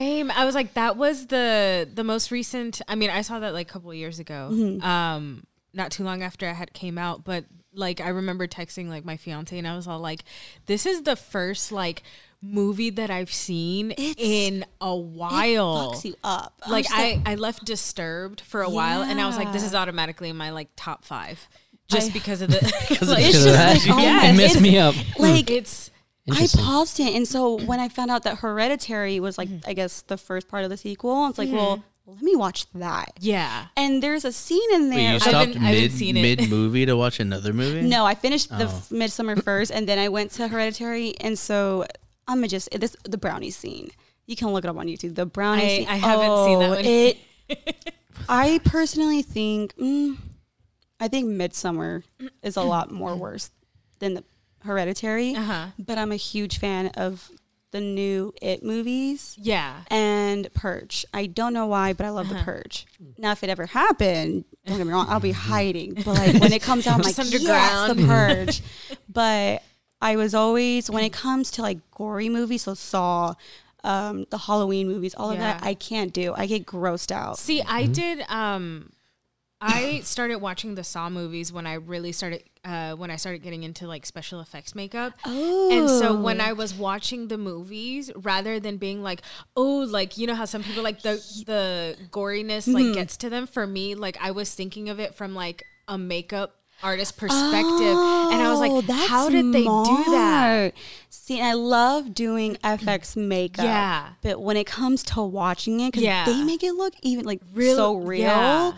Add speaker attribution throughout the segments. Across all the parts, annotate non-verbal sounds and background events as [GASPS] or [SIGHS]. Speaker 1: I was like, that was the the most recent. I mean, I saw that like a couple of years ago,
Speaker 2: Mm-hmm.
Speaker 1: um, not too long after I had came out. But like, I remember texting like my fiance, and I was all like, "This is the first like movie that I've seen
Speaker 2: It's-
Speaker 1: in a while."
Speaker 2: fucks you up. I'm
Speaker 1: like
Speaker 2: just
Speaker 1: I, I left disturbed for a while and i was like this is automatically in my like top five just
Speaker 2: I-
Speaker 1: because of the [LAUGHS]
Speaker 2: [LAUGHS]
Speaker 1: like,
Speaker 2: It's
Speaker 3: Because of
Speaker 2: just
Speaker 4: [LAUGHS]
Speaker 3: that,
Speaker 2: like,
Speaker 3: you-
Speaker 2: oh
Speaker 1: my-
Speaker 3: you messed me up.
Speaker 2: like
Speaker 1: it's
Speaker 2: I
Speaker 3: Interesting.
Speaker 2: paused it, and so when I found out that Hereditary was like,
Speaker 1: Mm-hmm.
Speaker 2: I guess the first part of the sequel, it's like, well, let me watch that.
Speaker 1: yeah
Speaker 2: And there's a scene in
Speaker 4: Wait,
Speaker 2: there.
Speaker 4: you
Speaker 2: I-
Speaker 4: stopped
Speaker 1: I haven't
Speaker 4: mid
Speaker 1: seen it.
Speaker 4: mid movie to watch another movie?
Speaker 2: no, I finished the f- Midsummer first, and then I went to Hereditary, and so I'm gonna just this the brownie scene. You can look it up on YouTube. The brownie.
Speaker 1: I-
Speaker 2: scene.
Speaker 1: I haven't seen that
Speaker 2: Oh,
Speaker 1: one.
Speaker 2: It.
Speaker 1: [LAUGHS]
Speaker 2: I personally think, mm, I think Midsummer is a lot more worse than the Hereditary.
Speaker 1: Uh-huh.
Speaker 2: But I'm a huge fan of the new It movies
Speaker 1: yeah
Speaker 2: and Purge. I don't know why, but I love
Speaker 1: Uh-huh.
Speaker 2: the Purge. Now, if it ever happened, don't get me wrong, I'll be hiding. But like when it comes out, I'm
Speaker 1: [LAUGHS]
Speaker 2: like,
Speaker 1: Just
Speaker 2: yes,
Speaker 1: underground.
Speaker 2: the Purge. but I was always when it comes to like gory movies, so Saw, um, the Halloween movies, all of that,
Speaker 1: Yeah.
Speaker 2: I can't do. I get grossed out.
Speaker 1: see i did um i started watching the saw movies when i really started uh when i started getting into like special effects makeup
Speaker 2: Oh,
Speaker 1: And so when I was watching the movies, rather than being like, oh, like you know how some people like the the goriness
Speaker 2: Mm-hmm.
Speaker 1: like gets to them. For me, like I was thinking of it from like a makeup artist perspective, and I was
Speaker 2: Oh,
Speaker 1: like,
Speaker 2: that's
Speaker 1: how did they do that?
Speaker 2: smart. See, and I love doing FX makeup.
Speaker 1: Yeah.
Speaker 2: But when it comes to watching it, because
Speaker 1: Yeah.
Speaker 2: they make it look even like
Speaker 1: Real-
Speaker 2: so real.
Speaker 1: yeah.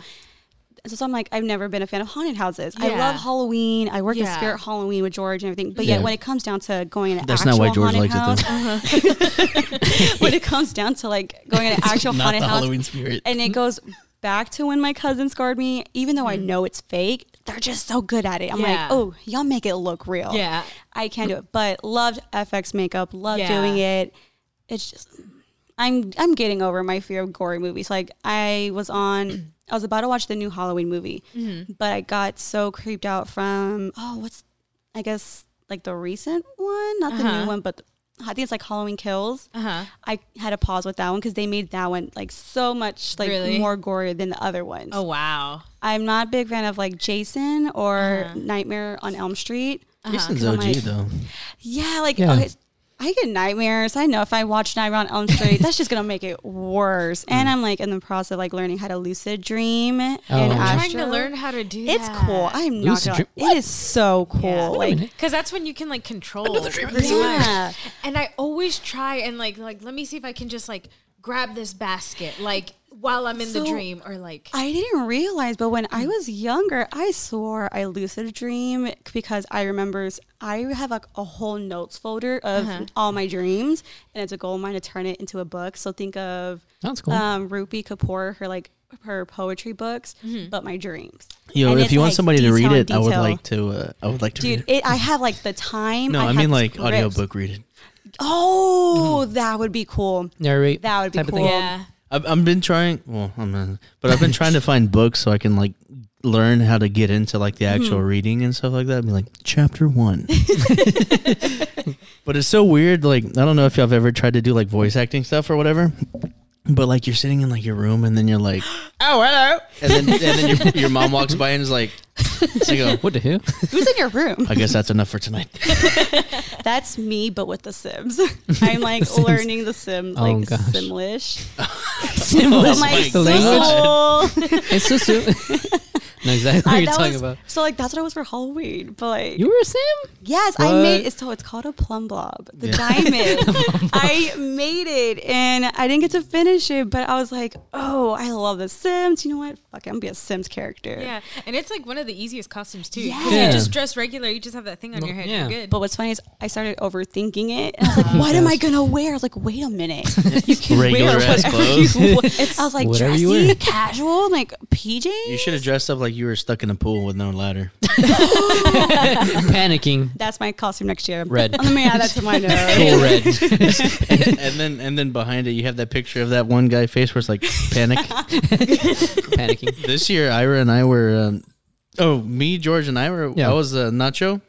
Speaker 2: So, so I'm like, I've never been a fan of haunted houses. I
Speaker 1: Yeah.
Speaker 2: love Halloween. I work at
Speaker 1: Yeah.
Speaker 2: Spirit Halloween with George and everything. But
Speaker 3: Yeah.
Speaker 2: yet, when it comes down to going in an
Speaker 4: That's
Speaker 2: actual
Speaker 4: not why George
Speaker 2: haunted
Speaker 4: likes
Speaker 2: house,
Speaker 4: it though.
Speaker 2: [LAUGHS] when it comes down to like going in an actual
Speaker 4: Not
Speaker 2: haunted
Speaker 4: the
Speaker 2: house,
Speaker 4: Halloween spirit.
Speaker 2: and it goes back to when my cousin scarred me. Even though I know it's fake, they're just so good at it. I'm
Speaker 1: Mm-hmm. Yeah.
Speaker 2: like, oh, y'all make it look real.
Speaker 1: Yeah.
Speaker 2: I can't do it. But loved FX makeup, loved
Speaker 1: Yeah.
Speaker 2: doing it. It's just I'm I'm getting over my fear of gory movies. Like I was on I was about to watch the new Halloween movie,
Speaker 1: Mm-hmm.
Speaker 2: but I got so creeped out from oh what's I guess like the recent one, not the new one, but the, I think it's like Halloween Kills.
Speaker 1: Uh-huh.
Speaker 2: I had a pause with that one because they made that one like so much like
Speaker 1: Really?
Speaker 2: more gory than the other ones.
Speaker 1: Oh wow.
Speaker 2: I'm not a big fan of like Jason or
Speaker 1: Uh-huh.
Speaker 2: Nightmare on Elm Street.
Speaker 4: Jason's
Speaker 2: I'm
Speaker 4: OG
Speaker 2: like-
Speaker 4: though.
Speaker 2: Yeah, like
Speaker 3: Yeah.
Speaker 2: okay, I get nightmares. I know if I watch Nightmare on Elm Street, that's just gonna make it worse.
Speaker 3: Mm.
Speaker 2: And I'm like in the process of like learning how to lucid
Speaker 3: Oh,
Speaker 2: dream and
Speaker 3: I'm
Speaker 1: Trying to
Speaker 2: Astro.
Speaker 1: learn how to do
Speaker 2: It's
Speaker 1: that.
Speaker 2: cool. I'm not
Speaker 3: Lucid
Speaker 2: gonna,
Speaker 3: dream-
Speaker 2: It is so cool.
Speaker 1: Yeah. Wait a
Speaker 2: Like
Speaker 3: minute.
Speaker 1: Cause that's when you can like control pretty
Speaker 2: yeah.
Speaker 1: much. And I always try and like like let me see if I can just like grab this basket like while I'm in the
Speaker 2: So,
Speaker 1: dream or like
Speaker 2: I didn't realize, but when
Speaker 3: Mm.
Speaker 2: I was younger, I swore I lucid dream because I remember I have like a whole notes folder of
Speaker 3: Uh-huh.
Speaker 2: all my dreams, and it's a goal of mine to turn it into a book. So think of
Speaker 3: That's cool.
Speaker 2: um, Rupi Kapoor, her like her poetry books,
Speaker 3: Mm-hmm.
Speaker 2: but my dreams.
Speaker 4: Yo,
Speaker 2: And
Speaker 4: if
Speaker 2: it's,
Speaker 4: you want
Speaker 2: like,
Speaker 4: somebody to read
Speaker 2: detail on
Speaker 4: it, I would
Speaker 2: detail.
Speaker 4: like to. Uh, I would like to
Speaker 2: Dude,
Speaker 4: read it.
Speaker 2: it, I have like the time.
Speaker 4: No, I,
Speaker 2: have
Speaker 4: mean
Speaker 2: the
Speaker 4: like
Speaker 2: scripts.
Speaker 4: audiobook Mm. reading.
Speaker 2: Oh, that would be cool.
Speaker 3: Narrate.
Speaker 2: That would be
Speaker 3: type of
Speaker 2: cool.
Speaker 3: thing.
Speaker 1: yeah.
Speaker 4: I've, I've been trying. Well, I'm not, but I've been trying to find books so I can like learn how to get into like the actual reading and stuff like that. I'd be like chapter [LAUGHS] one. but it's so weird. Like I don't know if y'all have ever tried to do like voice acting stuff or whatever. But like you're sitting in like your room and then you're like, [GASPS] oh hello, and then and then your, your mom walks by and is like, [LAUGHS] so you go,
Speaker 3: What the [LAUGHS] hell?
Speaker 2: Who's in your room?
Speaker 4: [LAUGHS] I guess that's enough for tonight. [LAUGHS]
Speaker 2: That's me, but with the Sims. I'm like learning the Sims,
Speaker 3: Oh,
Speaker 2: like
Speaker 3: gosh.
Speaker 2: Simlish.
Speaker 3: Symbols.
Speaker 2: Oh my
Speaker 3: the language.
Speaker 2: soul. [LAUGHS]
Speaker 3: [LAUGHS] It's so sim- no, exactly what
Speaker 2: I-
Speaker 3: you're
Speaker 2: that
Speaker 3: talking
Speaker 2: was- [LAUGHS]
Speaker 3: about.
Speaker 2: So like that's what I was for Halloween. But like
Speaker 3: You were a sim?
Speaker 2: yes, I
Speaker 3: What?
Speaker 2: made so it's called a plum blob. The
Speaker 3: [LAUGHS]
Speaker 2: diamond. I made it and I didn't get to finish it, but I was like, oh, I love the Sims. You know what? Fuck, it, I'm gonna be a Sims character.
Speaker 1: Yeah, and it's like one of the easiest costumes too. 'cause
Speaker 2: Yeah.
Speaker 1: you just dress regular. You just have that thing on your head.
Speaker 3: yeah.
Speaker 1: You're good.
Speaker 2: But what's funny is I started overthinking it. And I was
Speaker 3: [LAUGHS]
Speaker 2: like, what am I gonna wear? I was like, wait a minute. You can wear
Speaker 4: Regular ass
Speaker 2: whatever
Speaker 4: clothes.
Speaker 2: you wa-
Speaker 3: [LAUGHS]
Speaker 2: I was like,
Speaker 3: Whatever
Speaker 2: dressy,
Speaker 3: you wear.
Speaker 2: casual, and, like PJ.
Speaker 4: You should have dressed up like you were stuck in a pool with no ladder.
Speaker 3: Panicking.
Speaker 2: That's my costume next year.
Speaker 3: Red.
Speaker 2: I'm gonna add that
Speaker 3: [LAUGHS]
Speaker 2: to my nose.
Speaker 3: Full
Speaker 2: [LAUGHS]
Speaker 3: red.
Speaker 4: and then and then behind it you have that picture of that one guy face where it's like
Speaker 2: [LAUGHS]
Speaker 4: panic
Speaker 3: Panicking.
Speaker 4: this year ira and i were um, oh me george and i were
Speaker 2: [GASPS]
Speaker 3: Yeah.
Speaker 4: i was uh, nacho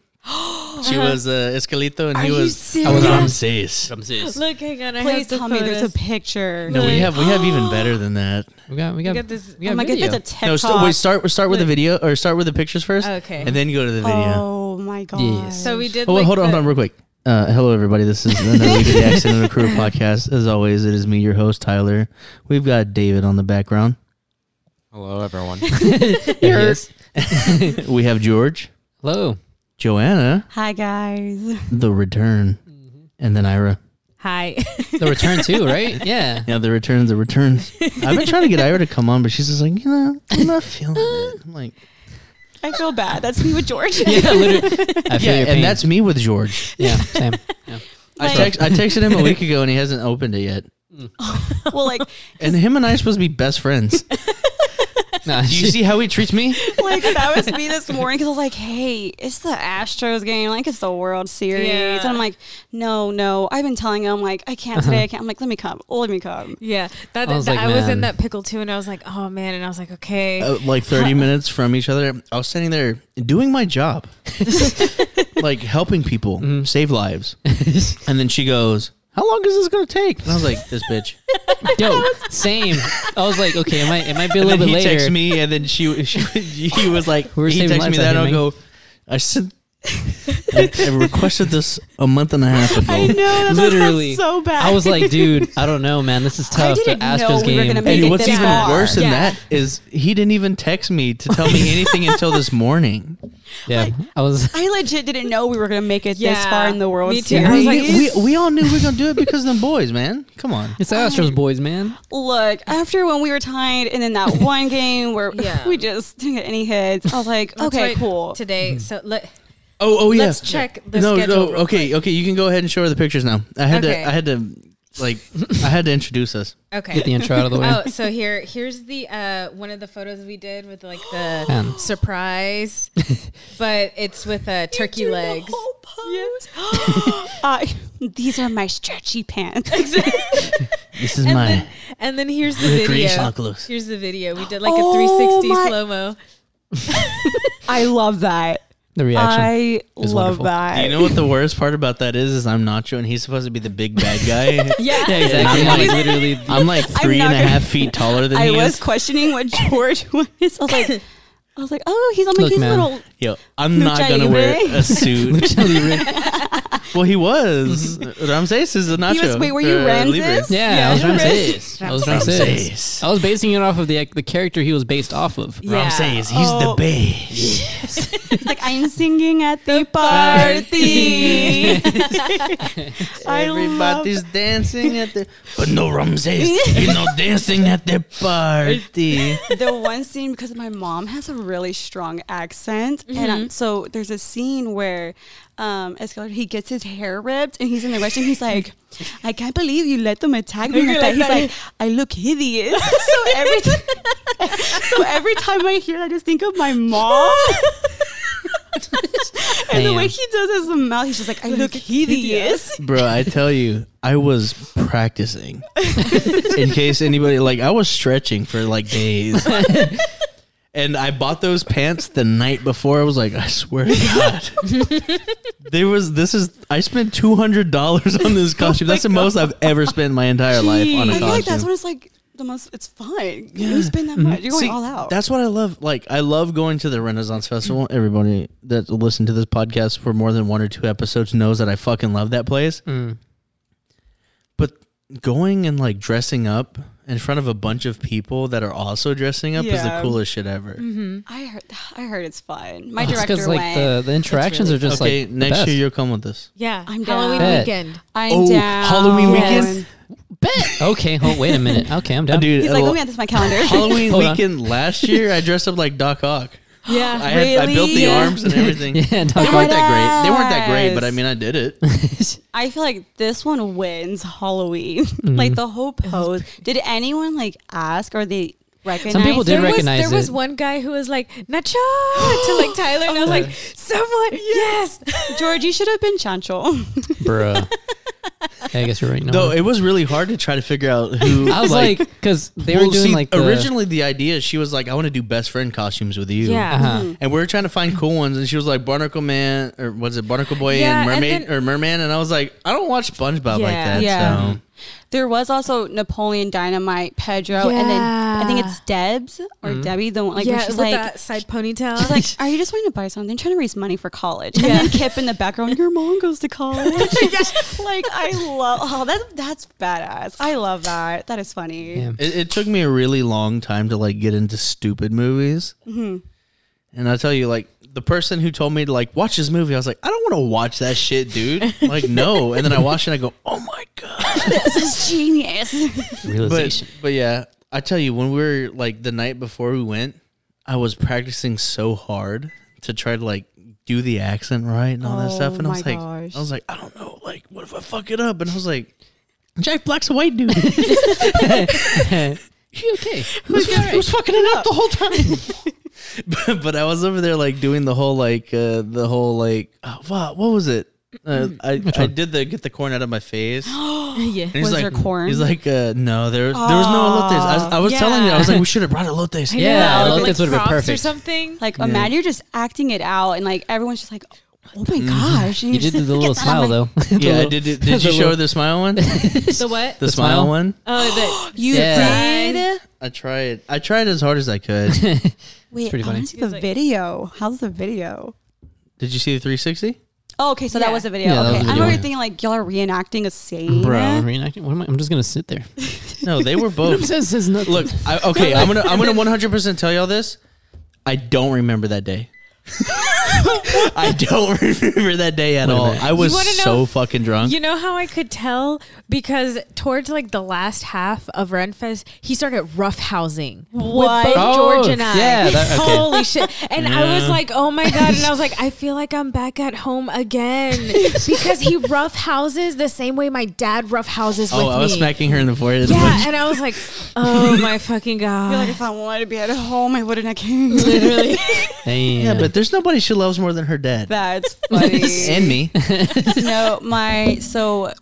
Speaker 4: She was uh, Escalito, and he
Speaker 2: Uh-huh. Are you
Speaker 4: was I was
Speaker 2: serious?
Speaker 4: Ramses.
Speaker 3: Ramses.
Speaker 1: Look, hang on. I
Speaker 2: Please
Speaker 1: have the
Speaker 2: tell me there's a
Speaker 1: photos.
Speaker 2: picture.
Speaker 4: No, we have we have even better than that.
Speaker 3: We got we got,
Speaker 1: got this-
Speaker 3: We got
Speaker 2: oh my
Speaker 3: video.
Speaker 2: god, that's a TikTok.
Speaker 4: No, st- wait, start start with the video or start with the pictures first,
Speaker 1: Okay.
Speaker 4: and then go to the video.
Speaker 2: Oh my god.
Speaker 3: Yes.
Speaker 1: So we did.
Speaker 4: Oh, wait,
Speaker 1: like,
Speaker 4: hold on,
Speaker 1: the-
Speaker 4: hold on, real quick. Uh, hello, everybody. This is another week of the Accidental Crew podcast. As always, it is me, your host Tyler. We've got David on the background.
Speaker 5: Hello, everyone.
Speaker 3: Yes.
Speaker 4: [LAUGHS] We have George,
Speaker 3: Hello.
Speaker 4: Joanna,
Speaker 2: Hi guys.
Speaker 4: the return, and then Ira.
Speaker 1: Hi. [LAUGHS]
Speaker 3: The return too, [LAUGHS] right? Yeah.
Speaker 4: Yeah, the returns, the returns. I've been trying to get Ira to come on, but she's just like, you know, I'm not feeling it. I'm like,
Speaker 2: I feel bad. That's me with George.
Speaker 3: [LAUGHS] Yeah, literally. I feel
Speaker 4: yeah,
Speaker 3: your pain.
Speaker 4: and that's me with
Speaker 3: [LAUGHS]
Speaker 4: George.
Speaker 3: yeah, same.
Speaker 4: I, text, I texted him a week ago, and he hasn't opened it yet.
Speaker 2: [LAUGHS] well, like,
Speaker 4: And him and I are supposed to be best friends.
Speaker 3: Nah,
Speaker 4: Do you see how he treats me?
Speaker 2: like that was me this morning because I was like, "Hey, it's the Astros game. Like, it's the World Series."
Speaker 1: Yeah.
Speaker 2: And I'm like, "No, no." I've been telling him like, "I can't
Speaker 3: Uh-huh.
Speaker 2: today. I can't." I'm like, "Let me come. Let me come."
Speaker 1: yeah. That,
Speaker 3: I was
Speaker 1: that-
Speaker 3: like,
Speaker 1: I was in
Speaker 3: man.
Speaker 1: that pickle too, and I was like, oh man, and I was like, okay.
Speaker 4: Uh, like
Speaker 3: [LAUGHS]
Speaker 4: 30 minutes from each other, I was standing there doing my job, like helping people save lives. And then she goes, How long is this going to take? And I was like, This
Speaker 3: [LAUGHS]
Speaker 4: bitch.
Speaker 2: [LAUGHS]
Speaker 3: [LAUGHS] yo, same. I was like, okay, it might it might be a
Speaker 4: and
Speaker 3: little
Speaker 4: then
Speaker 3: bit
Speaker 4: he
Speaker 3: later.
Speaker 4: texts me, and then she, [LAUGHS] she he was like,
Speaker 3: We were
Speaker 4: he
Speaker 3: saving
Speaker 4: texted me
Speaker 3: lives, I
Speaker 4: that, and I'll
Speaker 3: think,
Speaker 4: go, I said, I, I requested this a month and a half
Speaker 3: [LAUGHS]
Speaker 4: ago.
Speaker 2: I know. [LAUGHS] That Literally,
Speaker 3: Literally,
Speaker 2: so bad.
Speaker 3: I
Speaker 2: [LAUGHS]
Speaker 3: was like, dude, I don't know, man. This is tough.
Speaker 2: didn't
Speaker 3: the
Speaker 2: know
Speaker 3: Astros
Speaker 2: we were
Speaker 3: game.
Speaker 2: gonna make
Speaker 4: And
Speaker 2: it
Speaker 4: what's
Speaker 2: this
Speaker 4: even
Speaker 2: far.
Speaker 4: worse than
Speaker 2: Yeah.
Speaker 4: that is he didn't even text me to tell me anything until this
Speaker 3: [LAUGHS]
Speaker 4: morning.
Speaker 3: yeah,
Speaker 2: [LAUGHS]
Speaker 3: I was.
Speaker 2: I legit didn't know we were gonna make it this
Speaker 1: Yeah,
Speaker 2: far in the World
Speaker 1: me too. I
Speaker 2: Series.
Speaker 1: was like,
Speaker 4: we, we all knew we were gonna do it because of the boys, man. Come on.
Speaker 3: It's the Astros boys, man.
Speaker 2: Look, after when we were tied, and then that
Speaker 1: [LAUGHS]
Speaker 2: one game where
Speaker 1: Yeah.
Speaker 2: we just didn't get any hits, I was like,
Speaker 1: That's why
Speaker 2: "Okay, cool."
Speaker 1: Today, so let
Speaker 4: Oh, oh yeah.
Speaker 1: Let's check the
Speaker 4: no,
Speaker 1: schedule
Speaker 4: no.
Speaker 1: real
Speaker 4: Okay, okay. You can go ahead and show her the pictures now. I had
Speaker 1: Okay.
Speaker 4: to. I had to. Like, I had to introduce us.
Speaker 1: okay.
Speaker 3: Get the intro out of the way.
Speaker 2: [LAUGHS]
Speaker 1: Oh, so here, here's the uh, one of the photos we did with like
Speaker 3: [GASPS]
Speaker 1: the
Speaker 3: Man.
Speaker 1: surprise, but it's with uh, turkey
Speaker 2: Do the
Speaker 1: legs.
Speaker 2: whole pose. [GASPS] I- these are my stretchy pants.
Speaker 4: This is
Speaker 1: And
Speaker 4: my.
Speaker 1: then, and then here's the
Speaker 4: Recreational
Speaker 1: video.
Speaker 4: clothes.
Speaker 1: Here's the video. We did like
Speaker 2: Oh,
Speaker 1: a 360
Speaker 2: my-
Speaker 1: slow mo.
Speaker 2: [LAUGHS] I love that.
Speaker 3: the reaction.
Speaker 2: I
Speaker 3: was
Speaker 2: love
Speaker 3: wonderful.
Speaker 2: that.
Speaker 4: you know what the worst part about that is? Is I'm Nacho, and he's supposed to be the big bad guy.
Speaker 1: Yeah.
Speaker 4: And I'm
Speaker 3: I'm
Speaker 4: like,
Speaker 3: like literally.
Speaker 4: I'm like three
Speaker 2: not
Speaker 4: and a half
Speaker 2: gonna-
Speaker 4: feet taller than
Speaker 2: [LAUGHS] I
Speaker 4: he
Speaker 2: was
Speaker 4: is.
Speaker 2: questioning
Speaker 3: [LAUGHS]
Speaker 2: what George was. I was like, I was like, oh, he's on like
Speaker 3: Look,
Speaker 2: his
Speaker 3: man.
Speaker 2: little.
Speaker 4: Yo, I'm not
Speaker 2: Lucha
Speaker 4: gonna wear
Speaker 2: libre.
Speaker 4: a suit. [LAUGHS] well, he was. Ramses is a Nacho.
Speaker 2: was- wait, were you
Speaker 4: uh,
Speaker 2: Ramses?
Speaker 4: libre.
Speaker 3: yeah,
Speaker 2: Yeah,
Speaker 3: I was
Speaker 2: you're right.
Speaker 3: Ramses. I was
Speaker 4: Ramses.
Speaker 3: Ramses. I was basing it off of the the character he was based off of.
Speaker 1: Yeah.
Speaker 4: Ramses, he's
Speaker 2: Oh.
Speaker 4: the best.
Speaker 2: He's like, I'm singing at the
Speaker 3: [LAUGHS]
Speaker 2: party. I love.
Speaker 4: Everybody's dancing at the. [LAUGHS] But no Ramses, you [LAUGHS] know, dancing at the party.
Speaker 2: the one scene because my mom has a really strong accent, and um, so there's a scene where um, Escalante he gets his hair ripped, and he's in the restroom. He's like, "I can't believe [LAUGHS] you let them attack me
Speaker 1: Look
Speaker 2: like
Speaker 1: at
Speaker 2: that."
Speaker 1: that.
Speaker 2: He's like, "I look [LAUGHS] hideous." so every time, so every time I hear, it, I just think of my mom. [LAUGHS] and the way
Speaker 3: Damn.
Speaker 2: he does his mouth, he's just like, "I look hideous."
Speaker 4: Bro, I tell you, I was [LAUGHS] practicing. In case anybody, like, I was stretching for like [LAUGHS] days. and I bought those pants the night before. I was like, I swear [LAUGHS] to God. there was, this is, I spent $200 on [LAUGHS] this costume. that's the most I've ever spent in my entire life on a
Speaker 2: I
Speaker 4: costume.
Speaker 2: feel like that's what it's like. The most, it's fun. You spend that much, you're going
Speaker 4: See,
Speaker 2: all out.
Speaker 4: That's what I love. Like I love going to the Renaissance Festival. Everybody that listened to this podcast for more than one or two episodes knows that I fucking love that place.
Speaker 2: Mm.
Speaker 4: But going and like dressing up in front of a bunch of people that are also dressing up is the
Speaker 2: Yeah. Mm-hmm.
Speaker 4: coolest shit ever.
Speaker 2: I heard, I heard it's fun. My
Speaker 3: Oh, It's
Speaker 2: director went.
Speaker 3: like the, the interactions
Speaker 1: really
Speaker 3: are just
Speaker 4: Okay,
Speaker 3: like the
Speaker 4: next
Speaker 3: best.
Speaker 4: year you'll come with us.
Speaker 1: Yeah.
Speaker 2: I'm
Speaker 1: Halloween
Speaker 2: down.
Speaker 3: Bet.
Speaker 1: weekend.
Speaker 2: I'm
Speaker 4: Oh,
Speaker 2: down.
Speaker 4: Halloween weekend?
Speaker 3: Bet. [LAUGHS] Okay, hold, wait a minute. Okay,
Speaker 4: [LAUGHS]
Speaker 3: I'm [LAUGHS] down.
Speaker 4: Dude,
Speaker 2: He's like, "Oh,
Speaker 4: uh,
Speaker 2: let [LAUGHS] me add this to my
Speaker 3: [LAUGHS]
Speaker 2: calendar.
Speaker 4: Halloween
Speaker 3: Hold on.
Speaker 4: weekend last year, I dressed up like Doc Ock.
Speaker 1: Yeah.
Speaker 4: I, had, I built the
Speaker 2: Really?
Speaker 4: arms and everything.
Speaker 3: [LAUGHS] yeah,
Speaker 4: They
Speaker 3: dog,
Speaker 2: my
Speaker 4: weren't that great. They weren't that great,
Speaker 2: gosh.
Speaker 4: but I mean, I did it.
Speaker 2: I feel like this one wins Halloween. [LAUGHS]
Speaker 3: Mm-hmm.
Speaker 2: like the whole pose. Did anyone like ask or they recognize?
Speaker 3: people did
Speaker 2: it?
Speaker 1: there was,
Speaker 3: recognize
Speaker 1: there was
Speaker 3: it.
Speaker 1: one guy who was like Nacho to like Tyler, and I was like, someone, yes.
Speaker 2: George, you should have been Chancho.
Speaker 3: bruh. Yeah, I guess you're right. No,
Speaker 4: Though it was really hard to try to figure out who.
Speaker 3: Uh-huh. [LAUGHS] I was like, because they
Speaker 4: Well,
Speaker 3: were doing
Speaker 4: see,
Speaker 3: like the,
Speaker 4: originally the idea. She was like, "I want to do best friend costumes with you."
Speaker 1: Yeah.
Speaker 3: Uh-huh.
Speaker 4: And we were trying to find cool ones, and she was like Barnacle Man, or was it Barnacle Boy
Speaker 1: Yeah,
Speaker 4: and
Speaker 1: and
Speaker 4: Mermaid
Speaker 1: then-
Speaker 4: or Merman? And I was like, I don't watch SpongeBob like
Speaker 1: Yeah.
Speaker 4: that.
Speaker 2: Yeah.
Speaker 4: So
Speaker 2: [LAUGHS] There was also Napoleon Dynamite, Pedro, and then I think it's Debs or
Speaker 3: Mm-hmm.
Speaker 2: Debbie, the one like where
Speaker 1: yeah,
Speaker 2: she's
Speaker 1: with
Speaker 2: like,
Speaker 1: that side ponytail. [GASPS]
Speaker 2: she's like, [GASPS]
Speaker 3: [LAUGHS]
Speaker 2: are you just wanting to buy something? Trying to raise money for college. And then Kip in the background, your mom goes to
Speaker 3: [LAUGHS]
Speaker 2: college. Like I love, oh that that's badass. I love that. That is funny.
Speaker 3: Yeah.
Speaker 4: it, it took me a really long time to like get into stupid movies.
Speaker 1: Mm-hmm.
Speaker 4: And I tell you, like the person who told me to like watch this movie, I was like, I don't want to watch that shit, dude.
Speaker 1: [LAUGHS]
Speaker 4: like no. And then I watched it, and I go, Oh my god.
Speaker 2: [LAUGHS] This is genius.
Speaker 4: But
Speaker 3: realization.
Speaker 4: but yeah, I tell you, when we were like the night before we went, I was practicing so hard to try to like do the accent right and all that stuff.
Speaker 2: Oh
Speaker 4: And I was
Speaker 2: my
Speaker 4: like,
Speaker 2: gosh.
Speaker 4: I was like, I don't know, like what if I fuck it up? And I was like, Jack Black's a
Speaker 2: [LAUGHS]
Speaker 4: white dude.
Speaker 3: He [LAUGHS] okay?
Speaker 4: Who's fucking it up the whole time? [LAUGHS] but, but I was over there like doing the whole like uh, the whole like uh, what what was it? Uh, I I did the get the corn out of my
Speaker 2: [GASPS]
Speaker 4: face. And
Speaker 1: yeah.
Speaker 4: he's
Speaker 2: Was
Speaker 4: like,
Speaker 2: there corn?
Speaker 4: He's like, uh, no, there there was no elotes. I, was- I was telling you, I was like, we should have
Speaker 2: [LAUGHS]
Speaker 4: brought elotes.
Speaker 3: Yeah, I like
Speaker 1: like
Speaker 3: that's would've been
Speaker 1: props or
Speaker 3: perfect.
Speaker 1: something.
Speaker 2: Like imagine you're just acting it out, and like everyone's just like, oh my gosh. And
Speaker 3: Mm-hmm. You
Speaker 2: you're
Speaker 3: did
Speaker 2: just- [LAUGHS]
Speaker 3: the little smile though. [LAUGHS]
Speaker 4: [LAUGHS]
Speaker 3: The
Speaker 4: Yeah, I
Speaker 3: little-
Speaker 4: did. Did, did
Speaker 3: the
Speaker 4: you show her
Speaker 3: little-
Speaker 4: the smile [LAUGHS] one? The,
Speaker 1: the what?
Speaker 3: The
Speaker 4: smile
Speaker 3: smile?
Speaker 4: one.
Speaker 1: oh, the [GASPS]
Speaker 2: You
Speaker 3: Yeah.
Speaker 2: did.
Speaker 4: I tried. I tried as hard as I [LAUGHS] could.
Speaker 2: Wait,
Speaker 3: pretty
Speaker 2: I want
Speaker 3: funny.
Speaker 2: to see the
Speaker 1: He's like-
Speaker 2: video. How's the video?
Speaker 4: did you see the 360?
Speaker 2: Oh, okay. So
Speaker 1: Yeah.
Speaker 2: that was the video.
Speaker 3: Yeah, that was
Speaker 2: okay.
Speaker 3: the
Speaker 2: I'm
Speaker 3: video.
Speaker 2: already thinking like y'all are reenacting a scene.
Speaker 3: Bro, I'm reenacting. What am I? I'm just gonna sit there.
Speaker 4: No, they [LAUGHS] were both.
Speaker 3: says says nothing. [LAUGHS]
Speaker 4: Look, I, okay, I'm gonna I'm [LAUGHS] gonna 100 percent tell y'all this. I don't remember that day. [LAUGHS] I don't remember that day at
Speaker 3: Wait a
Speaker 4: all.
Speaker 3: minute.
Speaker 4: I was
Speaker 1: You wanna
Speaker 4: so
Speaker 1: know-
Speaker 4: fucking drunk.
Speaker 1: You know how I could tell because towards like the last half of Renfest, he started roughhousing
Speaker 2: What?
Speaker 1: with both
Speaker 3: Oh,
Speaker 1: George and I.
Speaker 3: yeah,
Speaker 1: [LAUGHS]
Speaker 3: that- okay.
Speaker 1: holy shit! And I was
Speaker 4: Yeah.
Speaker 1: like, oh my god! And I was like, I feel like I'm back at home again because he roughhouses the same way my dad roughhouses with
Speaker 4: oh, I was
Speaker 1: me.
Speaker 4: smacking her in the forehead.
Speaker 1: yeah, and I was like, oh my fucking
Speaker 2: I feel
Speaker 1: god!
Speaker 2: like if I wanted to be at home, I wouldn't have [LAUGHS] came.
Speaker 1: Literally,
Speaker 4: yeah, but there's nobody she loves more than her dad
Speaker 3: [LAUGHS]
Speaker 2: That's funny.
Speaker 4: and [LAUGHS] me.
Speaker 2: no, my so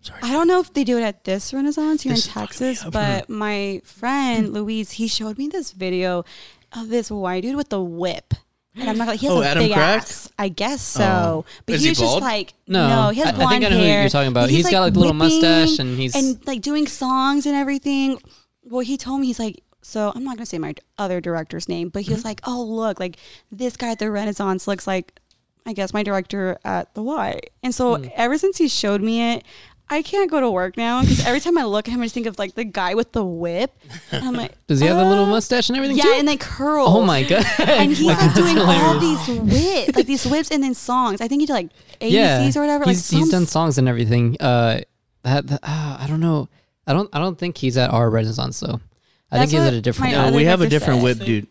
Speaker 4: Sorry.
Speaker 2: I don't know if they do it at this Renaissance here
Speaker 4: This is Hmm.
Speaker 2: in
Speaker 4: fucking
Speaker 2: Texas,
Speaker 4: me up.
Speaker 2: but my friend Louise, he showed me this video of this white dude with the whip. And I'm not like he has
Speaker 4: Oh,
Speaker 2: a
Speaker 4: Adam
Speaker 2: big
Speaker 4: Crack?
Speaker 2: ass. I guess
Speaker 4: Oh.
Speaker 2: so. But
Speaker 4: Is
Speaker 2: he
Speaker 4: he
Speaker 2: was
Speaker 4: bald?
Speaker 2: just like
Speaker 3: No.
Speaker 2: no, he has
Speaker 3: I- I think
Speaker 2: blonde
Speaker 3: I know who
Speaker 2: hair.
Speaker 3: you're talking about.
Speaker 2: But
Speaker 3: He's got, like, a little mustache and he's-
Speaker 2: and like doing songs and everything. Well, he told me he's like so I'm not gonna say my other director's name, but he
Speaker 4: Mm-hmm.
Speaker 2: was like, Oh look, like this guy at the Renaissance looks like I guess my director at the Y. And so
Speaker 3: Hmm.
Speaker 2: ever since he showed me it, I can't go to work now because every time I look at him, I just think of like the guy with the whip. And I'm like,
Speaker 3: [LAUGHS] Does he have a little
Speaker 2: uh,
Speaker 3: mustache and everything?
Speaker 2: Yeah,
Speaker 3: too?
Speaker 2: and like curls.
Speaker 3: Oh my god!
Speaker 2: [LAUGHS]
Speaker 3: [LAUGHS]
Speaker 2: And he's like
Speaker 3: That's
Speaker 2: doing all
Speaker 3: hilarious.
Speaker 2: these whips, like these whips, and then songs. I think he did like ABCs or whatever. like
Speaker 3: He's, he's
Speaker 2: some-
Speaker 3: done songs and everything. Uh, that, that uh, I don't know. I don't. I don't think he's at our Renaissance though. I
Speaker 2: That's
Speaker 3: think he's
Speaker 2: what
Speaker 3: at a different, [LAUGHS]
Speaker 2: my
Speaker 4: No,
Speaker 2: other
Speaker 4: we have a
Speaker 2: brother
Speaker 4: different
Speaker 2: said.
Speaker 4: whip, dude.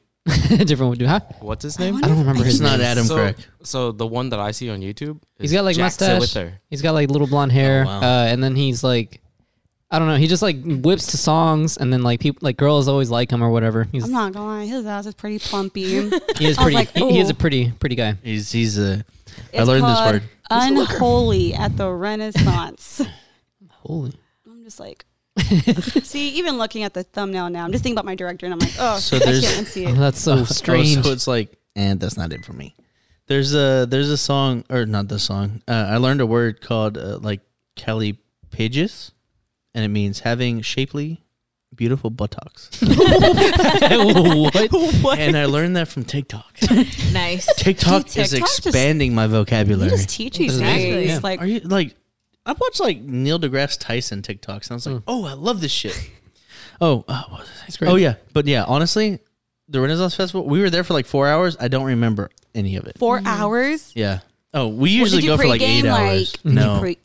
Speaker 3: different one, dude. Huh?
Speaker 5: What's his
Speaker 2: I
Speaker 5: name?
Speaker 2: wonder
Speaker 3: don't
Speaker 2: if
Speaker 3: remember his
Speaker 4: It's
Speaker 2: can-
Speaker 4: not Adam
Speaker 5: so,
Speaker 4: Crack.
Speaker 5: So the one that I see on YouTube,
Speaker 3: He's got like
Speaker 5: Jackson
Speaker 3: mustache.
Speaker 5: Wither.
Speaker 3: He's got like little blonde hair.
Speaker 4: wow.
Speaker 3: uh, and then he's like, I don't know. He just like whips to songs, and then like people, like girls always like him or whatever. He's
Speaker 2: I'm not gonna lie, his ass is pretty
Speaker 3: [LAUGHS]
Speaker 2: plumpy.
Speaker 3: he is
Speaker 2: [LAUGHS] I was
Speaker 3: pretty.
Speaker 2: like,
Speaker 3: he, he is
Speaker 2: "Ooh."
Speaker 3: a pretty pretty guy.
Speaker 4: He's he's a. I
Speaker 2: It's
Speaker 4: learned this
Speaker 2: called
Speaker 4: word.
Speaker 3: [LAUGHS]
Speaker 2: Unholy at the Renaissance.
Speaker 3: Holy.
Speaker 2: I'm just like, see, even looking at the thumbnail now, I'm just thinking about my director, and I'm like, oh,
Speaker 4: So
Speaker 2: I
Speaker 4: there's-
Speaker 2: can't see
Speaker 3: [LAUGHS] Oh,
Speaker 2: it.
Speaker 3: that's so strange.
Speaker 4: Oh, so it's like, and that's not it for me. There's a there's a song or not the song. Uh, I learned a word called uh, like Kelly Pages, and it means having shapely, beautiful buttocks. [LAUGHS]
Speaker 3: [LAUGHS] what?
Speaker 4: and I learned that from [LAUGHS] TikTok.
Speaker 1: nice.
Speaker 4: TikTok
Speaker 2: Dude,
Speaker 4: is
Speaker 2: TikTok just-
Speaker 4: expanding my
Speaker 2: He
Speaker 4: vocabulary.
Speaker 2: just teach you
Speaker 1: Exactly.
Speaker 2: things
Speaker 1: Yeah.
Speaker 2: like
Speaker 4: Are you like? I watched like Neil deGrasse Tyson TikToks, and I was like, oh, I love this shit. [LAUGHS] oh, uh, what was
Speaker 3: That's
Speaker 4: it?
Speaker 3: great.
Speaker 4: oh yeah, but yeah, honestly, the Renaissance Festival. We were there for like four hours. I don't remember any of it.
Speaker 2: 4 hours.
Speaker 4: Yeah. Oh, we
Speaker 2: What,
Speaker 4: usually
Speaker 2: did you
Speaker 4: go for like eight
Speaker 2: pregame,
Speaker 4: hours.
Speaker 2: Like, did you
Speaker 4: no.
Speaker 2: pre-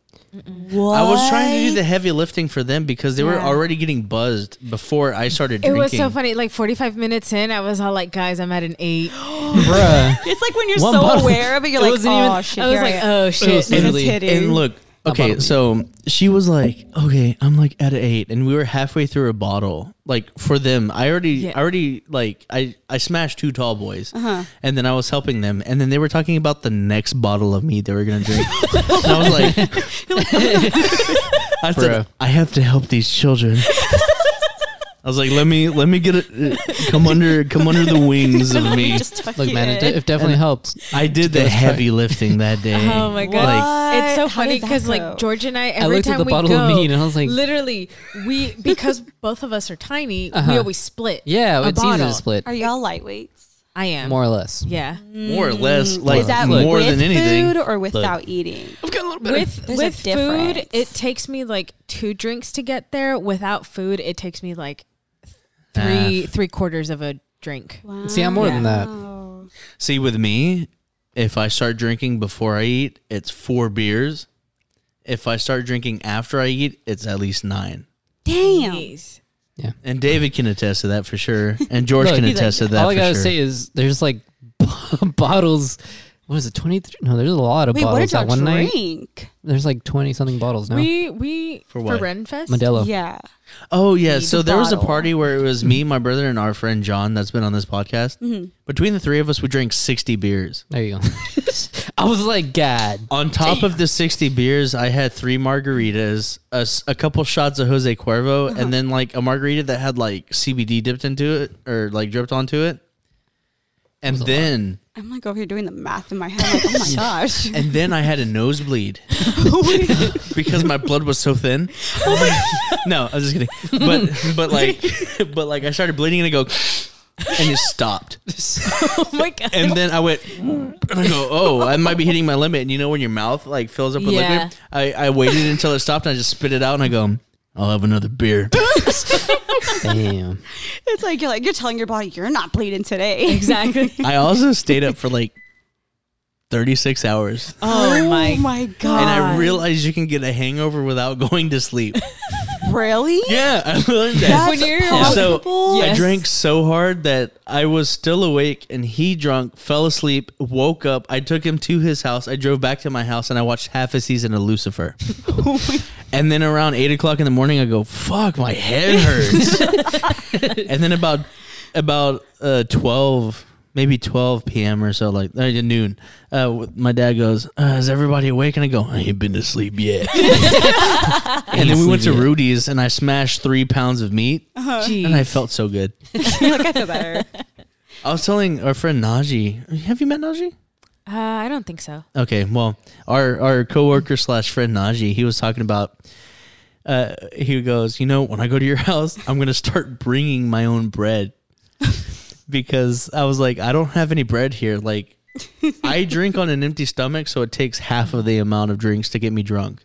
Speaker 2: what?
Speaker 4: I was trying to do the heavy lifting for them because they were
Speaker 2: Yeah.
Speaker 4: already getting buzzed before I started
Speaker 1: It
Speaker 4: drinking.
Speaker 1: was so funny. Like 45 minutes in, I was all like, guys, I'm at an eight.
Speaker 3: Bruh.
Speaker 2: It's like when you're
Speaker 3: One
Speaker 2: so
Speaker 3: bottle.
Speaker 2: aware of it, you're
Speaker 3: It
Speaker 2: like,
Speaker 3: wasn't
Speaker 2: oh
Speaker 3: even-
Speaker 2: shit.
Speaker 1: I was
Speaker 2: here
Speaker 1: like,
Speaker 2: am."
Speaker 1: oh
Speaker 3: It was
Speaker 1: shit.
Speaker 2: This is
Speaker 4: And,
Speaker 2: hitting.
Speaker 4: and look,
Speaker 3: I bought
Speaker 4: Okay,
Speaker 3: a-
Speaker 4: so she was like, "Okay, I'm like at an eight, and we were halfway through a bottle. Like for them, I already,
Speaker 1: Yeah.
Speaker 4: I already like I I smashed two tall boys,
Speaker 2: Uh-huh.
Speaker 4: and then I was helping them, and then they were talking about the next bottle of meat they were gonna drink. and I was like, I
Speaker 3: Bro.
Speaker 4: said, I have to help these children. I was like, let me let me get it, come under come under the wings of me.
Speaker 2: [LAUGHS] Just fuck
Speaker 3: look, man, it,
Speaker 2: it.
Speaker 3: de- it definitely helped.
Speaker 4: I did the
Speaker 3: Let's try.
Speaker 4: heavy lifting that day.
Speaker 1: Oh my god,
Speaker 4: Like,
Speaker 1: it's so
Speaker 2: What? How
Speaker 1: funny
Speaker 2: did that
Speaker 1: because
Speaker 2: go?
Speaker 1: like George and I,
Speaker 3: I
Speaker 1: every
Speaker 3: looked
Speaker 1: time
Speaker 3: at the
Speaker 1: we
Speaker 3: bottle
Speaker 1: go,
Speaker 3: of meat and I was like,
Speaker 1: literally,
Speaker 3: [LAUGHS]
Speaker 1: we because both of us are tiny, we always split.
Speaker 3: Uh-huh. yeah,
Speaker 1: a
Speaker 3: it's easy
Speaker 1: bottle.
Speaker 3: to split,
Speaker 2: Are y'all lightweights?
Speaker 1: I am
Speaker 3: more or less.
Speaker 1: Yeah,
Speaker 4: more or less, like
Speaker 2: Mm. Is that
Speaker 4: more
Speaker 2: with
Speaker 4: than anything.
Speaker 2: food or without eating?
Speaker 1: with
Speaker 2: There's a
Speaker 1: with
Speaker 2: difference.
Speaker 1: food, it takes me like two drinks to get there. Without food, it takes me like three three quarters of a drink.
Speaker 3: See, I'm more than that.
Speaker 2: Oh.
Speaker 4: See, with me, if I start drinking before I eat, it's four beers. If I start drinking after I eat, it's at least nine.
Speaker 2: Damn.
Speaker 1: Jeez.
Speaker 4: And David can attest to that for sure. And George
Speaker 3: Look,
Speaker 4: can
Speaker 3: he's
Speaker 4: attest to that
Speaker 3: All I
Speaker 4: for
Speaker 3: gotta
Speaker 4: sure.
Speaker 3: say is there's like [LAUGHS] bottles. What is it? Twenty three? No, there's a lot of
Speaker 2: Wait, what
Speaker 3: bottles
Speaker 2: did y'all
Speaker 3: that one night.
Speaker 2: drink?
Speaker 3: There's like twenty something bottles now.
Speaker 1: We we
Speaker 4: For
Speaker 1: for,
Speaker 4: what?
Speaker 1: Renfest.
Speaker 3: Modelo.
Speaker 2: Yeah.
Speaker 4: oh yeah,
Speaker 2: Need
Speaker 4: so
Speaker 2: the
Speaker 4: there was a
Speaker 2: bottle.
Speaker 4: party where it was me, my brother, and our friend John that's been on this podcast.
Speaker 2: Mm-hmm.
Speaker 4: Between the three of us, we drank sixty beers.
Speaker 2: [LAUGHS]
Speaker 3: There you go. I was like, God.
Speaker 4: On top of the sixty beers, I had three margaritas, a, s- a couple shots of Jose Cuervo, and then like a margarita that had like CBD dipped into it or like dripped onto it. And then.
Speaker 2: I'm like over here doing the math in my head. I'm like, oh
Speaker 4: [LAUGHS]
Speaker 2: my gosh.
Speaker 4: and then I had a nosebleed [LAUGHS] because my blood was so thin. [LAUGHS] no, I was just kidding. But but like but like I started bleeding and I go and it stopped.
Speaker 1: [LAUGHS] Oh my god.
Speaker 4: And then I went and I go, oh, I might be hitting my limit. And you know when your mouth like fills up with
Speaker 1: Yeah.
Speaker 4: liquid? I, I waited until it stopped and I just spit it out and I go, I'll have another beer.
Speaker 2: [LAUGHS]
Speaker 3: Damn.
Speaker 2: It's like you're like you're telling your body you're not bleeding today. [LAUGHS]
Speaker 1: Exactly.
Speaker 4: I also stayed up for like thirty six hours.
Speaker 1: oh my.
Speaker 2: my
Speaker 4: And
Speaker 2: god.
Speaker 4: I realized you can get a hangover without going to sleep.
Speaker 2: really?
Speaker 4: Yeah, I learned that.
Speaker 2: That's
Speaker 1: When you're-
Speaker 4: So,
Speaker 2: possible.
Speaker 1: Yeah.
Speaker 4: I
Speaker 1: Yes.
Speaker 4: drank so hard that I was still awake and he drunk, fell asleep, woke up. I took him to his house. I drove back to my house and I watched half a season of
Speaker 3: [LAUGHS]
Speaker 4: Lucifer.
Speaker 3: Oh
Speaker 4: and then around eight o'clock in the morning, I go, fuck, my head hurts.
Speaker 3: [LAUGHS]
Speaker 4: and then about, about uh, 12, maybe 12 p.m. or so, like uh, noon, uh, my dad goes, uh, Is everybody awake? And I go, I ain't been to sleep
Speaker 3: [LAUGHS]
Speaker 4: yet. and then we went to
Speaker 3: Sleep yet.
Speaker 4: Rudy's and I smashed three pounds of meat.
Speaker 2: Uh-huh.
Speaker 4: And I felt so good.
Speaker 2: you're like I feel better.
Speaker 4: I was telling our friend Najee. Have you met Najee?
Speaker 1: Uh, I don't think so.
Speaker 4: Okay, well, our our coworker slash friend Najee, he was talking about. Uh, he goes, you know, when I go to your [LAUGHS] house, I'm gonna start bringing my own bread [LAUGHS] because I was like, I don't have any bread here. Like, I drink on an empty stomach, so it takes half of the amount of drinks to get me drunk.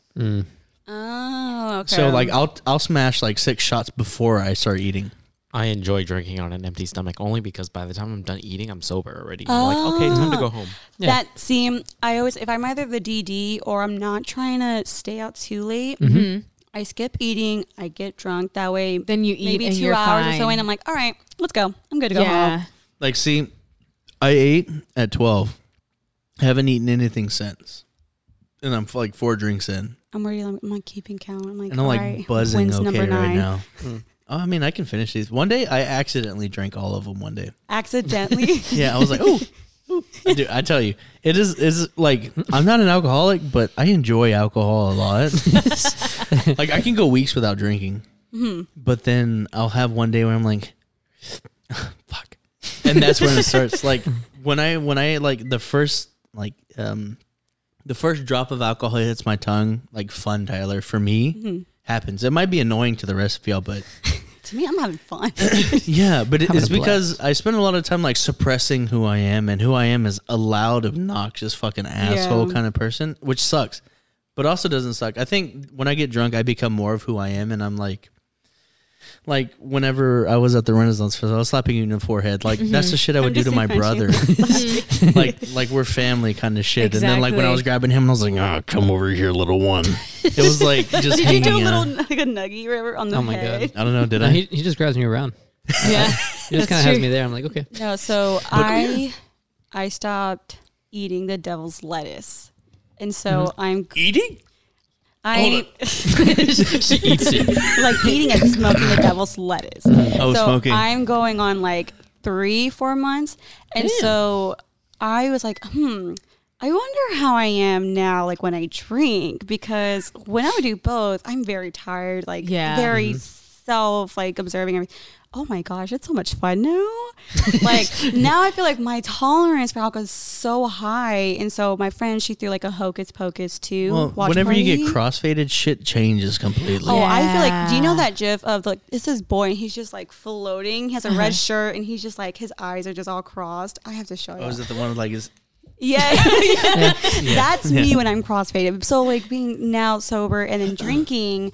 Speaker 2: Oh, okay.
Speaker 4: So like, I'll I'll smash like six shots before I start eating.
Speaker 5: I enjoy drinking on an empty stomach only because by the time I'm done eating, I'm sober already. I'm like, okay, time
Speaker 3: Oh.
Speaker 5: to go home.
Speaker 2: that seem I always if I'm either the DD or I'm not trying to stay out too late, I skip eating, I get drunk. That way
Speaker 1: Hmm. Then you Mm-hmm. eat
Speaker 2: maybe
Speaker 1: and
Speaker 2: 2
Speaker 1: you're
Speaker 2: hours or so
Speaker 1: fine.
Speaker 2: and I'm like, all right, let's go. I'm good to go
Speaker 1: yeah.
Speaker 2: home.
Speaker 4: Like, see, I ate at 12. Haven't eaten anything since. And I'm like four drinks in.
Speaker 2: I'm already like, I'm like keeping count. I'm like,
Speaker 4: And I'm like
Speaker 2: all right,
Speaker 4: buzzing
Speaker 2: when's
Speaker 4: okay
Speaker 2: number
Speaker 4: right
Speaker 2: nine?
Speaker 4: now. Oh, I mean, I can finish these. One day I accidentally drank all of them one day.
Speaker 2: Accidentally.
Speaker 4: [LAUGHS] Yeah, I was like, oh. Dude, I tell you, it is is like I'm not an alcoholic, but I enjoy alcohol a lot. like I can go weeks without drinking, but then I'll have one day where I'm like, [SIGHS] fuck, and that's when it starts. Like when I when I like the first like um the first drop of alcohol hits my tongue, like fun Tyler for me happens. It might be annoying to the rest of y'all, but
Speaker 2: to me, I'm having fun. [LAUGHS]
Speaker 4: yeah, but it-
Speaker 3: Having
Speaker 4: it's
Speaker 3: a blast.
Speaker 4: because I spend a lot of time like suppressing who I am, and who I am is a loud, obnoxious, fucking asshole
Speaker 2: Yeah.
Speaker 4: kind of person, which sucks, but also doesn't suck. I think when I get drunk, I become more of who I am, and I'm like, like whenever I was at the Renaissance Festival, I was slapping you in the forehead. Like that's the shit I would do
Speaker 2: Mm-hmm. just
Speaker 4: to my brother.
Speaker 2: saying, [LAUGHS]
Speaker 4: [LAUGHS] like like we're family kind of shit. And then like when
Speaker 1: Exactly.
Speaker 4: I was grabbing him, I was like, ah, come over here,
Speaker 2: [LAUGHS]
Speaker 4: little one. It was like just
Speaker 2: Did you
Speaker 4: hanging
Speaker 2: do a little
Speaker 4: out.
Speaker 2: like a nuggy river on the
Speaker 3: Oh my
Speaker 2: head?
Speaker 3: God.
Speaker 4: I don't know. Did
Speaker 3: No,
Speaker 4: I?
Speaker 3: he, he just grabs me
Speaker 2: [LAUGHS]
Speaker 3: around.
Speaker 1: Yeah.
Speaker 3: [LAUGHS] He just kind
Speaker 1: That's
Speaker 3: of has
Speaker 1: true.
Speaker 3: me there. I'm like, okay.
Speaker 2: No, so I I stopped eating the devil's lettuce. And so I'm
Speaker 4: Eating?
Speaker 2: I
Speaker 5: she eats
Speaker 2: [LAUGHS]
Speaker 5: it.
Speaker 2: like eating and smoking the devil's lettuce.
Speaker 4: Oh,
Speaker 2: so
Speaker 4: smoking.
Speaker 2: I'm going on like three, four months. And so I was like, hmm, I wonder how I am now, like when I drink, because when I would do both, I'm very tired, like
Speaker 1: Yeah.
Speaker 2: very
Speaker 4: Mm-hmm.
Speaker 2: self, like observing everything. Oh my gosh, it's so much fun now.
Speaker 1: [LAUGHS]
Speaker 2: like now I feel like my tolerance for alcohol is so high. And so my friend, she threw like a hocus pocus too.
Speaker 4: Well,
Speaker 2: watch
Speaker 4: whenever you
Speaker 2: party.
Speaker 4: get crossfaded, shit changes completely.
Speaker 2: Oh, I feel like. Do you know
Speaker 1: Yeah.
Speaker 2: that GIF of like this is boy and he's just like floating. He has a
Speaker 1: Uh-huh.
Speaker 2: red shirt and he's just like his eyes are just all crossed. I have to show you.
Speaker 4: Oh, is it the one with like is
Speaker 2: yeah, that's me when I'm crossfaded. So like being now sober and then drinking.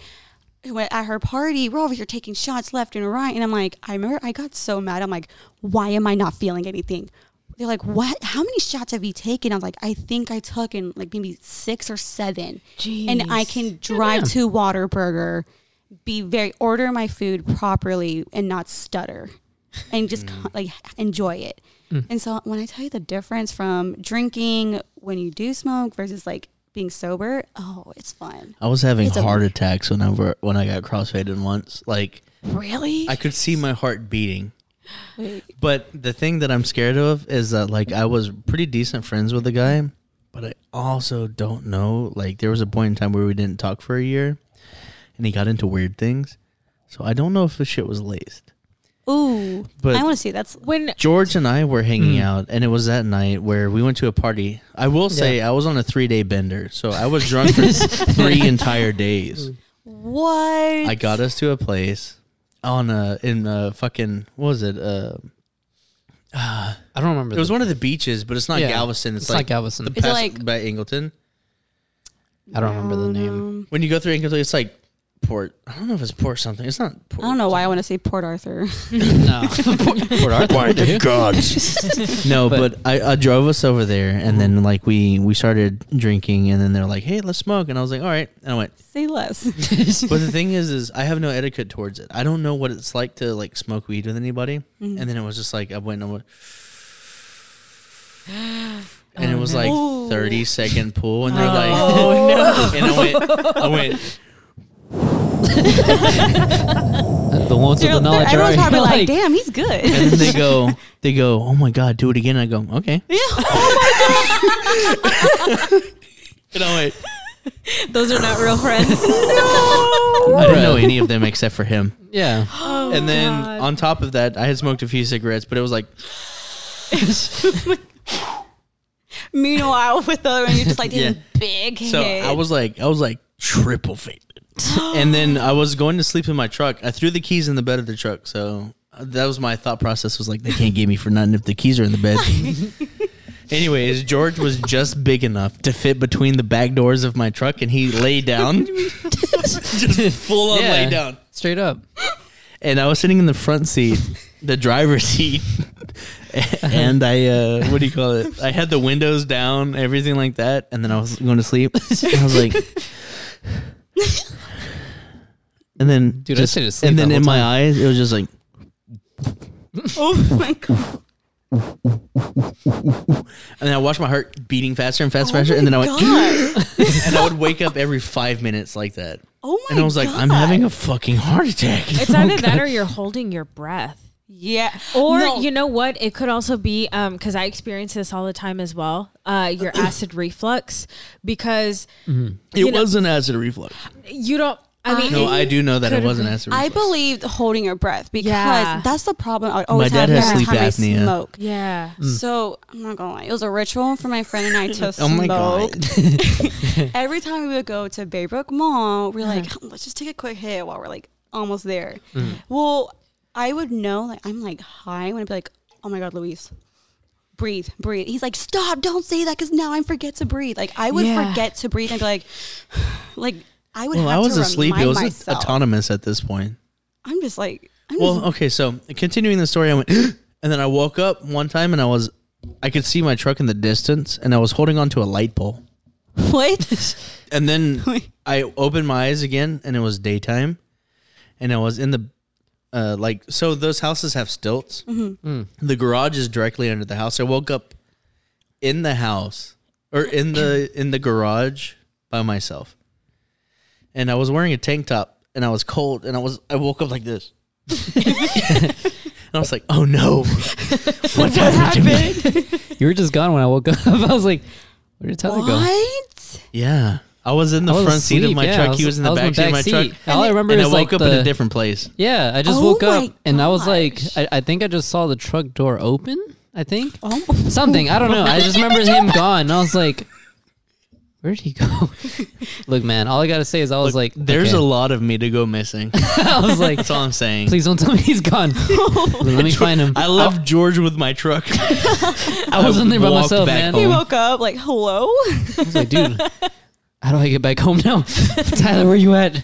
Speaker 2: When at her party, we're over here taking shots left and right, and I'm like, I remember I got so mad. I'm like, why am I not feeling anything? They're like, what? How many shots have you taken? I was like, I think I took in like maybe six or seven "Oh." and I
Speaker 1: Jeez.
Speaker 2: can drive to Waterburger, be very order my food properly and not stutter, and just con- like enjoy it. And so when I tell you the difference from drinking when you do smoke versus like being sober, oh, it's fun.
Speaker 4: I was having
Speaker 2: It's a-
Speaker 4: heart attacks whenever when I got crossfaded once. Like
Speaker 2: Really?
Speaker 4: I could see my heart beating.
Speaker 2: Wait.
Speaker 4: But the thing that I'm scared of is that like I was pretty decent friends with the guy, but I also don't know. Like there was a point in time where we didn't talk for a year, and he got into weird things. So I don't know if the shit was laced.
Speaker 2: Ooh,
Speaker 4: But-
Speaker 2: I want to see. That's
Speaker 1: [LAUGHS] When
Speaker 4: George and I were hanging out, and it was that night where we went to a party. I will say I was on a three day bender, so I was drunk
Speaker 2: [LAUGHS]
Speaker 4: for three entire days.
Speaker 2: what
Speaker 4: I got us to a place on a in a fucking what was it? Uh,
Speaker 3: I don't remember.
Speaker 4: it was one of the beaches, but it's not
Speaker 3: Yeah.
Speaker 4: Galveston. It's,
Speaker 3: It's,
Speaker 4: like
Speaker 3: like Galveston.
Speaker 4: the
Speaker 2: Is it
Speaker 4: past-
Speaker 2: like-
Speaker 4: by Angleton.
Speaker 3: I don't remember the
Speaker 2: [LAUGHS]
Speaker 3: name.
Speaker 2: Um,
Speaker 4: When you go through Angleton, it's like Port. I don't know if it's Port something. It's not
Speaker 2: I
Speaker 4: Port.
Speaker 2: don't know why I want to say Port Arthur. [LAUGHS]
Speaker 3: no, [LAUGHS] Port Arthur. [LAUGHS] dude.
Speaker 5: [LAUGHS]
Speaker 4: No, but, I, I drove us over there,
Speaker 2: Mm-hmm.
Speaker 4: and then like we we started drinking, and then they're like, "Hey, let's smoke," and I was like, "All right," and I went.
Speaker 2: say less.
Speaker 4: But the thing is, is I have no etiquette towards it. I don't know what it's like to like smoke weed with anybody,
Speaker 1: Mm-hmm.
Speaker 4: and then it was just like I went and
Speaker 1: [GASPS]
Speaker 4: I went. And it was
Speaker 2: Ooh.
Speaker 4: like thirty second pull, and they're like,
Speaker 1: oh [LAUGHS]
Speaker 4: and I went, I went,
Speaker 3: the ones with the knowledge.
Speaker 2: Everyone's
Speaker 3: right? [LAUGHS]
Speaker 2: probably like, damn, he's good.
Speaker 4: and then they go, they go, oh my god, do it again. I go, okay,
Speaker 2: yeah.
Speaker 1: Oh
Speaker 4: [LAUGHS] and I went,
Speaker 1: no, those are not real
Speaker 2: [LAUGHS]
Speaker 1: friends.
Speaker 4: [LAUGHS] I didn't know any of them except for him.
Speaker 3: yeah.
Speaker 4: and then
Speaker 1: Oh God.
Speaker 4: on top of that, I had smoked a few cigarettes, but it was like,
Speaker 2: Meanwhile, [LAUGHS] with the other one, you're just like
Speaker 4: Yeah.
Speaker 2: this big
Speaker 4: so
Speaker 2: head.
Speaker 4: I was like, I was like triple [GASPS] faded. and then I was going to sleep in my truck. I threw the keys in the bed of the truck, so that was my thought process. Was like, they can't get me for nothing if the keys are in the [LAUGHS] bed. Anyways, George was just big enough to fit between the back doors of my truck, and he lay down, [LAUGHS] just full on lay
Speaker 3: Yeah.
Speaker 4: down.
Speaker 2: [LAUGHS]
Speaker 3: Straight up.
Speaker 4: and I was sitting in the front seat, the driver's seat, and I uh, what do you call it? I had the windows down, everything like that, and then I was going to sleep. [LAUGHS] And I was like, and then
Speaker 3: Dude, I
Speaker 4: just,
Speaker 3: stayed asleep
Speaker 4: and then
Speaker 3: that whole
Speaker 4: in my
Speaker 3: time.
Speaker 4: eyes, it was just like,
Speaker 2: oh my god!
Speaker 4: and then I watched my heart beating faster and faster, faster, [LAUGHS] and then I went,
Speaker 2: Oh God.
Speaker 4: and I would wake up every five minutes like that,
Speaker 2: Oh my!
Speaker 4: and I was like, I'm
Speaker 2: God.
Speaker 4: having a fucking heart attack.
Speaker 1: it's either that or you're holding your breath.
Speaker 2: yeah,
Speaker 1: Or
Speaker 2: No.
Speaker 1: you know what? It could also be because I experience this all the time as well. Uh, your [CLEARS THROAT] acid reflux because
Speaker 4: [LAUGHS] it was an acid reflux.
Speaker 1: you don't. I mean,
Speaker 4: No, I do know that it
Speaker 1: Could've
Speaker 4: was an
Speaker 1: been-
Speaker 4: acid reflux.
Speaker 2: I believed holding your breath because
Speaker 1: Yeah.
Speaker 2: that's the problem I always
Speaker 4: My dad
Speaker 2: have every
Speaker 4: has sleep
Speaker 2: time
Speaker 4: apnea.
Speaker 2: I smoke.
Speaker 1: yeah.
Speaker 2: So I'm not gonna lie, it was a ritual for my friend and I to
Speaker 4: Mm. [LAUGHS] Oh
Speaker 2: smoke.
Speaker 4: my god!
Speaker 2: [LAUGHS] Every time we would go to Baybrook Mall, we are like, let's just take a quick hit while we're like almost there.
Speaker 4: Mm.
Speaker 2: Well, I would know, like, I'm like high when I'd be like, oh my God, Luis, breathe, breathe. He's like, stop, don't say that because now I forget to breathe. Like, I would
Speaker 1: Yeah.
Speaker 2: forget to breathe and be like, [SIGHS] like, I would
Speaker 4: Well,
Speaker 2: have
Speaker 4: I was
Speaker 2: to
Speaker 4: asleep. It
Speaker 2: remind
Speaker 4: was
Speaker 2: myself.
Speaker 4: autonomous at this point.
Speaker 2: I'm just like, I'm
Speaker 4: Well, okay, so continuing the story, I went, [GASPS] and then I woke up one time and I was, I could see my truck in the distance, and I was holding onto a light pole. um,
Speaker 2: just, [LAUGHS] what?
Speaker 4: [LAUGHS] And then I opened my eyes again, and it was daytime, and I was in the, uh, like so those houses have stilts.
Speaker 3: Mm.
Speaker 4: The garage is directly under the house. I woke up in the house or in the in the garage by myself. and I was wearing a tank top and I was cold and I was I woke up like this. and I was like, "Oh no.
Speaker 3: [LAUGHS]
Speaker 4: What's happened to me?"
Speaker 3: You were just gone when I woke up. [LAUGHS] I was like, where did Tyler go?
Speaker 2: What? [LAUGHS]
Speaker 4: Yeah. I was in the
Speaker 3: I was
Speaker 4: front seat of
Speaker 3: asleep,
Speaker 4: my
Speaker 3: yeah,
Speaker 4: truck.
Speaker 3: I was-
Speaker 4: he was in
Speaker 3: I
Speaker 4: the
Speaker 3: was
Speaker 4: back,
Speaker 3: in
Speaker 4: seat of my
Speaker 3: back
Speaker 4: truck.
Speaker 3: seat. All I
Speaker 4: And,
Speaker 3: remember
Speaker 4: I
Speaker 3: is,
Speaker 4: woke
Speaker 3: like,
Speaker 4: up in
Speaker 3: the-
Speaker 4: a different place.
Speaker 3: Yeah, I just
Speaker 2: Oh
Speaker 3: woke
Speaker 2: my
Speaker 3: up and I was like, I, I think I just saw the truck door open. I think
Speaker 2: Oh,
Speaker 3: something. I don't know. I just remember
Speaker 2: [LAUGHS]
Speaker 3: him gone. And I was like, where did he go? [LAUGHS] Look, man. All I gotta say is I was like,
Speaker 4: There's a
Speaker 3: okay.
Speaker 4: lot of me to go missing.
Speaker 3: [LAUGHS] I was like,
Speaker 4: That's all I'm saying.
Speaker 3: [LAUGHS] please don't tell me he's
Speaker 2: [LAUGHS]
Speaker 3: gone. Let me find him.
Speaker 4: I left George with my truck. [LAUGHS]
Speaker 3: [LAUGHS] I was in there by
Speaker 4: walked
Speaker 3: myself,
Speaker 4: back
Speaker 3: man.
Speaker 2: he
Speaker 4: home.
Speaker 2: woke up like, hello?
Speaker 3: I was like,
Speaker 2: [LAUGHS]
Speaker 3: dude, how do I get back home now? [LAUGHS] Tyler, where you at?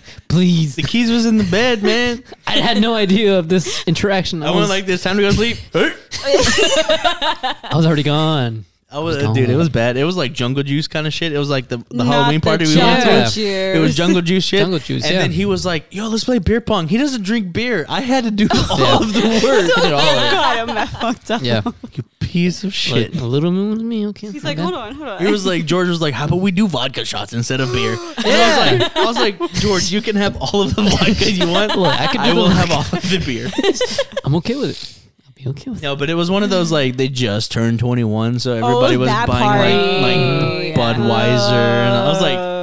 Speaker 4: [LAUGHS]
Speaker 3: Please.
Speaker 4: The keys was in the bed,
Speaker 3: [LAUGHS]
Speaker 4: man.
Speaker 3: I had no idea of this interaction.
Speaker 4: I
Speaker 3: was,
Speaker 4: went like this. Time to go
Speaker 3: [LAUGHS]
Speaker 4: sleep.
Speaker 3: I was already gone.
Speaker 4: I was,
Speaker 3: gone.
Speaker 4: dude. It was bad. It was like jungle juice kind of shit. It was like the, the
Speaker 2: Not
Speaker 4: Halloween
Speaker 2: the
Speaker 4: party we
Speaker 2: jungle
Speaker 4: went to.
Speaker 3: Yeah.
Speaker 2: juice.
Speaker 4: It
Speaker 2: [LAUGHS]
Speaker 4: was jungle juice shit.
Speaker 3: Jungle juice,
Speaker 4: And
Speaker 3: yeah.
Speaker 4: then he was like, "Yo, let's play beer pong." He doesn't drink beer. I had to do [LAUGHS] all of the work.
Speaker 3: I did all of
Speaker 2: [LAUGHS]
Speaker 3: it.
Speaker 2: God, I'm that fucked up.
Speaker 3: Yeah.
Speaker 4: [LAUGHS] You piece of shit.
Speaker 3: Like, a little moon to me, okay.
Speaker 2: He's
Speaker 3: my
Speaker 2: like,
Speaker 3: bad.
Speaker 2: hold on, hold on.
Speaker 4: He was like, George was like, how about we do vodka shots instead of beer? And I was like, I was like, George, you can have all of the vodka you
Speaker 3: [LAUGHS]
Speaker 4: want.
Speaker 3: Look, I could
Speaker 4: [LAUGHS]
Speaker 3: do
Speaker 4: I will
Speaker 3: the-
Speaker 4: have all of the beer.
Speaker 3: [LAUGHS] I'm okay with it. I'll be okay with
Speaker 4: [LAUGHS]
Speaker 3: it.
Speaker 4: No, but it was one of those like they just turned 21, so everybody was
Speaker 2: Oh, that
Speaker 4: buying
Speaker 2: party. Oh,
Speaker 4: like, like Budweiser, and I was like.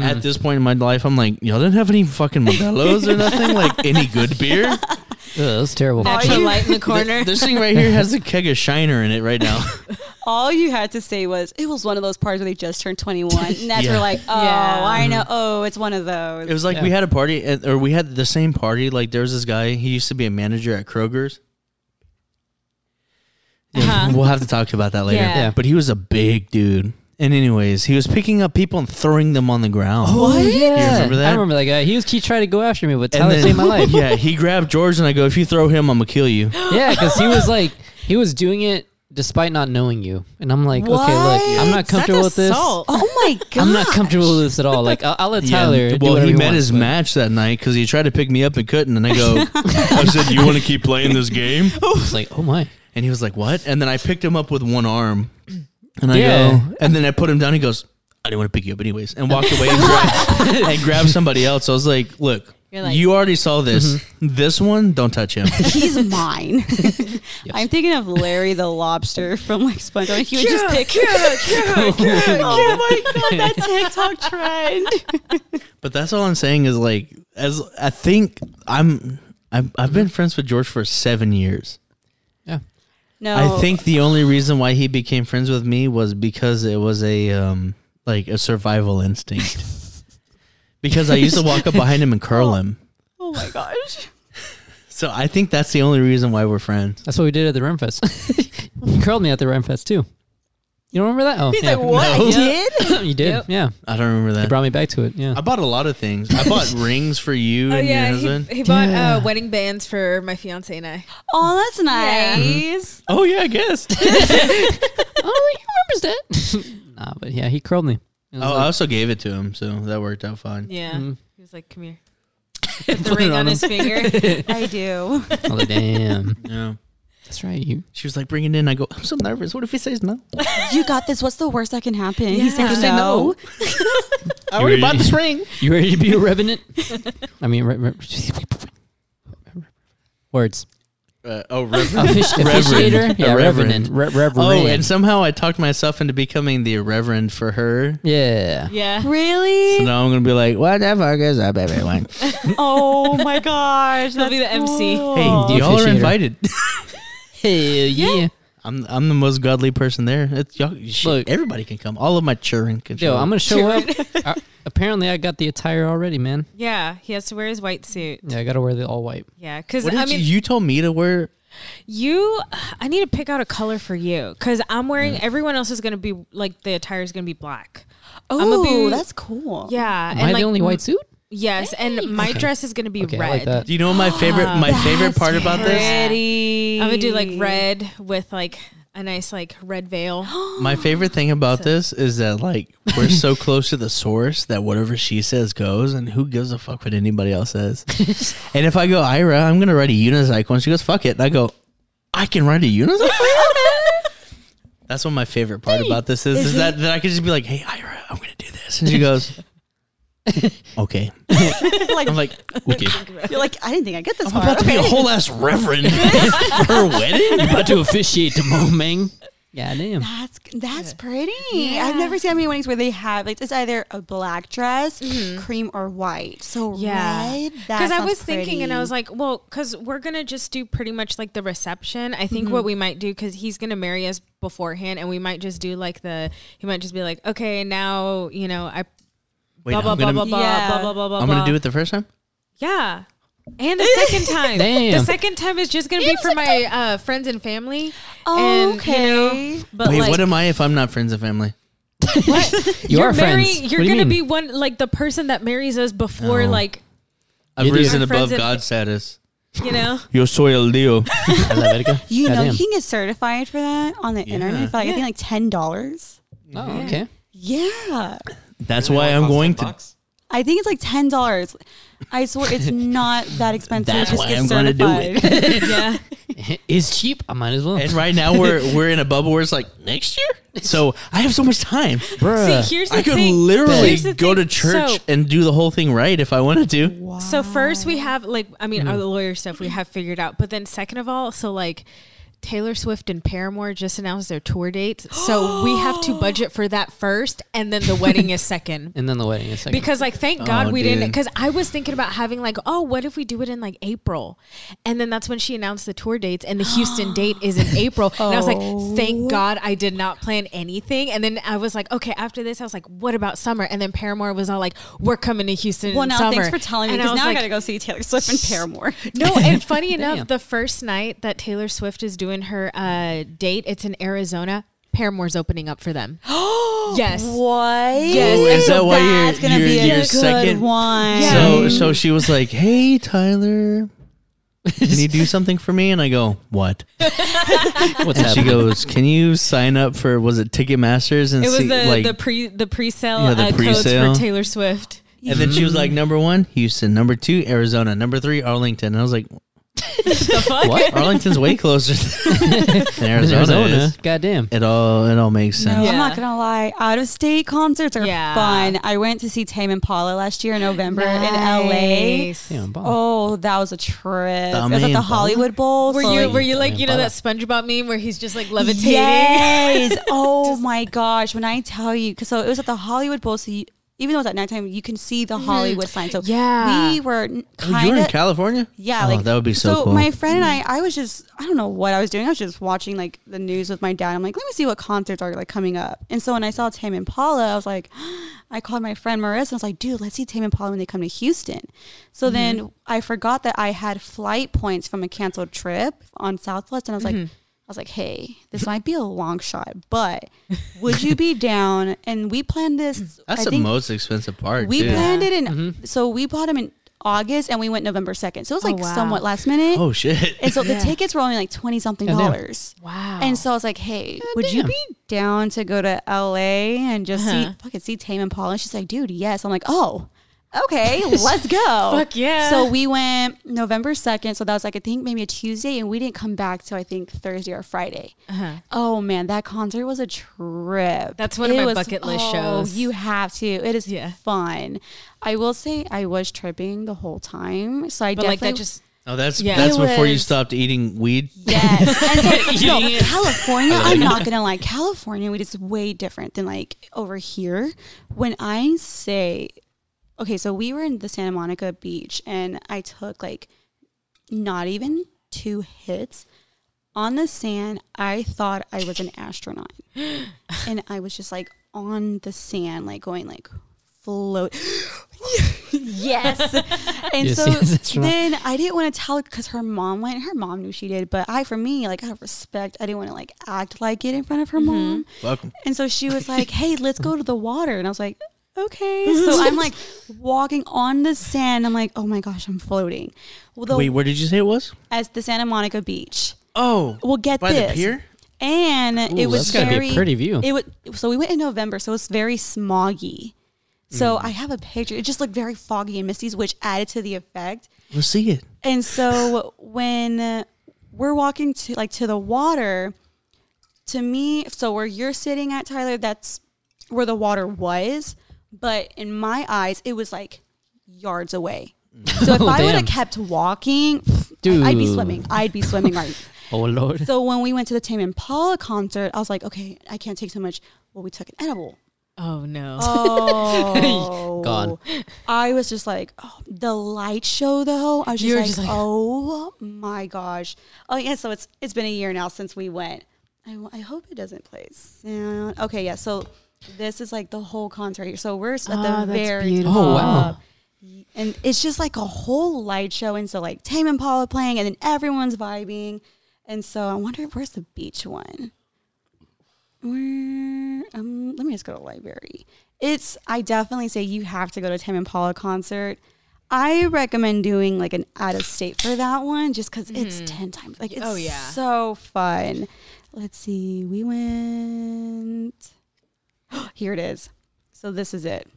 Speaker 4: At this point in my life, I'm like, y'all didn't have any fucking Modelo's or nothing like any
Speaker 2: [LAUGHS]
Speaker 4: good beer.
Speaker 3: Ugh, that's terrible.
Speaker 1: Natural light in the
Speaker 4: [LAUGHS]
Speaker 1: corner.
Speaker 4: This thing right here has a keg of Shiner in it right now.
Speaker 2: all you had to say was it was one of those parties where they just turned
Speaker 4: [LAUGHS]
Speaker 2: 21 and that's
Speaker 4: Yeah.
Speaker 2: where like oh
Speaker 1: Yeah.
Speaker 2: i know oh it's one of those
Speaker 4: It was like we
Speaker 3: Yeah.
Speaker 4: had a party, and, or we had the same party. Like there was this guy. He used to be a manager at Kroger's. Yeah,
Speaker 1: Uh-huh.
Speaker 4: We'll have to talk about that later.
Speaker 1: Yeah. Yeah.
Speaker 4: But he was a big dude. And anyways, he was picking up people and throwing them on the ground.
Speaker 3: What? Oh, Yeah.
Speaker 4: remember that?
Speaker 3: I remember that guy. He was he tried to go after me, but
Speaker 4: And
Speaker 3: Tyler
Speaker 4: then-
Speaker 3: saved my
Speaker 4: [LAUGHS]
Speaker 3: life.
Speaker 4: Yeah, he grabbed George and I go, if you throw him, I'm gonna kill
Speaker 3: [GASPS]
Speaker 4: you.
Speaker 3: Yeah, because he was like, he was doing it despite not knowing you, and I'm like, okay, look, I'm not comfortable with this.
Speaker 1: assault.
Speaker 2: oh
Speaker 4: [LAUGHS]
Speaker 2: my god
Speaker 3: I'm not comfortable with this at all. Like, I'll, I'll let Tyler.
Speaker 4: Yeah.
Speaker 3: do
Speaker 4: Well,
Speaker 3: whatever
Speaker 4: he
Speaker 3: he
Speaker 4: met
Speaker 3: wants,
Speaker 4: his
Speaker 3: but-
Speaker 4: match that night because he tried to pick me up and couldn't. And I go, I said, you want to keep playing this
Speaker 3: [LAUGHS]
Speaker 4: game?
Speaker 3: [LAUGHS] It's like, oh my.
Speaker 4: And he was like, what? And then I picked him up with one arm. And I
Speaker 3: Yeah.
Speaker 4: go, and then I put him down. He goes, I didn't want to pick you up anyways. And walked away and grabbed, and grabbed somebody else. I was like, look,
Speaker 1: You're like-
Speaker 4: you already saw this. This one, don't touch him.
Speaker 2: he's
Speaker 4: [LAUGHS]
Speaker 2: mine [LAUGHS] i'm thinking of larry the lobster from like spongebob he would just pick
Speaker 4: [LAUGHS]
Speaker 2: oh my god that tiktok trend
Speaker 4: But that's all I'm saying is like as I think I'm I'm I've been friends with George for seven years.
Speaker 3: Yeah.
Speaker 2: no
Speaker 4: I think the only reason why he became friends with me was because it was a um like a survival
Speaker 2: [LAUGHS]
Speaker 4: instinct. because I used to walk up behind him and curl him.
Speaker 2: oh my gosh
Speaker 4: [LAUGHS] So I think that's the only reason why we're friends.
Speaker 3: That's what we did at the [LAUGHS] Remfest. you curled me at the Remfest too. You don't remember that? Oh,
Speaker 2: he's
Speaker 3: yeah.
Speaker 2: like what
Speaker 4: No.
Speaker 2: i did
Speaker 3: [COUGHS] you did. Yeah,
Speaker 4: [LAUGHS] I don't remember
Speaker 3: you
Speaker 4: that.
Speaker 3: brought me back to it. Yeah.
Speaker 4: I bought a lot of things. I
Speaker 2: [LAUGHS]
Speaker 4: bought rings for you
Speaker 1: Oh
Speaker 4: and
Speaker 1: yeah,
Speaker 4: your
Speaker 1: he,
Speaker 4: husband.
Speaker 1: he bought
Speaker 3: Yeah.
Speaker 1: uh, wedding bands for my fiance and I.
Speaker 2: oh that's
Speaker 1: [LAUGHS]
Speaker 2: nice
Speaker 4: oh yeah, I guess.
Speaker 2: [LAUGHS]
Speaker 4: oh,
Speaker 3: oh, he remembers that. [LAUGHS] nah, but yeah, he curled me. It was
Speaker 4: Oh, I
Speaker 3: like-
Speaker 4: also gave it to him, so that worked out fine.
Speaker 1: Yeah,
Speaker 3: Mhm.
Speaker 1: he was like, "Come here." Put the
Speaker 3: Put it
Speaker 1: ring
Speaker 3: on
Speaker 1: on
Speaker 3: him.
Speaker 1: his
Speaker 4: [LAUGHS]
Speaker 1: finger.
Speaker 2: i do
Speaker 3: I was like, damn,
Speaker 4: Yeah.
Speaker 3: that's right. You
Speaker 4: She was like, bring it in. I go, I'm so nervous. What if he says no?
Speaker 2: you got this what's the worst that can happen he's
Speaker 1: Yeah.
Speaker 2: like
Speaker 1: Just say
Speaker 2: no
Speaker 4: I
Speaker 3: already bought
Speaker 4: [LAUGHS]
Speaker 3: this
Speaker 4: ring.
Speaker 3: you ready to be a revenant? [LAUGHS] I mean, re- [LAUGHS] re- words.
Speaker 4: Uh, oh, Reverend.
Speaker 3: Offici- officiator?
Speaker 4: A
Speaker 3: Yeah,
Speaker 4: reverend.
Speaker 3: revenant. Re- reverend.
Speaker 4: oh, and somehow I talked myself into becoming the Reverend for her.
Speaker 3: yeah.
Speaker 1: yeah,
Speaker 2: really
Speaker 4: So now I'm gonna be like, what the fuck is up, everyone?
Speaker 1: [LAUGHS]
Speaker 2: Oh my gosh.
Speaker 1: He'll be the
Speaker 2: that's
Speaker 1: MC.
Speaker 2: cool.
Speaker 4: Hey, y'all are
Speaker 3: officiator.
Speaker 4: invited. [LAUGHS]
Speaker 3: Hell yeah.
Speaker 4: I'm I'm the most godly person there. It's y'all. Shit,
Speaker 3: Look.
Speaker 4: everybody can come. All of my children can.
Speaker 3: Yo,
Speaker 4: show
Speaker 3: I'm
Speaker 4: up.
Speaker 3: gonna show up. Uh, apparently, I got the attire already, man.
Speaker 1: yeah. He has to wear his white suit.
Speaker 3: Yeah, I gotta wear the all white.
Speaker 1: Yeah, because
Speaker 4: What did
Speaker 1: I mean,
Speaker 4: you, you told me to wear?
Speaker 1: You, I need to pick out a color for you because I'm wearing.
Speaker 4: Mm.
Speaker 1: Everyone else is gonna be like the attire is gonna be black. I'ma
Speaker 2: Oh,
Speaker 1: be-
Speaker 2: that's cool.
Speaker 1: Yeah,
Speaker 3: Am I the only white suit?
Speaker 1: Yes, and my dress is gonna be
Speaker 3: Okay, I
Speaker 1: red.
Speaker 3: like
Speaker 4: [LAUGHS]
Speaker 3: that.
Speaker 4: Do you know my favorite? My
Speaker 1: Ah,
Speaker 4: favorite part about this.
Speaker 2: Pretty.
Speaker 1: I'm gonna do like red with like a nice like red veil.
Speaker 4: My favorite thing about this is that like we're so close to the source that whatever she says goes, and who gives a fuck what anybody else says. and if I go Ira, I'm gonna write a unicycle, and she goes fuck it, and I go, I can write a unicycle. That's what my favorite part about this is, is, that, that I could just be like, hey Ira, I'm gonna do this, and she goes, Okay.
Speaker 2: like,
Speaker 4: I'm like, wicked.
Speaker 2: you're like, I didn't think I get this
Speaker 4: I'm
Speaker 2: far.
Speaker 4: about to be a
Speaker 2: Okay.
Speaker 4: whole ass reverend [LAUGHS] for her
Speaker 3: [LAUGHS]
Speaker 4: wedding.
Speaker 3: about to officiate the moment.
Speaker 2: [LAUGHS]
Speaker 3: Yeah, damn.
Speaker 2: That's that's pretty. I've never seen that many weddings where they have like it's either a black dress, cream, or white. So
Speaker 1: Mm-hmm. Yeah.
Speaker 2: [GASPS] red. that
Speaker 1: Because I
Speaker 2: sounds
Speaker 1: was thinking, and I
Speaker 2: pretty.
Speaker 1: was like, well, because we're going to just do pretty much like the reception. I think
Speaker 2: Mm-hmm.
Speaker 1: what we might do, because he's going to marry us beforehand, and we might just do like the, he might just be like, okay, now, you know, I,
Speaker 4: Wait,
Speaker 1: blah, blah,
Speaker 4: I'm gonna,
Speaker 1: blah, blah, blah,
Speaker 2: Yeah.
Speaker 1: blah, blah, blah, blah.
Speaker 4: I'm gonna
Speaker 1: blah.
Speaker 4: do it the first time.
Speaker 1: Yeah. And the
Speaker 2: [LAUGHS]
Speaker 1: second time.
Speaker 3: Damn.
Speaker 1: The second time is just going to be for my uh, friends and family.
Speaker 2: Oh,
Speaker 1: and, you know,
Speaker 2: okay.
Speaker 1: but
Speaker 4: Wait,
Speaker 1: like,
Speaker 4: what am I if I'm not friends and family?
Speaker 1: [LAUGHS]
Speaker 3: You are
Speaker 1: marry-
Speaker 3: friends.
Speaker 1: You're
Speaker 3: What do you
Speaker 1: gonna
Speaker 3: mean? Oh.
Speaker 1: be one like the person that marries us before,
Speaker 4: No.
Speaker 1: like
Speaker 4: I've
Speaker 3: You do.
Speaker 4: risen
Speaker 1: Our friends
Speaker 4: above
Speaker 1: and-
Speaker 4: God's status.
Speaker 1: you
Speaker 3: [LAUGHS]
Speaker 1: know.
Speaker 4: Yo soy el Dio.
Speaker 2: you
Speaker 3: God
Speaker 2: know,
Speaker 3: damn.
Speaker 2: you can get certified for that on the internet for like I think like ten dollars.
Speaker 3: Oh, okay.
Speaker 2: Yeah,
Speaker 4: That's why I'm going to.
Speaker 2: I think it's like ten dollars. I swear
Speaker 4: [LAUGHS]
Speaker 2: it's not that expensive.
Speaker 4: That's
Speaker 2: Just
Speaker 4: why
Speaker 2: get
Speaker 4: I'm gonna do
Speaker 2: certified.
Speaker 1: [LAUGHS] yeah.
Speaker 3: It's cheap. I might as well.
Speaker 4: And right now we're we're in a bubble where it's like next
Speaker 1: [LAUGHS]
Speaker 4: year. So I have so much time.
Speaker 3: [LAUGHS] Bruh.
Speaker 1: See, here's the
Speaker 4: I could
Speaker 1: thing.
Speaker 4: literally
Speaker 1: Here's the
Speaker 4: go to
Speaker 1: thing.
Speaker 4: church
Speaker 1: So-
Speaker 4: and do the whole thing right if I wanted to.
Speaker 2: Wow.
Speaker 1: So first we have like I mean
Speaker 3: Mm.
Speaker 1: all the lawyer stuff we have figured out, but then second of all, so like Taylor Swift and Paramore just announced their tour dates, so we have
Speaker 4: [GASPS]
Speaker 1: to budget for that first, and then the wedding is second.
Speaker 3: and then the wedding is second.
Speaker 1: Because like, thank God
Speaker 4: Oh,
Speaker 1: we didn't.
Speaker 4: dude.
Speaker 1: Because I was thinking about having like, oh, what if we do it in like April? And then that's when she announced the tour dates, and the
Speaker 4: [GASPS]
Speaker 1: Houston date is in April. And I was
Speaker 4: Oh.
Speaker 1: like, thank God I did not plan anything. And then I was like, okay, after this, I was like, what about summer? And then Paramore was all like, we're coming to Houston.
Speaker 2: well,
Speaker 1: in
Speaker 2: now
Speaker 1: summer.
Speaker 2: thanks for telling me
Speaker 1: And
Speaker 2: because
Speaker 1: was
Speaker 2: now I
Speaker 1: like,
Speaker 2: gotta go see Taylor Swift and Paramore.
Speaker 1: no,
Speaker 2: [LAUGHS]
Speaker 1: and funny
Speaker 3: Damn.
Speaker 1: enough, the first night that Taylor Swift is doing her uh, date, it's in Arizona. Paramore's opening up for
Speaker 2: [GASPS]
Speaker 1: them. yes.
Speaker 2: What?
Speaker 1: Yes, and
Speaker 4: Is that why you're-
Speaker 2: that's gonna
Speaker 4: you're-
Speaker 2: be
Speaker 4: you're
Speaker 2: a good
Speaker 4: second-
Speaker 2: one.
Speaker 1: Yeah.
Speaker 4: So so she was like, "Hey Tyler, can you do something for me?" And I go,
Speaker 1: [LAUGHS]
Speaker 4: "What?"
Speaker 3: What's
Speaker 4: And she
Speaker 3: happening?
Speaker 4: goes, "Can you sign up for was it Ticketmasters and
Speaker 1: It was
Speaker 4: see
Speaker 1: the,
Speaker 4: like?"
Speaker 1: the pre the pre-sale
Speaker 4: Yeah, the
Speaker 1: uh,
Speaker 4: pre-sale.
Speaker 1: codes for Taylor Swift.
Speaker 4: and then she was like, "Number one, Houston. Number two, Arizona. Number three, Arlington." And I
Speaker 2: [LAUGHS]
Speaker 4: was like,
Speaker 1: the fuck?
Speaker 3: What?
Speaker 4: "Arlington's way closer than [LAUGHS]
Speaker 3: Arizona.
Speaker 4: Arizona." is."
Speaker 3: Goddamn.
Speaker 4: It all it all makes
Speaker 2: No,
Speaker 4: sense.
Speaker 2: I'm
Speaker 1: Yeah.
Speaker 2: not gonna lie. Out of state concerts are
Speaker 1: Yeah.
Speaker 2: fun. I went to see Tame Impala last year in November in LA.
Speaker 1: Nice.
Speaker 3: Damn, bomb.
Speaker 2: Oh, that was a trip. I was at
Speaker 4: Tame
Speaker 2: the
Speaker 4: Impala?
Speaker 2: Hollywood Bowl.
Speaker 1: Were
Speaker 2: so,
Speaker 1: you
Speaker 2: like-
Speaker 1: were you like
Speaker 3: Damn,
Speaker 1: you know that
Speaker 3: Bella.
Speaker 1: SpongeBob meme where he's just like levitating?
Speaker 2: Yes.
Speaker 1: [LAUGHS]
Speaker 2: oh my gosh. When I tell you, because so it was at the Hollywood Bowl. So you, even though it's at nighttime, you can see the Hollywood sign. So
Speaker 1: Mm-hmm. Yeah.
Speaker 2: we were
Speaker 4: Oh, you were
Speaker 2: kind
Speaker 4: in
Speaker 2: of
Speaker 4: California?
Speaker 2: Yeah,
Speaker 4: oh,
Speaker 2: like
Speaker 4: that would be so, cool.
Speaker 2: my friend and I, I was just, I don't know what I was doing. I was just watching like the news with my dad. I'm like, let me see what concerts are like coming up. And so when I saw Tame Impala, I was like, [GASPS] I called my friend Marissa. I was like, dude, let's see Tame Impala when they come to Houston. So
Speaker 4: Mm-hmm.
Speaker 2: then I forgot that I had flight points from a canceled trip on Southwest, and I was
Speaker 4: Mm-hmm.
Speaker 2: like. I was like, hey, this might be a long shot,
Speaker 4: [LAUGHS]
Speaker 2: but would you be down? And we planned this.
Speaker 4: That's
Speaker 2: I
Speaker 4: the
Speaker 2: think-
Speaker 4: most expensive part.
Speaker 2: we
Speaker 4: too.
Speaker 2: planned it in, so we bought them in August and we went November 2nd. So it was
Speaker 1: Oh,
Speaker 2: like
Speaker 1: wow.
Speaker 2: somewhat last minute. [LAUGHS]
Speaker 4: Oh shit!
Speaker 2: And so
Speaker 1: Yeah.
Speaker 2: the tickets were only like 20 something
Speaker 3: Goddamn.
Speaker 2: dollars.
Speaker 1: Wow.
Speaker 2: And so I was like, hey, would you
Speaker 3: Goddamn.
Speaker 2: be down to go to LA and just
Speaker 1: Uh-huh.
Speaker 2: see, fucking see Tame and Paul? And she's like, dude, yes. I'm like, oh,
Speaker 1: [LAUGHS]
Speaker 2: okay, let's go.
Speaker 1: Fuck yeah.
Speaker 2: So we went November 2nd. So that was like, I think maybe a Tuesday. And we didn't come back till I think Thursday or Friday. Oh man, that concert was a trip.
Speaker 1: Uh-huh.
Speaker 2: oh,
Speaker 1: That's one of my bucket list shows.
Speaker 2: You have to. It is
Speaker 1: Yeah.
Speaker 2: fun. I will say I was tripping the whole time. So I
Speaker 1: but like
Speaker 2: definitely
Speaker 1: that just
Speaker 4: Oh, that's
Speaker 1: Yeah.
Speaker 4: that's
Speaker 2: It
Speaker 4: before you
Speaker 2: was-
Speaker 4: stopped eating weed.
Speaker 2: Yes. And so, no, California, I'm not going to lie. California weed is way different than like over here. When I say, okay, so we were in the Santa Monica beach and I took like not even two hits on the sand. I thought I was an astronaut. and I was just like on the sand, like going like float. [GASPS] yes. And
Speaker 3: Yes,
Speaker 2: so
Speaker 3: yes, that's right.
Speaker 2: then I didn't want to tell because her mom went. Her mom knew she did, but I, for me, like out of respect, I didn't want to like act like it in front of her mom.
Speaker 4: Welcome.
Speaker 2: And so she was like, "Hey, let's go to the water," and I was like. Okay, so I'm like walking on the sand. I'm like, oh my gosh, I'm floating. Well, the,
Speaker 4: Wait, where did you say it was?
Speaker 2: as the Santa Monica beach.
Speaker 4: Oh,
Speaker 2: Well, get
Speaker 4: by
Speaker 2: this.
Speaker 4: the pier.
Speaker 2: And it
Speaker 3: Ooh,
Speaker 2: was
Speaker 3: that's gotta be a
Speaker 2: very
Speaker 3: pretty view.
Speaker 2: It was so we went in November, so it was very smoggy. So
Speaker 3: Mm.
Speaker 2: I have a picture. It just looked very foggy and misty, which added to the effect.
Speaker 4: We'll see it.
Speaker 2: And
Speaker 3: [LAUGHS]
Speaker 2: so when we're walking to like to the water, to me, so where you're sitting at Tyler, that's where the water was. but in my eyes, it was like yards away. So
Speaker 3: [LAUGHS]
Speaker 2: if I would
Speaker 3: Mm. Oh, damn.
Speaker 2: have kept walking,
Speaker 3: Dude.
Speaker 2: I'd be swimming. I'd be swimming right.
Speaker 3: Oh lord.
Speaker 2: so when we went to the Tame Impala concert, I was like, okay, I can't take so much. Well, we took an
Speaker 1: [LAUGHS]
Speaker 2: edible.
Speaker 1: Oh no.
Speaker 2: Oh,
Speaker 3: Gone.
Speaker 2: I was just like, oh, the light show though. I was just,
Speaker 1: You were
Speaker 2: like,
Speaker 1: just like-
Speaker 2: oh my gosh. Oh yeah, so it's it's been a year now since we went. I, w- I hope it doesn't play sound. Okay, yeah. So this is like the whole concert. So
Speaker 1: [LAUGHS]
Speaker 2: we're s- at
Speaker 1: Ah,
Speaker 2: the
Speaker 1: that's
Speaker 2: very
Speaker 1: beautiful.
Speaker 3: Oh, wow.
Speaker 2: top. Y- and it's just like a whole light show. And so like Tame Impala playing, and then everyone's vibing. And so I wonder where's the beach one. Where, um, let me just go to library. It's I definitely say you have to go to Tame Impala concert. I recommend doing like an out of state for that one just because it's ten times like it's
Speaker 1: Mm. Oh, yeah.
Speaker 2: so fun. Let's see, we went. [GASPS] Here it is. So this is it.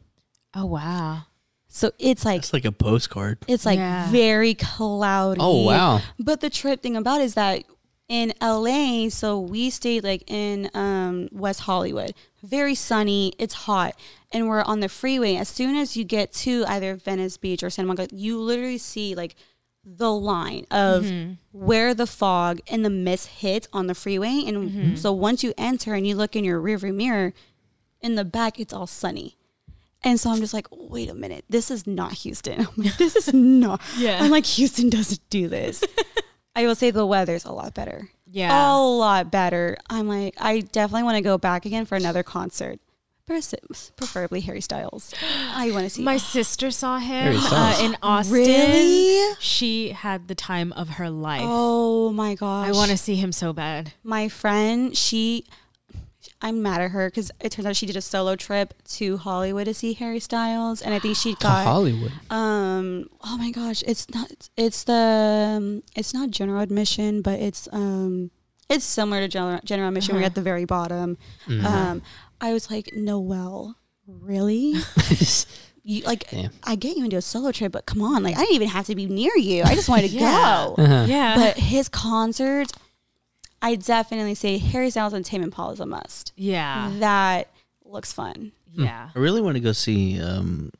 Speaker 1: Oh wow.
Speaker 2: So it's like
Speaker 4: It's like a postcard.
Speaker 2: it's like
Speaker 1: Yeah.
Speaker 2: very cloudy.
Speaker 3: Oh wow.
Speaker 2: But the trip thing about it is that in LA, so we stayed like in um, West Hollywood, very sunny, it's hot, and we're on the freeway. As soon as you get to either Venice Beach or Santa Monica, you literally see like the line of where the fog and the mist hits on the freeway. And so once you enter and you look in your rearview mirror, in the back, it's all sunny. And so I'm just like, wait a minute, this is not Houston. [LAUGHS] I'm like, this is not.
Speaker 1: Yeah.
Speaker 2: I'm like, Houston doesn't do this. [LAUGHS] I will say the weather's a lot better.
Speaker 1: Yeah.
Speaker 2: A lot better. I'm like, I definitely want to go back again for another concert. Pers- Preferably Harry [GASPS] Styles. I want to see.
Speaker 1: My sister saw him
Speaker 3: Harry
Speaker 1: uh,
Speaker 3: Styles.
Speaker 1: in Austin.
Speaker 2: Really?
Speaker 1: She had the time of her life.
Speaker 2: oh my gosh.
Speaker 1: I want to see him so bad.
Speaker 2: my friend, she, I'm mad at her because it turns out she did a solo trip to Hollywood to see Harry Styles, and I think she
Speaker 3: To
Speaker 2: got
Speaker 3: Hollywood.
Speaker 2: um. Oh my gosh, it's not. It's the. um, It's not general admission, but it's um. It's similar to general general admission. We're at
Speaker 1: Uh-huh.
Speaker 2: the very bottom.
Speaker 1: Mm-hmm.
Speaker 3: Mm.
Speaker 2: Um, I was like, Noel,
Speaker 1: [LAUGHS]
Speaker 2: really?
Speaker 3: [LAUGHS]
Speaker 2: you like?
Speaker 3: Yeah.
Speaker 2: I get you into a solo trip, but come on, like I didn't even have to be near you. I just
Speaker 1: [LAUGHS]
Speaker 2: wanted to
Speaker 1: Yeah.
Speaker 2: go
Speaker 3: Uh-huh.
Speaker 1: Yeah.
Speaker 2: but his concerts, I definitely say Harry Styles and Tame Impala is a must. Hmm.
Speaker 1: yeah.
Speaker 2: That looks fun.
Speaker 1: Yeah.
Speaker 4: I really want to go see. Um,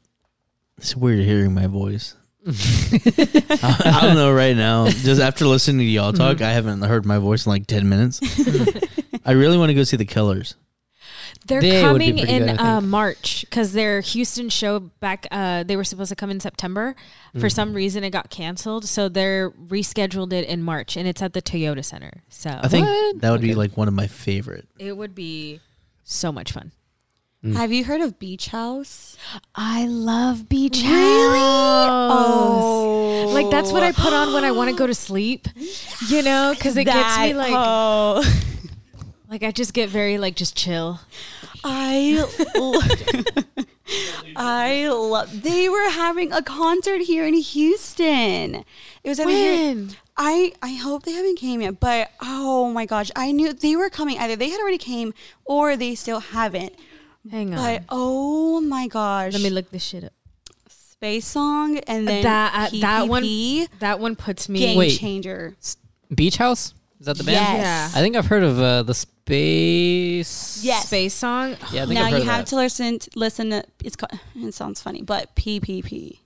Speaker 4: it's weird hearing my
Speaker 3: [LAUGHS]
Speaker 4: voice. I, I don't know right now. Just after listening to y'all talk,
Speaker 3: Mm-hmm.
Speaker 4: I haven't heard my voice in like ten
Speaker 3: [LAUGHS]
Speaker 4: minutes. I really want to go see the Killers.
Speaker 1: They're
Speaker 3: They would be
Speaker 1: coming
Speaker 3: pretty
Speaker 1: in
Speaker 3: good, I
Speaker 1: uh,
Speaker 3: think.
Speaker 1: March because their Houston show back, uh, they were supposed to come in September. For
Speaker 3: Mm.
Speaker 1: some reason, it got canceled. So they're rescheduled it in March and it's at the Toyota Center. So
Speaker 4: I think
Speaker 3: What?
Speaker 4: that would be like one of my favorite.
Speaker 1: it would be so much fun. Mm.
Speaker 2: Have you heard of Beach House?
Speaker 1: I love beach house.
Speaker 2: Oh.
Speaker 1: Like that's what I put on when I want to go to sleep. You know, because it gets me
Speaker 2: That-
Speaker 1: like,
Speaker 2: oh.
Speaker 1: like I just get very like just chill.
Speaker 2: I lo- I love. They were having a concert here in Houston. It was at the Har-
Speaker 1: When?
Speaker 2: I I hope they haven't came yet, but oh my gosh, I knew they were coming. Either they had already came or they still haven't.
Speaker 1: Hang on,
Speaker 2: But oh my gosh,
Speaker 1: let me look this shit up.
Speaker 2: space song and then
Speaker 1: That uh, that one
Speaker 2: PPP,
Speaker 1: that one puts me.
Speaker 2: game
Speaker 3: Wait.
Speaker 2: changer.
Speaker 3: Beach House? Is that the band?
Speaker 2: Yes.
Speaker 3: I think I've heard of uh, the space.
Speaker 2: Yes.
Speaker 1: Space song.
Speaker 3: Yeah, I think
Speaker 2: Now
Speaker 3: I've heard
Speaker 2: you
Speaker 3: of
Speaker 2: have
Speaker 3: that.
Speaker 2: to listen. Listen to it's. Called, it sounds funny, but PPP,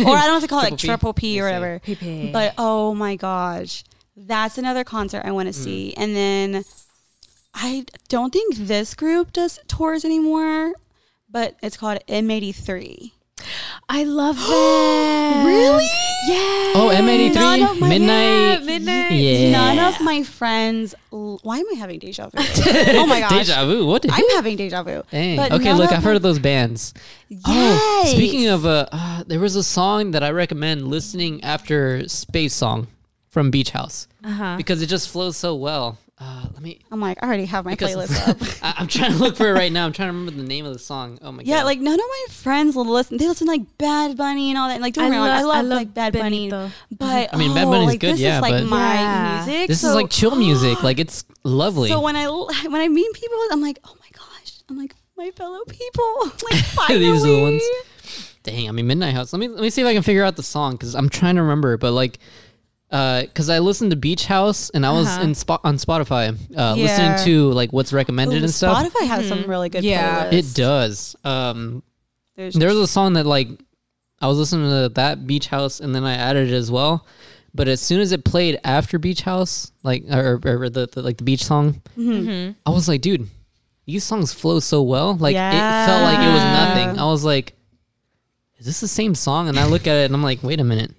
Speaker 2: or I don't have to call it like
Speaker 3: Triple
Speaker 2: triple P or whatever.
Speaker 1: PPP.
Speaker 2: But oh my gosh, that's another concert I
Speaker 3: Mm.
Speaker 2: want to see. And then I don't think this group does tours anymore, but it's called M83.
Speaker 1: I [GASPS] love them.
Speaker 2: Really?
Speaker 1: Yeah.
Speaker 3: Oh, M83,
Speaker 2: None of my-
Speaker 3: Midnight.
Speaker 1: Yeah, Midnight.
Speaker 3: Yeah.
Speaker 2: None of my friends. l- Why am I having deja vu? oh
Speaker 3: [LAUGHS]
Speaker 2: my gosh.
Speaker 3: Deja vu. What? the
Speaker 2: I'm having deja vu.
Speaker 3: Dang.
Speaker 2: But
Speaker 3: okay,
Speaker 2: none
Speaker 3: look,
Speaker 2: of
Speaker 3: I've heard
Speaker 2: my-
Speaker 3: of those bands. Oh,
Speaker 2: Yes.
Speaker 3: speaking of, uh, uh, there was a song that I recommend listening after Space Song from Beach House
Speaker 1: Uh-huh.
Speaker 3: because it just flows so well. Uh, let me.
Speaker 2: I'm like, I already have my
Speaker 3: Because
Speaker 2: playlist up.
Speaker 3: [LAUGHS] I, I'm trying to look for it right now. I'm trying to remember the name of the song. Oh my god.
Speaker 2: Yeah, like none of my friends will listen. They listen to, like Bad Bunny and all that. Like,
Speaker 1: I
Speaker 2: don't get me wrong, I
Speaker 1: love-
Speaker 2: love,
Speaker 1: I love
Speaker 2: like Bad
Speaker 1: Benito.
Speaker 2: Bunny, but
Speaker 3: I mean, Bad
Speaker 2: oh,
Speaker 3: Bunny's
Speaker 2: like,
Speaker 3: good,
Speaker 2: This
Speaker 3: yeah,
Speaker 2: is like
Speaker 3: but-
Speaker 2: my
Speaker 1: Yeah.
Speaker 2: music.
Speaker 3: this
Speaker 2: so,
Speaker 3: is like
Speaker 2: [GASPS]
Speaker 3: chill music. Like it's lovely.
Speaker 2: So when I when I meet people, I'm like, oh my gosh, I'm like my fellow people. [LAUGHS] like finally,
Speaker 3: [LAUGHS] These are the ones. Dang, I mean Midnight House. Let me let me see if I can figure out the song because I'm trying to remember. But like, because I listened to Beach House and I was
Speaker 1: Uh-huh.
Speaker 3: in spot on Spotify uh,
Speaker 2: Yeah.
Speaker 3: listening to like what's recommended
Speaker 2: Ooh,
Speaker 3: and stuff.
Speaker 2: Spotify has some really good.
Speaker 1: Yeah.
Speaker 2: Yeah,
Speaker 3: It does. Um,
Speaker 2: There's
Speaker 3: There was a song that like I was listening to that Beach House, and then I added it as well. But as soon as it played after Beach House, like or, or the, the like the beach song, I was like, dude, these songs flow so well. Like it felt like it was nothing. I was like, is this the same song? And I look at it and I'm like, wait a minute,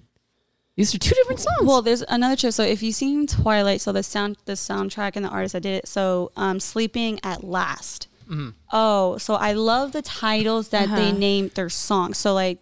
Speaker 3: these are two different songs.
Speaker 2: Well, there's another trip. So if you've seen Twilight, so the sound, the soundtrack, and the artist that did it. So um, sleeping at last. Oh, so I love the titles that they name their songs. So like,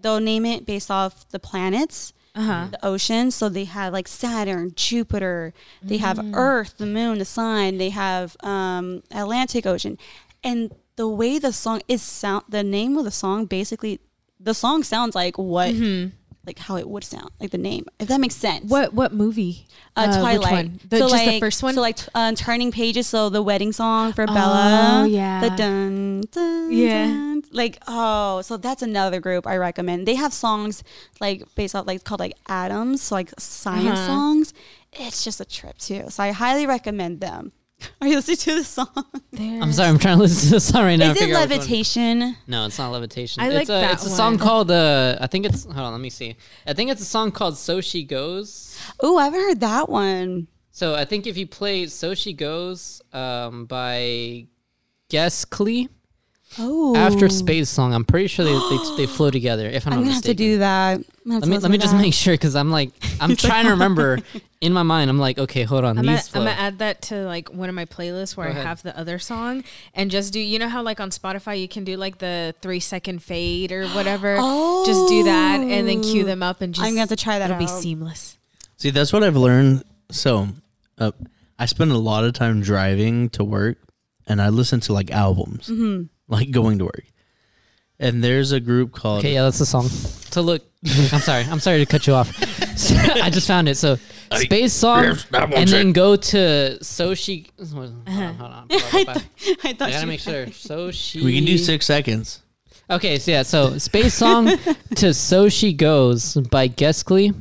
Speaker 2: they'll name it based off the planets, the oceans. So they have like Saturn, Jupiter. They have Earth, the Moon, the Sun. They have um, Atlantic Ocean, and the way the song is sound, the name of the song basically, the song sounds like what
Speaker 1: Mm-hmm.
Speaker 2: like how it would sound, like the name, if that makes sense.
Speaker 1: What what movie?
Speaker 2: Uh,
Speaker 1: which
Speaker 2: Twilight.
Speaker 1: one? The, just the first one. Oh,
Speaker 2: So like t- um, Turning Pages, so the wedding song for Bella.
Speaker 1: yeah.
Speaker 2: The dun dun.
Speaker 1: Yeah.
Speaker 2: dun. Like oh, so that's another group I recommend. They have songs like based off like called like atoms, so like science
Speaker 1: Uh-huh.
Speaker 2: songs. It's just a trip too. So I highly recommend them. [LAUGHS] Are you listening to the song?
Speaker 3: I'm sorry, I'm trying to listen to the song right now.
Speaker 2: Is it
Speaker 3: figure out which one.
Speaker 2: levitation?
Speaker 3: No, it's not levitation.
Speaker 1: I
Speaker 3: it's
Speaker 1: like
Speaker 3: a,
Speaker 1: that
Speaker 3: It's a song
Speaker 1: one.
Speaker 3: called uh, I think it's hold on, let me see. I think it's a song called So She Goes.
Speaker 2: Oh, I haven't heard that one.
Speaker 3: So I think if you play So She Goes um, by Guess Klee
Speaker 2: Oh,
Speaker 3: after Space Song, I'm pretty sure they, they, they flow together. If I'm,
Speaker 2: I'm
Speaker 3: not
Speaker 2: gonna have
Speaker 3: mistaken.
Speaker 2: to do that. I'm gonna have
Speaker 3: Let
Speaker 2: to
Speaker 3: me
Speaker 2: listen
Speaker 3: let me
Speaker 2: to
Speaker 3: just
Speaker 2: that.
Speaker 3: make sure because I'm like I'm trying to remember in my mind. I'm like okay, hold on,
Speaker 1: I'm gonna,
Speaker 3: these
Speaker 1: I'm
Speaker 3: flow.
Speaker 1: gonna add that to like one of my playlists where I
Speaker 3: Go ahead.
Speaker 1: have the other song and just do you know how like on Spotify you can do like the three second fade or whatever. Just do that and then cue them up and just
Speaker 2: Oh. I'm gonna have to try that
Speaker 1: It'll
Speaker 2: out.
Speaker 1: be seamless.
Speaker 4: See, that's what I've learned. So, uh, I spend a lot of time driving to work, and I listen to like albums,
Speaker 3: Mm-hmm.
Speaker 4: like going to work. And there's a group called
Speaker 3: Okay, yeah, that's the song. So look, I'm sorry, I'm sorry to cut you off. I just found it. So space song, um, and then go to so she. Hold on, hold on. I,
Speaker 2: [LAUGHS] I thought
Speaker 3: gotta
Speaker 2: you-
Speaker 3: make sure. So she.
Speaker 4: We can do six seconds.
Speaker 3: Okay, so yeah, so space song to so she goes by Geskly.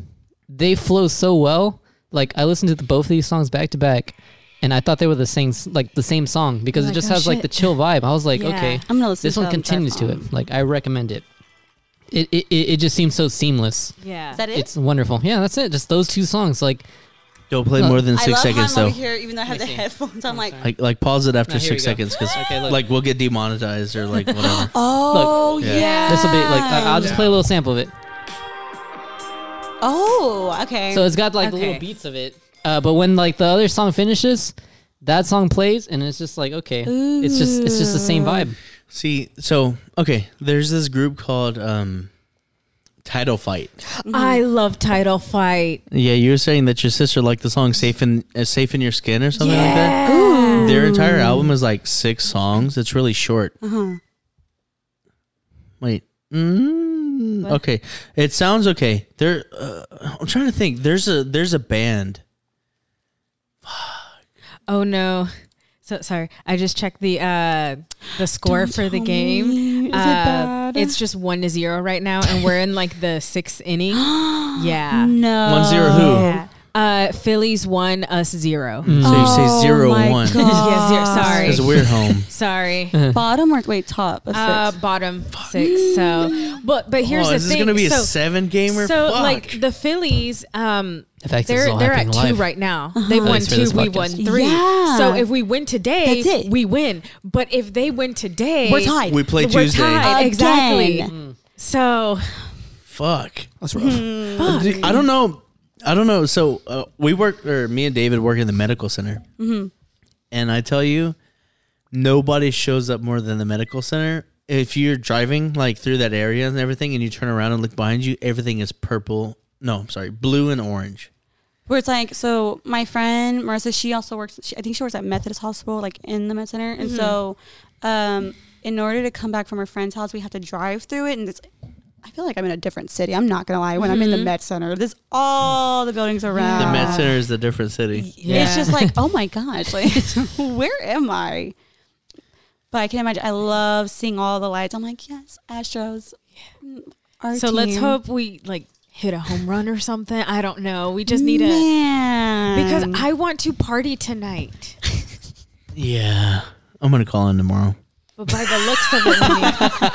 Speaker 3: They flow so well. Like I listened to the, both of these songs back to back, and I thought they were the same, s- like the same song because it
Speaker 1: like,
Speaker 3: just
Speaker 1: oh,
Speaker 3: has like the
Speaker 1: shit.
Speaker 3: chill vibe. I was like,
Speaker 1: Yeah.
Speaker 3: okay,
Speaker 2: I'm gonna listen.
Speaker 3: this
Speaker 2: to
Speaker 3: one
Speaker 2: that
Speaker 3: continues to
Speaker 2: song.
Speaker 3: it. Like I recommend it. It it, it, it just seems so seamless.
Speaker 1: Yeah.
Speaker 2: Is that it?
Speaker 3: It's wonderful. Yeah, that's it. Just those two songs. Like
Speaker 4: Don't play
Speaker 3: Look,
Speaker 4: more than
Speaker 2: I
Speaker 4: six
Speaker 2: love
Speaker 4: seconds,
Speaker 2: how I'm
Speaker 4: though.
Speaker 2: over here, even though I have the
Speaker 3: see.
Speaker 2: headphones. I'm like,
Speaker 4: Like, like pause it after
Speaker 3: No, here
Speaker 4: six
Speaker 3: we go.
Speaker 4: seconds because
Speaker 3: Okay, look.
Speaker 4: like we'll get demonetized or like
Speaker 3: [LAUGHS]
Speaker 4: whatever.
Speaker 2: oh
Speaker 4: Look,
Speaker 2: yeah.
Speaker 4: yeah.
Speaker 3: this will be like I- I'll just play a little sample of it.
Speaker 2: oh, okay.
Speaker 3: So it's got like the
Speaker 1: Okay.
Speaker 3: little beats of it. Uh, but when like the other song finishes, that song plays, and it's just like okay, it's just it's just the same vibe.
Speaker 4: See, so okay, there's this group called um, Title Fight.
Speaker 1: I
Speaker 2: mm-hmm.
Speaker 1: love title fight.
Speaker 4: Yeah, you were saying that your sister liked the song "Safe in uh, Safe in Your Skin" or something like that.
Speaker 1: Yeah.
Speaker 4: Their entire album is like six songs. It's really short.
Speaker 1: Uh-huh.
Speaker 4: Wait. Mm, okay. It sounds okay. There. Uh, I'm trying to think. There's a there's a band.
Speaker 1: Oh no. So sorry. I just checked the uh the score for the game.
Speaker 2: me. Is it
Speaker 1: Uh,
Speaker 2: bad?
Speaker 1: It's just one to zero right now, and we're in like the sixth
Speaker 2: [GASPS]
Speaker 1: inning. yeah.
Speaker 2: no.
Speaker 4: One zero who.
Speaker 1: Yeah. Uh, Phillies one, us zero.
Speaker 4: So you
Speaker 1: Oh
Speaker 4: say zero
Speaker 2: my
Speaker 4: one.
Speaker 1: [LAUGHS] yeah, zero. Sorry.
Speaker 4: Because we're home.
Speaker 1: Sorry.
Speaker 2: Bottom or wait, top of
Speaker 1: Uh,
Speaker 2: six.
Speaker 1: bottom six. So, but but here's
Speaker 4: oh,
Speaker 1: the
Speaker 4: is this
Speaker 1: thing.
Speaker 4: gonna be
Speaker 1: so,
Speaker 4: a seven gamer?
Speaker 1: so
Speaker 4: Fuck.
Speaker 1: like the Phillies, um,
Speaker 3: In fact, this is
Speaker 1: they're
Speaker 3: all
Speaker 1: they're at
Speaker 3: happening
Speaker 1: two
Speaker 3: live.
Speaker 1: right now.
Speaker 2: Uh-huh.
Speaker 1: They won
Speaker 3: Thanks for
Speaker 1: two,
Speaker 3: this
Speaker 1: we
Speaker 3: podcast.
Speaker 1: won three.
Speaker 2: Yeah.
Speaker 1: So if we win today,
Speaker 2: That's it.
Speaker 1: we win. But if they win today,
Speaker 2: We're tied.
Speaker 4: we play
Speaker 1: We're
Speaker 4: Tuesday.
Speaker 1: tied.
Speaker 2: Again.
Speaker 1: Exactly. So
Speaker 4: Fuck.
Speaker 5: That's rough.
Speaker 4: I don't know. I don't know. So uh, we work, or me and David work in the medical center,
Speaker 1: Mm-hmm.
Speaker 4: and I tell you, nobody shows up more than the medical center. If you're driving like through that area and everything, and you turn around and look behind you, everything is purple. No, I'm sorry, blue and orange.
Speaker 2: Where it's like, so my friend Marissa, she also works. She, I think she works at Methodist Hospital, like in the med center. And so,
Speaker 1: Mm-hmm.
Speaker 2: um, in order to come back from her friend's house, we have to drive through it, and it's. I feel like I'm in a different city. I'm not gonna lie. When I'm in the
Speaker 1: Mm-hmm.
Speaker 2: med center, there's all the buildings around.
Speaker 4: The
Speaker 1: Ah.
Speaker 4: med center is a different city.
Speaker 2: It's
Speaker 1: Yeah.
Speaker 2: just like, oh my gosh, like [LAUGHS] where am I? But I can imagine. I love seeing all the lights. I'm like, yes, Astros. mm, Our
Speaker 1: so let's
Speaker 2: team."
Speaker 1: hope we like hit a home run or something. I don't know. We just need a
Speaker 2: Man.
Speaker 1: because I want to party tonight.
Speaker 4: Yeah, I'm gonna call in tomorrow.
Speaker 1: But by the looks of it,
Speaker 2: [LAUGHS]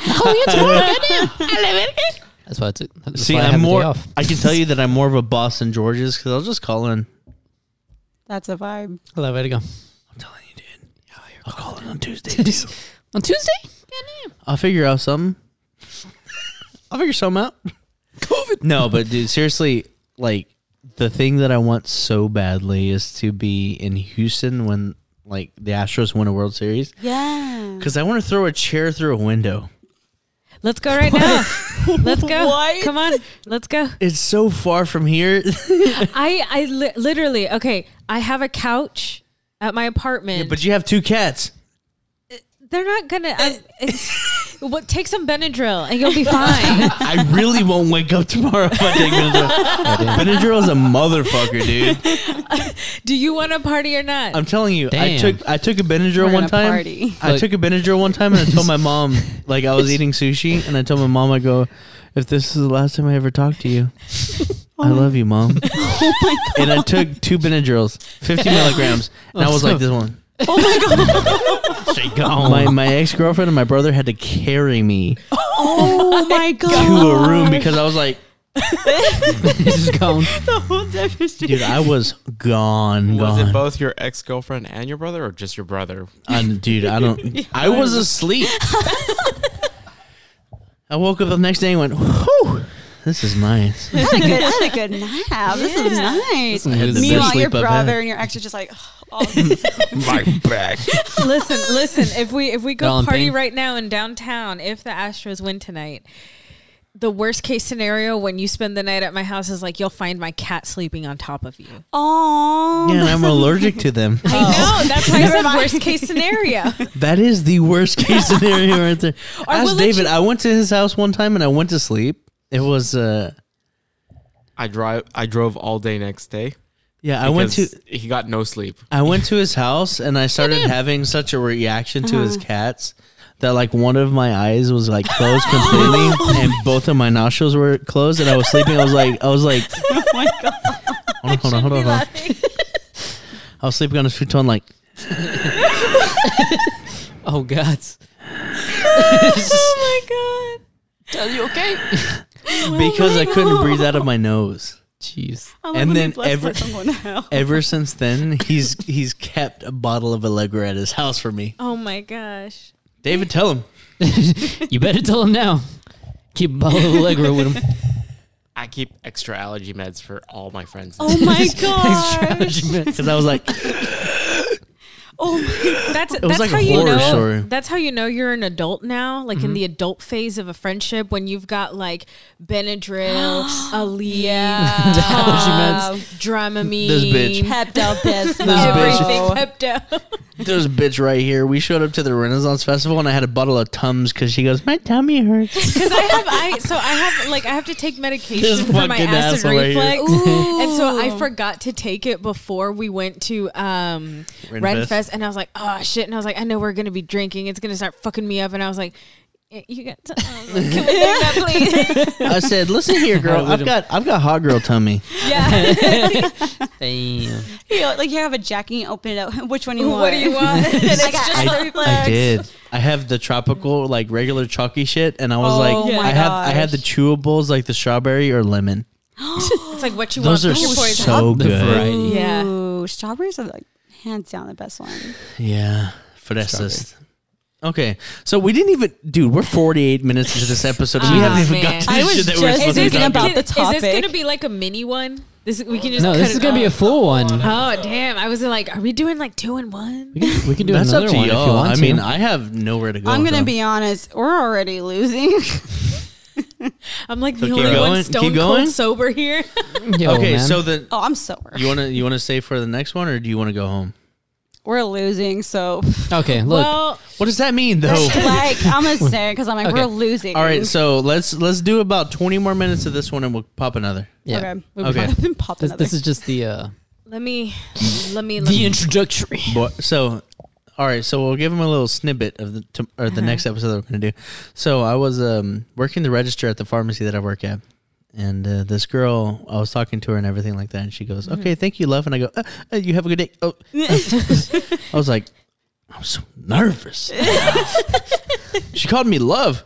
Speaker 1: honey,
Speaker 3: That's why I took. That's
Speaker 4: See,
Speaker 3: why I
Speaker 4: I'm
Speaker 3: have the day
Speaker 4: more.
Speaker 3: off.
Speaker 4: I can tell you that I'm more of a boss than George's because I'll just call in.
Speaker 2: That's a vibe.
Speaker 3: Hello, way to [LAUGHS] go.
Speaker 4: I'm telling you, dude. I'll call in on Tuesday. [LAUGHS] too.
Speaker 3: On Tuesday?
Speaker 4: I'll figure out something. I'll figure something out. COVID. No, but dude, seriously, like the thing that I want so badly is to be in Houston when like the Astros win a World Series
Speaker 2: Yeah.
Speaker 4: because I want to throw a chair through a window.
Speaker 1: let's go right
Speaker 2: [LAUGHS]
Speaker 1: now. Let's go.
Speaker 2: What?
Speaker 1: Come on, let's go.
Speaker 4: It's so far from here. [LAUGHS]
Speaker 1: I I li- literally okay. I have a couch at my apartment.
Speaker 4: but you have two cats.
Speaker 1: They're not gonna. I, it's, well, take some Benadryl and you'll
Speaker 4: [LAUGHS]
Speaker 1: be fine.
Speaker 4: I really won't wake up tomorrow if I take [LAUGHS] Benadryl. Benadryl is a motherfucker, dude.
Speaker 1: Do you want to party or not?
Speaker 4: I'm telling you, I
Speaker 3: Damn.
Speaker 4: took I took a Benadryl
Speaker 2: We're
Speaker 4: one
Speaker 2: gonna
Speaker 4: time.
Speaker 2: party.
Speaker 4: I
Speaker 3: Like-
Speaker 4: took a Benadryl one time, and I told my mom like I was eating sushi, and I told my mom I go, if this is the last time I ever talk to you,
Speaker 2: Oh
Speaker 4: I love
Speaker 2: [LAUGHS]
Speaker 4: you, mom. And I took two Benadryls, 50 milligrams, and I was like this one.
Speaker 2: Oh
Speaker 4: [LAUGHS]
Speaker 5: Straight gone.
Speaker 4: My my ex girlfriend and my brother had to carry me
Speaker 2: [LAUGHS] Oh my
Speaker 4: to
Speaker 2: god.
Speaker 4: a
Speaker 2: [LAUGHS]
Speaker 4: room because I was like,
Speaker 3: This is gone.
Speaker 4: dude, I was gone,
Speaker 5: Was
Speaker 4: gone.
Speaker 5: it both your ex girlfriend and your brother, or just your brother?
Speaker 4: And dude, I don't. I was asleep. I woke up the next day and went, "Whew, this is nice."
Speaker 2: I had a good, I had a [LAUGHS] good nap. This is nice.
Speaker 4: I had the
Speaker 2: Meanwhile,
Speaker 4: best
Speaker 2: your
Speaker 4: sleep I've had.
Speaker 2: brother and your ex are just like, [SIGHS]
Speaker 4: [LAUGHS]
Speaker 2: oh,
Speaker 5: My back.
Speaker 1: [LAUGHS] listen, listen. If we if we
Speaker 3: They're all
Speaker 1: go
Speaker 3: in
Speaker 1: party
Speaker 3: pain.
Speaker 1: right now in downtown, if the Astros win tonight, the worst case scenario when you spend the night at my house is like you'll find my cat sleeping on top of you. Oh.
Speaker 2: Aw,
Speaker 4: Yeah, and
Speaker 2: that's
Speaker 4: I'm
Speaker 2: a-
Speaker 4: allergic to them.
Speaker 1: I know. That's why I said worst case scenario.
Speaker 4: That is the worst case scenario right there.
Speaker 1: I will
Speaker 4: Ask
Speaker 1: let
Speaker 4: David.
Speaker 1: you-
Speaker 4: I went to his house one time and I went to sleep. It was uh
Speaker 5: I drive. I drove all day next day.
Speaker 4: yeah, I went to
Speaker 5: because He got no sleep.
Speaker 4: I went to his house and I started having such a reaction to his cats that like one of my eyes was like closed [LAUGHS] completely and both of my nostrils were closed and I was sleeping. I was like I was like [LAUGHS] Oh my god. Hold on, hold on, hold on. hold on. I was sleeping on his futon like
Speaker 3: Oh God.
Speaker 1: [LAUGHS] oh my god.
Speaker 3: Are you okay?
Speaker 4: because I couldn't breathe out of my nose.
Speaker 3: Jeez.
Speaker 2: I'm
Speaker 4: and
Speaker 2: gonna
Speaker 4: then
Speaker 2: be blessed
Speaker 4: every-
Speaker 2: by someone now.
Speaker 4: Ever since then, he's he's kept a bottle of Allegra at his house for me.
Speaker 1: Oh my gosh.
Speaker 4: David, tell him.
Speaker 3: You better tell him now. Keep a bottle of Allegra
Speaker 1: [LAUGHS]
Speaker 3: with him.
Speaker 5: I keep extra allergy meds for all my friends.
Speaker 2: Oh my
Speaker 3: Thanks,
Speaker 2: gosh.
Speaker 3: George.
Speaker 4: Because I was like,
Speaker 2: Oh my
Speaker 1: That's
Speaker 4: was
Speaker 1: that's
Speaker 4: like a
Speaker 1: how you
Speaker 4: horror
Speaker 1: know.
Speaker 4: story. Mm-hmm.
Speaker 1: That's how you know you're an adult now, like in the adult phase of a friendship when you've got like Benadryl, Aleve,
Speaker 4: [LAUGHS]
Speaker 3: Allergy
Speaker 1: Tom, Dramamine,
Speaker 4: This bitch.
Speaker 2: Pepto [LAUGHS]
Speaker 1: everything
Speaker 2: Bismol.
Speaker 1: Pepto. [LAUGHS]
Speaker 4: this bitch right here. We showed up to the Renaissance Festival and I had a bottle of Tums because she goes, my tummy
Speaker 3: [LAUGHS]
Speaker 4: hurts.
Speaker 1: Because I have, I so I have like I have to take medication
Speaker 4: This
Speaker 1: for my
Speaker 4: fucking
Speaker 1: acid
Speaker 4: asshole right here.
Speaker 1: reflux, and so I forgot to take it before we went to um,
Speaker 4: Renfest.
Speaker 1: Renfest. and I was like, oh shit, and I was like, I know we're gonna be drinking, it's gonna start fucking me up, and I was like, "Eh, you got, to, I was like, can we do that, please?
Speaker 4: I said,
Speaker 2: [LAUGHS]
Speaker 4: listen here, girl. I've got I've got hot girl tummy.
Speaker 1: yeah,
Speaker 3: Damn.
Speaker 2: [LAUGHS] You know, like you have a jacket and you open it up. [LAUGHS] Which one you want?
Speaker 1: [LAUGHS] what do you
Speaker 2: [LAUGHS]
Speaker 1: want? And [LAUGHS] it's
Speaker 2: I got
Speaker 1: just
Speaker 2: I-
Speaker 1: reflux.
Speaker 4: I did. I have the tropical, like regular chalky shit, and I was
Speaker 2: Oh
Speaker 4: like,
Speaker 2: my
Speaker 4: I have I had the
Speaker 2: gosh.
Speaker 4: chewables, like the strawberry or lemon.
Speaker 1: It's like what you
Speaker 4: Those
Speaker 1: want.
Speaker 4: are
Speaker 1: pick your poison.
Speaker 4: so
Speaker 3: The
Speaker 4: good.
Speaker 3: variety.
Speaker 1: Yeah.
Speaker 2: Ooh, strawberries are like hands down the best one.
Speaker 4: Yeah, freshest. Okay, so we didn't even, dude. We're 48 minutes into this episode, and we
Speaker 1: Ah,
Speaker 4: haven't even
Speaker 1: man.
Speaker 4: gotten to
Speaker 2: I
Speaker 4: the
Speaker 2: was
Speaker 4: shit that
Speaker 2: just
Speaker 4: we're
Speaker 1: Is
Speaker 4: supposed to
Speaker 1: this,
Speaker 4: be
Speaker 2: thinking
Speaker 4: talking
Speaker 2: about
Speaker 1: about
Speaker 2: the
Speaker 1: is this
Speaker 2: topic.
Speaker 1: gonna be like a mini one? This we can just
Speaker 3: No,
Speaker 1: cut
Speaker 3: this
Speaker 1: it
Speaker 3: is gonna be a
Speaker 1: off.
Speaker 3: full one.
Speaker 1: Oh damn! I was like, are we doing like two and one?
Speaker 3: We can, we can do
Speaker 4: That's up
Speaker 3: another
Speaker 4: to
Speaker 3: one if you
Speaker 4: y'all.
Speaker 3: want
Speaker 4: I mean,
Speaker 3: to.
Speaker 4: I have nowhere to go.
Speaker 2: I'm
Speaker 4: with
Speaker 2: gonna
Speaker 4: them.
Speaker 2: be honest. We're already losing. [LAUGHS]
Speaker 1: I'm like the
Speaker 4: keep
Speaker 1: only
Speaker 4: going,
Speaker 1: one
Speaker 4: keep
Speaker 1: stone
Speaker 4: going.
Speaker 1: cold sober here. [LAUGHS]
Speaker 3: Yo,
Speaker 4: Okay,
Speaker 3: man.
Speaker 4: so the
Speaker 2: oh, I'm sober.
Speaker 4: you wanna you wanna stay for the next one, or do you wanna go home?
Speaker 2: We're losing. So,
Speaker 3: okay, look.
Speaker 1: well,
Speaker 4: What does that mean, though?
Speaker 2: like, I'm gonna say because I'm like,
Speaker 3: Okay.
Speaker 2: we're losing.
Speaker 4: All right, so let's let's do about 20 more minutes of this one, and we'll pop another.
Speaker 3: yeah.
Speaker 2: Okay.
Speaker 4: Okay.
Speaker 2: I've been popping
Speaker 3: This,
Speaker 2: other-
Speaker 3: this is just the uh,
Speaker 1: let me, let me, let
Speaker 3: the
Speaker 1: me.
Speaker 3: introductory.
Speaker 4: Boy, so, all right, so we'll give him a little snippet of the to, or the next episode that we're gonna do. So I was um, working the register at the pharmacy that I work at, and uh, this girl, I was talking to her and everything like that, and she goes, "Okay, thank you, love," and I go, uh, uh, "You have a good day." Oh, uh." I was like, I'm so nervous. she called me love.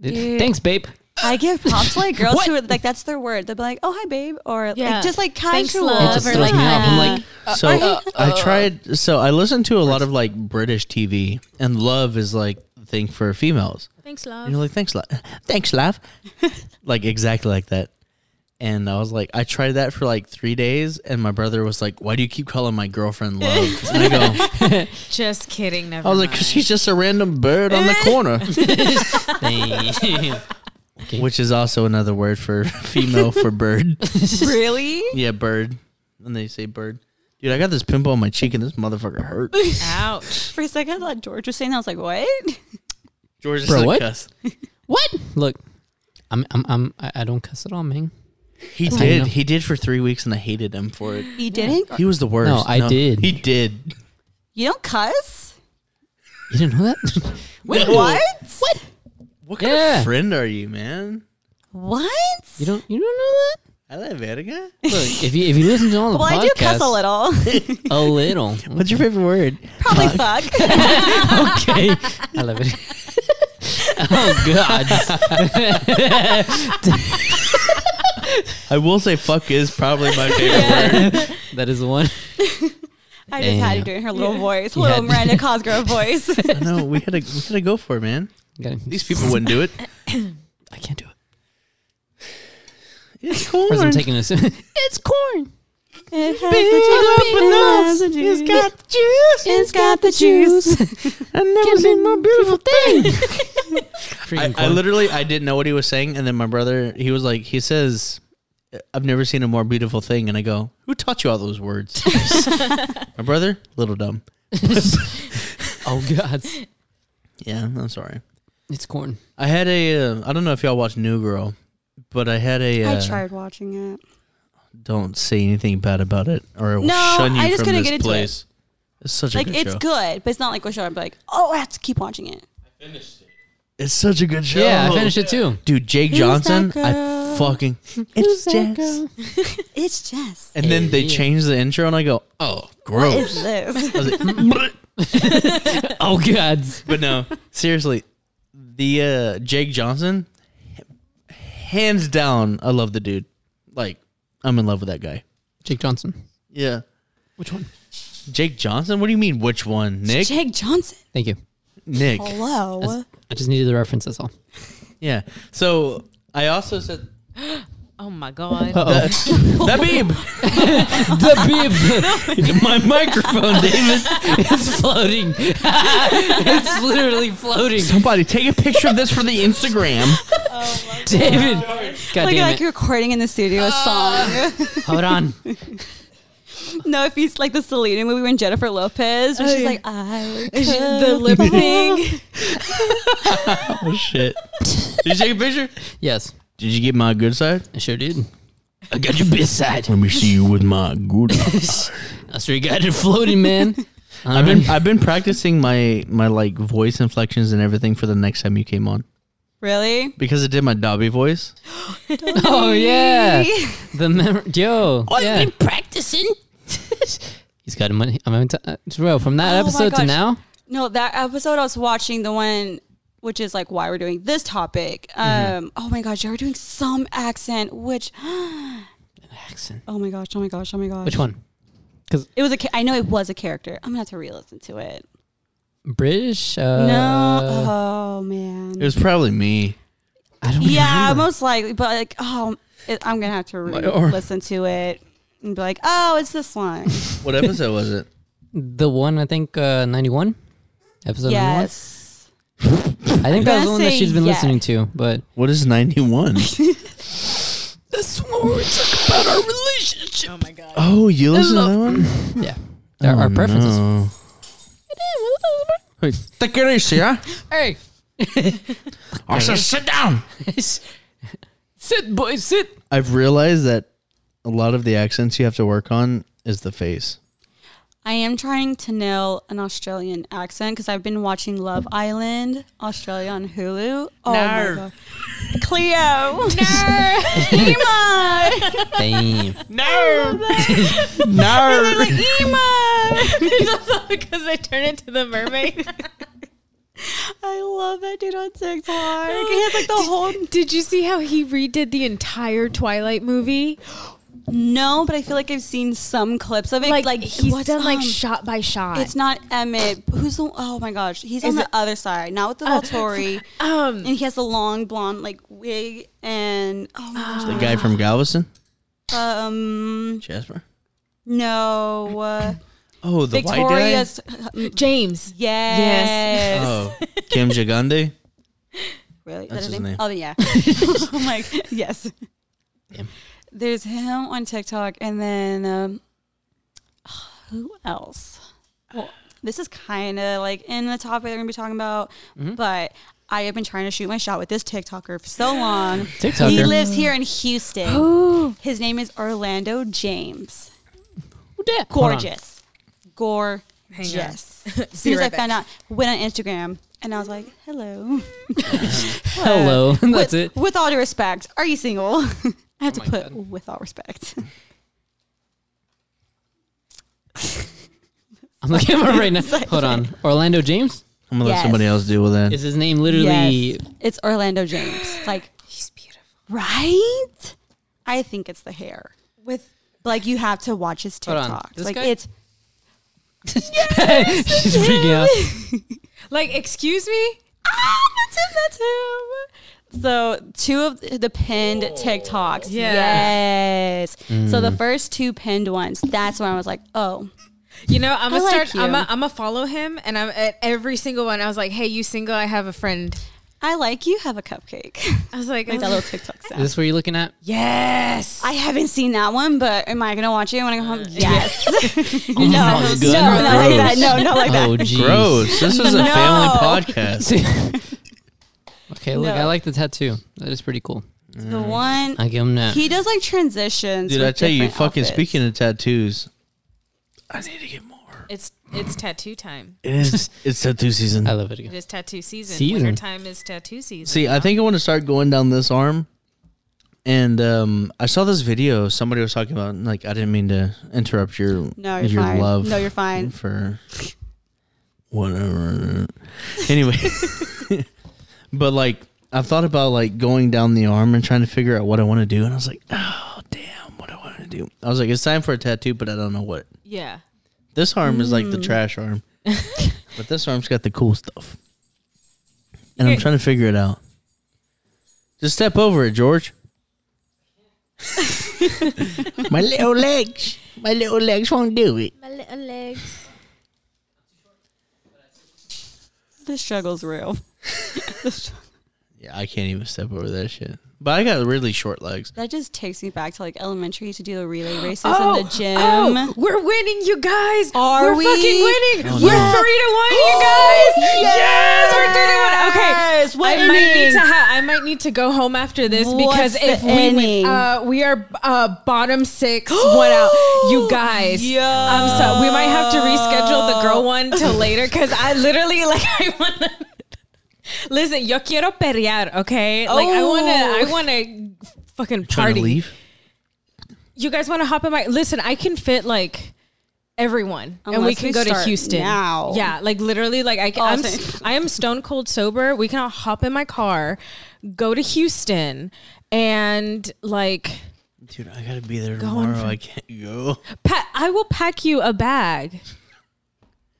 Speaker 2: Dude.
Speaker 3: Thanks, babe.
Speaker 2: I give props to like girls who are like that's their word. They'll be like, "Oh hi, babe," or
Speaker 1: Yeah.
Speaker 2: like, just like
Speaker 1: Thanks,
Speaker 2: casual.
Speaker 1: love,
Speaker 3: It just
Speaker 1: or
Speaker 3: throws me off. I'm
Speaker 1: yeah.
Speaker 3: like,
Speaker 4: So I tried. So I listened to a lot of like British TV, and love is like the thing for females.
Speaker 1: Thanks,
Speaker 4: And you're
Speaker 1: love.
Speaker 4: like, thanks, love. Thanks,
Speaker 3: [LAUGHS]
Speaker 4: love. like, exactly like that. And I was like, I tried that for like three days. And my brother was like, why do you keep calling my girlfriend
Speaker 3: [LAUGHS]
Speaker 4: love? And I go,
Speaker 1: Just kidding. Never.
Speaker 4: I was like, because she's just a random bird on
Speaker 3: [LAUGHS]
Speaker 4: the corner, which is also another word for [LAUGHS] female for bird.
Speaker 3: [LAUGHS]
Speaker 4: [LAUGHS]
Speaker 2: really?
Speaker 4: Yeah, bird. And they say bird. Dude, I got this pimple on my cheek and this motherfucker hurt.
Speaker 3: [LAUGHS]
Speaker 1: ouch.
Speaker 2: For a second, I thought George was saying that. I was like, "What?" [LAUGHS]
Speaker 4: George is
Speaker 3: Bro,
Speaker 4: a
Speaker 3: what?
Speaker 4: cuss.
Speaker 3: what? Look, I'm, I'm, I'm, I I don't cuss at all, man.
Speaker 4: He
Speaker 3: That's how you
Speaker 4: did.
Speaker 3: know.
Speaker 4: He did for three weeks and I hated him for it.
Speaker 2: You didn't?
Speaker 4: He was the worst.
Speaker 3: I did.
Speaker 4: He did.
Speaker 2: You don't cuss?
Speaker 3: You didn't know that? [LAUGHS]
Speaker 2: [LAUGHS]
Speaker 3: Wait,
Speaker 2: What? What?
Speaker 4: What kind
Speaker 3: Yeah.
Speaker 4: of friend are you, man?
Speaker 2: What?
Speaker 3: You don't, you don't know that?
Speaker 4: I love Verga.
Speaker 3: Look,
Speaker 4: [LAUGHS]
Speaker 3: if you if you listen to all the
Speaker 2: Well, I do cuss a
Speaker 3: podcasts,
Speaker 2: little. [LAUGHS]
Speaker 3: a little.
Speaker 4: What's your favorite word?
Speaker 2: Probably fuck. [LAUGHS]
Speaker 3: okay, I love it. oh God,
Speaker 4: I will say fuck is probably my favorite word.
Speaker 3: that is the one.
Speaker 2: I just had to
Speaker 3: Damn.
Speaker 2: do it in her little voice,
Speaker 3: You
Speaker 2: little
Speaker 3: had-
Speaker 2: Miranda Cosgrove voice. [LAUGHS]
Speaker 4: I know we had to we had to go for it, man.
Speaker 3: Got it.
Speaker 4: These people wouldn't do it.
Speaker 3: I can't do it.
Speaker 4: It's cool.
Speaker 3: Or as I'm taking this. [LAUGHS] it's corn.
Speaker 2: It has
Speaker 3: the
Speaker 2: juice. It has the juice.
Speaker 3: the juice.
Speaker 2: It's got the juice.
Speaker 3: I've never seen more beautiful thing.
Speaker 4: I,
Speaker 3: Freaking
Speaker 4: I
Speaker 3: corn.
Speaker 4: literally I didn't know what he was saying, and then my brother he was like he says, "I've never seen a more beautiful thing," and I go, "Who taught you all those words?" my brother, little dumb.
Speaker 3: [LAUGHS] oh God,
Speaker 4: Yeah, I'm sorry.
Speaker 3: it's corn.
Speaker 4: I had a uh, I don't know if y'all watch New Girl, but I had a uh,
Speaker 2: I tried watching it.
Speaker 4: don't say anything bad about it or I will
Speaker 2: No,
Speaker 4: shun you
Speaker 2: I just
Speaker 4: from
Speaker 2: couldn't
Speaker 4: this
Speaker 2: get into it.
Speaker 4: place. It's such a
Speaker 2: Like
Speaker 4: good
Speaker 2: it's
Speaker 4: show.
Speaker 2: good, but it's not like a show. I'm like, oh, I have to keep watching it.
Speaker 4: It's such a good show.
Speaker 3: Yeah, I finished it too.
Speaker 4: Dude, Jake
Speaker 2: Who's
Speaker 4: Johnson,
Speaker 2: that
Speaker 4: I
Speaker 2: girl? [LAUGHS]
Speaker 4: fucking it's Jess.
Speaker 2: It's Jess.
Speaker 4: And then they
Speaker 3: Yeah.
Speaker 4: changed the intro, and I go, "Oh,
Speaker 2: Is
Speaker 4: gross."
Speaker 2: this?
Speaker 4: I was like, "Bleh."
Speaker 3: Oh God,
Speaker 4: but no, seriously, the uh, Jake Johnson, hands down, I love the dude. Like, I'm in love with that guy.
Speaker 3: Jake Johnson.
Speaker 4: Yeah,
Speaker 3: Which one?
Speaker 4: Jake Johnson. What do you mean? Which one, [LAUGHS] Nick?
Speaker 2: Jake Johnson.
Speaker 3: Thank you.
Speaker 4: Nick.
Speaker 2: Hello.
Speaker 3: I just needed the reference. That's all.
Speaker 4: Yeah. So I also said
Speaker 1: Oh my god.
Speaker 3: Uh
Speaker 4: Nabib.
Speaker 3: oh. [LAUGHS] the
Speaker 4: [LAUGHS]
Speaker 3: [LAUGHS]
Speaker 4: My microphone, David.
Speaker 3: beep is floating. [LAUGHS] it's literally floating.
Speaker 4: Somebody take a picture of this for the Instagram.
Speaker 3: David. God
Speaker 2: Like,
Speaker 3: damn
Speaker 2: like
Speaker 3: it.
Speaker 2: you're recording in the studio a song.
Speaker 3: Hold on.
Speaker 2: [LAUGHS] No, if he's like the Selena movie when Jennifer Lopez, where
Speaker 1: Oh,
Speaker 2: she's
Speaker 1: yeah.
Speaker 2: like, I
Speaker 1: the
Speaker 2: could [LAUGHS]
Speaker 1: lip
Speaker 2: fall."
Speaker 1: thing.
Speaker 4: [LAUGHS] Oh shit! Did you take a picture?
Speaker 3: Yes,
Speaker 4: Did you get my good side?
Speaker 3: I sure did. [LAUGHS] I got your bit side.
Speaker 4: Let me see you with my [LAUGHS] good
Speaker 3: I sure got it floating, man.
Speaker 4: I've been I've been practicing my my like voice inflections and everything for the next time you came on
Speaker 2: Really?
Speaker 4: because I did my Dobby voice.
Speaker 3: Oh yeah, the mem- yo.
Speaker 4: I've
Speaker 3: yeah.
Speaker 4: been
Speaker 3: practicing. He's got money. I'm into, uh, bro, from that
Speaker 2: Oh my
Speaker 3: episode to
Speaker 2: gosh.
Speaker 3: now.
Speaker 2: No, that episode I was watching, the one which is like why we're doing this topic. Um,
Speaker 3: Mm-hmm.
Speaker 2: oh my gosh, you were doing some accent, which [GASPS]
Speaker 3: Accent.
Speaker 2: oh my gosh, oh my gosh, oh my gosh.
Speaker 3: Which one?
Speaker 2: It was a. Ca- I know it was a character. I'm gonna have to re-listen to it.
Speaker 3: British? Uh,
Speaker 2: no, oh man.
Speaker 4: It
Speaker 3: [LAUGHS]
Speaker 4: was probably me.
Speaker 3: I don't.
Speaker 2: yeah,
Speaker 3: remember.
Speaker 2: most likely, but like, oh, it, I'm gonna have to
Speaker 4: or-
Speaker 2: re-listen to it and be like, oh, it's this one.
Speaker 4: What episode was it?
Speaker 3: the one I think uh, 91 episode. 91?
Speaker 2: yes.
Speaker 3: I think that was
Speaker 2: gonna
Speaker 3: the one that
Speaker 2: say
Speaker 3: she's been
Speaker 2: yes.
Speaker 3: listening to, but
Speaker 4: What is ninety one?
Speaker 3: that's the one where we talk about our relationship.
Speaker 1: Oh my god.
Speaker 4: [LAUGHS] Oh, you listen to that one?
Speaker 3: [LAUGHS] Yeah, There our preferences.
Speaker 4: Oh, No. Wait, take it easy, huh?
Speaker 3: Hey,
Speaker 4: ah? [LAUGHS] I said sit down.
Speaker 3: sit, boy, sit.
Speaker 4: I've realized that a lot of the accents you have to work on is the face.
Speaker 2: I am trying to nail an Australian accent because I've been watching Love Island Australia on Hulu. Oh my god,
Speaker 1: Oh,
Speaker 2: Cleo,
Speaker 1: [LAUGHS]
Speaker 2: Emma,
Speaker 3: Damn.
Speaker 4: [LAUGHS] No.
Speaker 2: Emma.
Speaker 1: It's also because they turn into the mermaid.
Speaker 2: I love that dude on TikTok. He has like the whole
Speaker 1: [LAUGHS] Did you see how he redid the entire Twilight movie?
Speaker 2: no, but I feel like I've seen some clips of it. Like,
Speaker 1: he's
Speaker 2: what's
Speaker 1: done like
Speaker 2: um,
Speaker 1: shot by shot.
Speaker 2: It's not Emmett. Who's the? Oh my gosh, he's on
Speaker 1: Is
Speaker 2: the
Speaker 1: it- Oh.
Speaker 2: other side, not with the Volturi,
Speaker 1: um,
Speaker 2: and he has the long blonde like wig and oh my
Speaker 4: The guy from Galveston,
Speaker 2: gosh, um
Speaker 4: Jasper.
Speaker 2: no uh,
Speaker 4: Oh, the white
Speaker 2: Victoria's yes,
Speaker 1: Mm, James.
Speaker 2: yes.
Speaker 4: guy. Oh, [LAUGHS] Kim Jagande.
Speaker 2: Really? Is
Speaker 4: That's
Speaker 2: that
Speaker 4: his name.
Speaker 2: Oh, [LAUGHS] yeah. I'm [LAUGHS] like, yes.
Speaker 4: Him.
Speaker 2: There's him on TikTok, and then um, [SIGHS] who else? Well, this is kind of like in the topic we're gonna be talking about,
Speaker 4: Mm-hmm.
Speaker 2: but I have been trying to shoot my shot with this TikToker for so
Speaker 4: [LAUGHS]
Speaker 2: long.
Speaker 3: [LAUGHS] TikToker.
Speaker 2: He lives here in
Speaker 3: [GASPS]
Speaker 2: Houston. His name is Orlando James. Gorgeous, gorgeous.
Speaker 1: [LAUGHS]
Speaker 2: As soon as
Speaker 1: right
Speaker 2: I found out, went on Instagram, and I was like, "Hello."
Speaker 3: Hello. [LAUGHS] That's
Speaker 2: with,
Speaker 3: it. Oh
Speaker 2: With all due respect, are you single? [LAUGHS] I have to put with all respect. [LAUGHS]
Speaker 3: I'm looking at
Speaker 2: [LAUGHS]
Speaker 3: him right now. Hold on. Orlando James?
Speaker 4: I'm gonna
Speaker 2: Yes.
Speaker 4: let somebody else deal with that.
Speaker 3: Is his name literally
Speaker 2: Yes, it's Orlando James. Like,
Speaker 1: He's beautiful.
Speaker 2: right? I think it's the hair.
Speaker 1: With
Speaker 2: Like, you have to watch his
Speaker 3: Hold on,
Speaker 2: TikToks.
Speaker 3: this
Speaker 2: Like,
Speaker 3: guy?
Speaker 2: it's
Speaker 3: [LAUGHS] She's freaking out.
Speaker 1: like, excuse me.
Speaker 2: ah, that's him. That's him. So two of the pinned
Speaker 1: Oh,
Speaker 2: TikToks.
Speaker 1: Yeah.
Speaker 2: Yes. So
Speaker 4: Mm.
Speaker 2: the first two pinned ones. That's when I was like, oh,
Speaker 1: You know, I'm
Speaker 2: I
Speaker 1: gonna
Speaker 2: like
Speaker 1: start. I'm
Speaker 2: you.
Speaker 1: gonna I'm gonna follow him, and I'm at every single one. I was like, "Hey, you single? I have a friend."
Speaker 2: I like you. Have a cupcake.
Speaker 1: I was like,
Speaker 2: [LAUGHS]
Speaker 1: oh.
Speaker 2: like that little TikTok sound.
Speaker 3: Is this where you're looking at?
Speaker 1: "Yes."
Speaker 2: I haven't seen that one, but am I gonna watch it when I go
Speaker 1: Uh,
Speaker 2: home? Yes. [LAUGHS]
Speaker 4: Oh,
Speaker 2: no,
Speaker 3: my
Speaker 2: no, not like that.
Speaker 3: goodness.
Speaker 2: No, not like that.
Speaker 3: Oh, geez.
Speaker 4: Gross. This is a family [LAUGHS] podcast.
Speaker 2: [LAUGHS]
Speaker 3: [LAUGHS] okay, look,
Speaker 2: No.
Speaker 3: I like the tattoo. That is pretty cool.
Speaker 2: The one
Speaker 3: I give him that.
Speaker 2: he does like transitions.
Speaker 4: Dude,
Speaker 2: with
Speaker 4: I tell you,
Speaker 2: different
Speaker 4: fucking
Speaker 2: outfits.
Speaker 4: speaking of tattoos, I need to get more.
Speaker 1: it's it's tattoo time.
Speaker 4: It is. it's tattoo season.
Speaker 3: I love it.
Speaker 1: It
Speaker 3: Again.
Speaker 1: is tattoo season.
Speaker 3: Season.
Speaker 1: Winter time is tattoo season.
Speaker 4: See, I think I want to start going down this arm. And um, I saw this video somebody was talking about. and, Like, I didn't mean to interrupt your
Speaker 2: No, you're
Speaker 4: your
Speaker 2: fine.
Speaker 4: love.
Speaker 2: No, you're fine.
Speaker 4: for whatever. Anyway, [LAUGHS] but like I thought about like going down the arm and trying to figure out what I want to do, and I was like, oh damn, what do I want to do. I was like, it's time for a tattoo, but I don't know what.
Speaker 1: yeah.
Speaker 4: This arm is like the
Speaker 1: Mm.
Speaker 4: trash arm,
Speaker 1: [LAUGHS]
Speaker 4: but this arm's got the cool stuff, and I'm
Speaker 1: Here.
Speaker 4: trying to figure it out. Just step over it, George.
Speaker 1: [LAUGHS]
Speaker 4: my little legs, my little legs won't do it.
Speaker 1: My little legs.
Speaker 2: the struggle's real.
Speaker 4: Yeah, I can't even step over that shit. But I got really short legs.
Speaker 2: That just takes me back to like elementary to do the [GASPS] relay races
Speaker 1: Oh,
Speaker 2: in the gym.
Speaker 1: oh, we're winning, you guys.
Speaker 2: Are
Speaker 1: we're
Speaker 2: we? Oh,
Speaker 1: fucking winning.
Speaker 4: Oh,
Speaker 1: we're
Speaker 4: no.
Speaker 1: three to one, you guys. Yes,
Speaker 2: Yes!
Speaker 1: we're three to one. Okay,
Speaker 2: Yes, what
Speaker 1: I might need
Speaker 2: inning?
Speaker 1: to. Ha- I might need to go home after this
Speaker 2: What's
Speaker 1: because if
Speaker 2: the
Speaker 1: we win-
Speaker 2: inning?
Speaker 1: uh, we are uh, bottom
Speaker 2: [GASPS]
Speaker 1: six, one out. You guys.
Speaker 2: Yo.
Speaker 1: Um, so we might have to reschedule the girl one
Speaker 2: [LAUGHS]
Speaker 1: to later because I literally like [LAUGHS] I want to. Listen, yo quiero pelear, okay? Like I
Speaker 2: Oh.
Speaker 1: want to, I want to fucking
Speaker 4: Trying
Speaker 1: party
Speaker 4: to leave.
Speaker 1: you guys want to hop in my listen i can fit like everyone and we
Speaker 2: Unless
Speaker 1: can
Speaker 2: we
Speaker 1: go to
Speaker 2: start
Speaker 1: houston
Speaker 2: now. Oh,
Speaker 1: yeah like literally like i can, I'm,
Speaker 2: Awesome.
Speaker 1: s- I am stone cold sober we can all hop in my car go to houston and like
Speaker 4: Dude, I gotta be there
Speaker 1: Going
Speaker 4: tomorrow.
Speaker 1: for-
Speaker 4: I
Speaker 1: [LAUGHS]
Speaker 4: can't go.
Speaker 1: pa- i will pack you a bag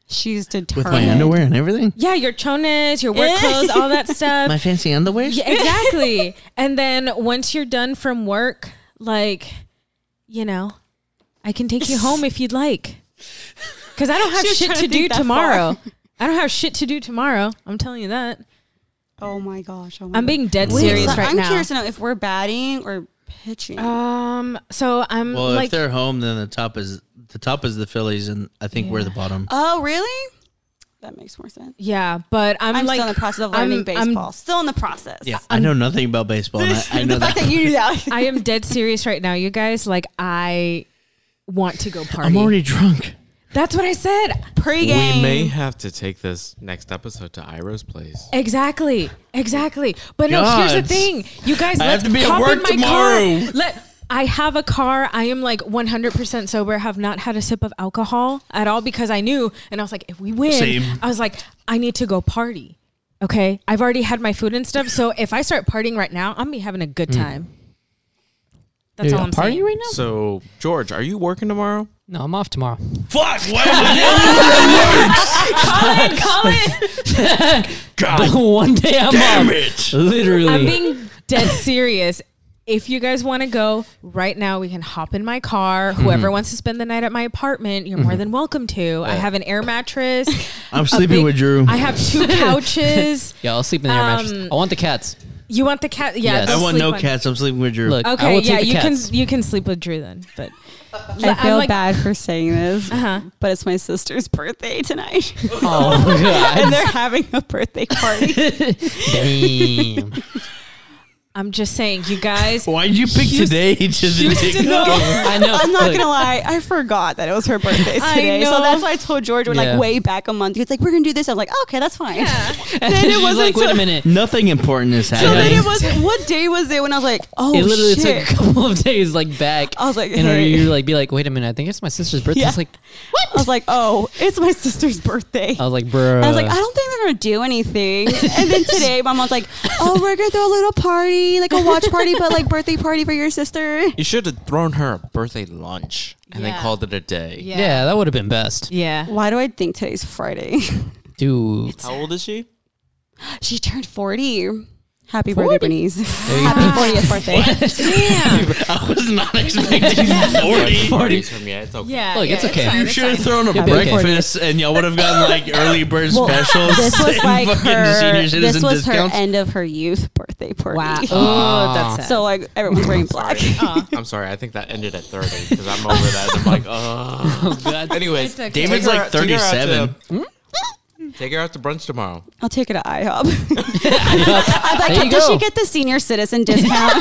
Speaker 2: She's
Speaker 4: With
Speaker 2: determined.
Speaker 4: my underwear and everything?
Speaker 1: yeah your chones your
Speaker 2: Eh.
Speaker 1: work clothes all
Speaker 2: [LAUGHS]
Speaker 1: that stuff
Speaker 4: My fancy underwear?
Speaker 1: Yeah, exactly and then once you're done from work like you know i can take
Speaker 2: [LAUGHS]
Speaker 1: you home if you'd like because i don't have
Speaker 2: She was
Speaker 1: shit
Speaker 2: trying
Speaker 1: to,
Speaker 2: to
Speaker 1: do
Speaker 2: think that
Speaker 1: tomorrow i don't have shit to do tomorrow i'm telling you that
Speaker 2: Oh my gosh. Oh my
Speaker 1: i'm
Speaker 2: gosh.
Speaker 1: being dead
Speaker 4: Wait,
Speaker 1: serious
Speaker 2: So
Speaker 1: right
Speaker 2: I'm
Speaker 1: now
Speaker 2: curious to know if we're batting or pitching.
Speaker 1: um so i'm
Speaker 4: Well, if
Speaker 1: like
Speaker 4: they're home, then the top is the top is the Phillies, and I think we're the bottom.
Speaker 2: oh, really? That makes more sense.
Speaker 1: yeah but i'm,
Speaker 2: I'm,
Speaker 1: like
Speaker 2: still in the process of
Speaker 1: I'm-
Speaker 2: learning
Speaker 1: I'm-
Speaker 2: baseball. still in the process. [LAUGHS]
Speaker 4: yeah, I know nothing about baseball. and I, I know
Speaker 2: the fact
Speaker 4: that.
Speaker 2: that you knew that. [LAUGHS]
Speaker 1: i am dead serious right now you guys like i want to go party
Speaker 4: I'm already drunk.
Speaker 1: that's what i said
Speaker 2: Pre-game.
Speaker 5: We may have to take this next episode to Ira's place.
Speaker 1: Exactly. Exactly. But no, here's the
Speaker 4: Gods.
Speaker 1: thing. You guys
Speaker 4: I
Speaker 1: let's
Speaker 4: have to be at
Speaker 1: hop
Speaker 4: work
Speaker 1: in my
Speaker 4: tomorrow.
Speaker 1: car. Let I have a car. I am like 100% sober, have not had a sip of alcohol at all because I knew. And I was like, if we win,
Speaker 4: Same.
Speaker 1: I was like, I need to go party. Okay. I've already had my food and stuff. So if I start partying right now, I'm going to be having a
Speaker 4: Hmm.
Speaker 1: good time. That's
Speaker 3: Dude,
Speaker 1: all I'm
Speaker 3: party
Speaker 1: saying.
Speaker 3: right now?
Speaker 5: So, George, are you working tomorrow?
Speaker 3: No, I'm off tomorrow.
Speaker 4: Fuck! [LAUGHS] Why?
Speaker 1: Colin,
Speaker 4: [LAUGHS]
Speaker 1: Colin.
Speaker 4: God
Speaker 3: [LAUGHS] One day I'm
Speaker 4: damn
Speaker 3: off.
Speaker 4: it!
Speaker 3: Literally.
Speaker 1: I'm being dead serious. If you guys want to go right now, we can hop in my car. Whoever wants to spend the night at my apartment, you're more than welcome to. I have an air mattress.
Speaker 4: I'm
Speaker 1: a
Speaker 4: sleeping
Speaker 1: big-
Speaker 4: with Drew.
Speaker 1: I have two couches.
Speaker 3: yeah, I'll sleep in the air mattress.
Speaker 1: Um,
Speaker 3: I want
Speaker 2: [LAUGHS]
Speaker 3: the cats.
Speaker 1: You want the cat? Yeah,
Speaker 3: Yes.
Speaker 1: they'll
Speaker 4: I want
Speaker 1: sleep
Speaker 4: no
Speaker 1: on-
Speaker 4: cats. I'm sleeping with Drew.
Speaker 3: Look, I
Speaker 1: Okay,
Speaker 3: will take
Speaker 1: yeah,
Speaker 3: the
Speaker 1: you
Speaker 3: cats.
Speaker 1: can you can sleep with Drew then. But
Speaker 2: I feel
Speaker 1: like-
Speaker 2: bad for saying [LAUGHS] this,
Speaker 1: Uh-huh.
Speaker 2: but it's my sister's birthday
Speaker 4: [LAUGHS]
Speaker 2: tonight,
Speaker 3: Oh
Speaker 2: and [LAUGHS]
Speaker 3: god.
Speaker 2: they're having a birthday party.
Speaker 3: Damn.
Speaker 1: I'm just saying, you
Speaker 4: [LAUGHS]
Speaker 1: guys.
Speaker 4: Why'd you pick
Speaker 1: Houston-
Speaker 4: today? [LAUGHS] Just
Speaker 3: [LAUGHS]
Speaker 1: Houston,
Speaker 3: I know.
Speaker 2: [LAUGHS] I'm not
Speaker 3: Look,
Speaker 2: gonna lie, I forgot that it was her birthday
Speaker 1: I
Speaker 2: today, so
Speaker 1: know.
Speaker 2: that's why I told George we're
Speaker 3: Yeah.
Speaker 2: like way back a month. He was like, "We're gonna do this." I'm like, "Okay, that's fine." [LAUGHS]
Speaker 3: And
Speaker 2: Then it
Speaker 3: [LAUGHS] she's
Speaker 2: wasn't
Speaker 3: like, wait a
Speaker 2: so-
Speaker 3: minute.
Speaker 4: Nothing important is
Speaker 2: So
Speaker 4: happening.
Speaker 2: [LAUGHS] then it was. What day was it when I was like, "Oh
Speaker 3: it literally
Speaker 2: shit."
Speaker 3: [LAUGHS] took a couple of days like back.
Speaker 2: I was like,
Speaker 3: in order
Speaker 2: hey.
Speaker 3: you like be like, wait a minute, I think it's my sister's birthday.
Speaker 2: Yeah.
Speaker 3: It's like
Speaker 2: I was like, "Oh, it's my sister's birthday."
Speaker 3: I was like, bro.
Speaker 2: I was like, I don't think they're gonna do
Speaker 3: [LAUGHS]
Speaker 2: anything. And then today, my mom's like, "Oh, we're gonna throw a little party, like a watch party, but like birthday party for your sister."
Speaker 5: You should have thrown her a birthday lunch and
Speaker 1: Yeah.
Speaker 5: then called it a day.
Speaker 1: Yeah.
Speaker 3: yeah. that would have been best,
Speaker 1: Yeah.
Speaker 2: Why do I think today's Friday? [LAUGHS]
Speaker 3: dude.
Speaker 5: How old is she?
Speaker 2: she turned forty. Happy birthday, Bernice! Happy fortieth birthday.
Speaker 3: [LAUGHS]
Speaker 1: Damn.
Speaker 4: [LAUGHS] I was not
Speaker 2: [LAUGHS]
Speaker 4: expecting
Speaker 5: Like,
Speaker 4: 40.
Speaker 5: parties from yeah, it's okay.
Speaker 1: Yeah.
Speaker 3: Look,
Speaker 1: yeah,
Speaker 3: it's okay.
Speaker 1: fine,
Speaker 3: You
Speaker 1: it's
Speaker 4: Should have
Speaker 1: fine.
Speaker 4: thrown a
Speaker 3: It'd be okay.
Speaker 4: breakfast, and y'all would have gotten like early bird
Speaker 2: Well,
Speaker 4: specials.
Speaker 2: This
Speaker 4: [LAUGHS]
Speaker 2: was
Speaker 4: and
Speaker 2: like
Speaker 4: fucking
Speaker 2: her.
Speaker 4: senior
Speaker 2: This
Speaker 4: citizen
Speaker 2: was
Speaker 4: discounts.
Speaker 2: her end of her youth birthday party. [LAUGHS]
Speaker 1: Wow. Oh, that's sad.
Speaker 2: So like everyone's [LAUGHS] wearing black.
Speaker 1: Uh-huh.
Speaker 5: [LAUGHS] I'm sorry. I think that ended at 30 because I'm over that. I'm like,
Speaker 1: [LAUGHS]
Speaker 5: oh.
Speaker 3: God.
Speaker 5: Anyways,
Speaker 1: It's okay.
Speaker 5: take
Speaker 4: David's
Speaker 5: her
Speaker 4: like
Speaker 5: out- take her out
Speaker 4: 37.
Speaker 5: to- Hmm?
Speaker 1: [LAUGHS]
Speaker 5: Take her out to brunch tomorrow.
Speaker 2: I'll take it to IHOP. I'm like,
Speaker 3: There you
Speaker 2: does
Speaker 3: go.
Speaker 2: she get the senior citizen
Speaker 4: [LAUGHS]
Speaker 2: discount?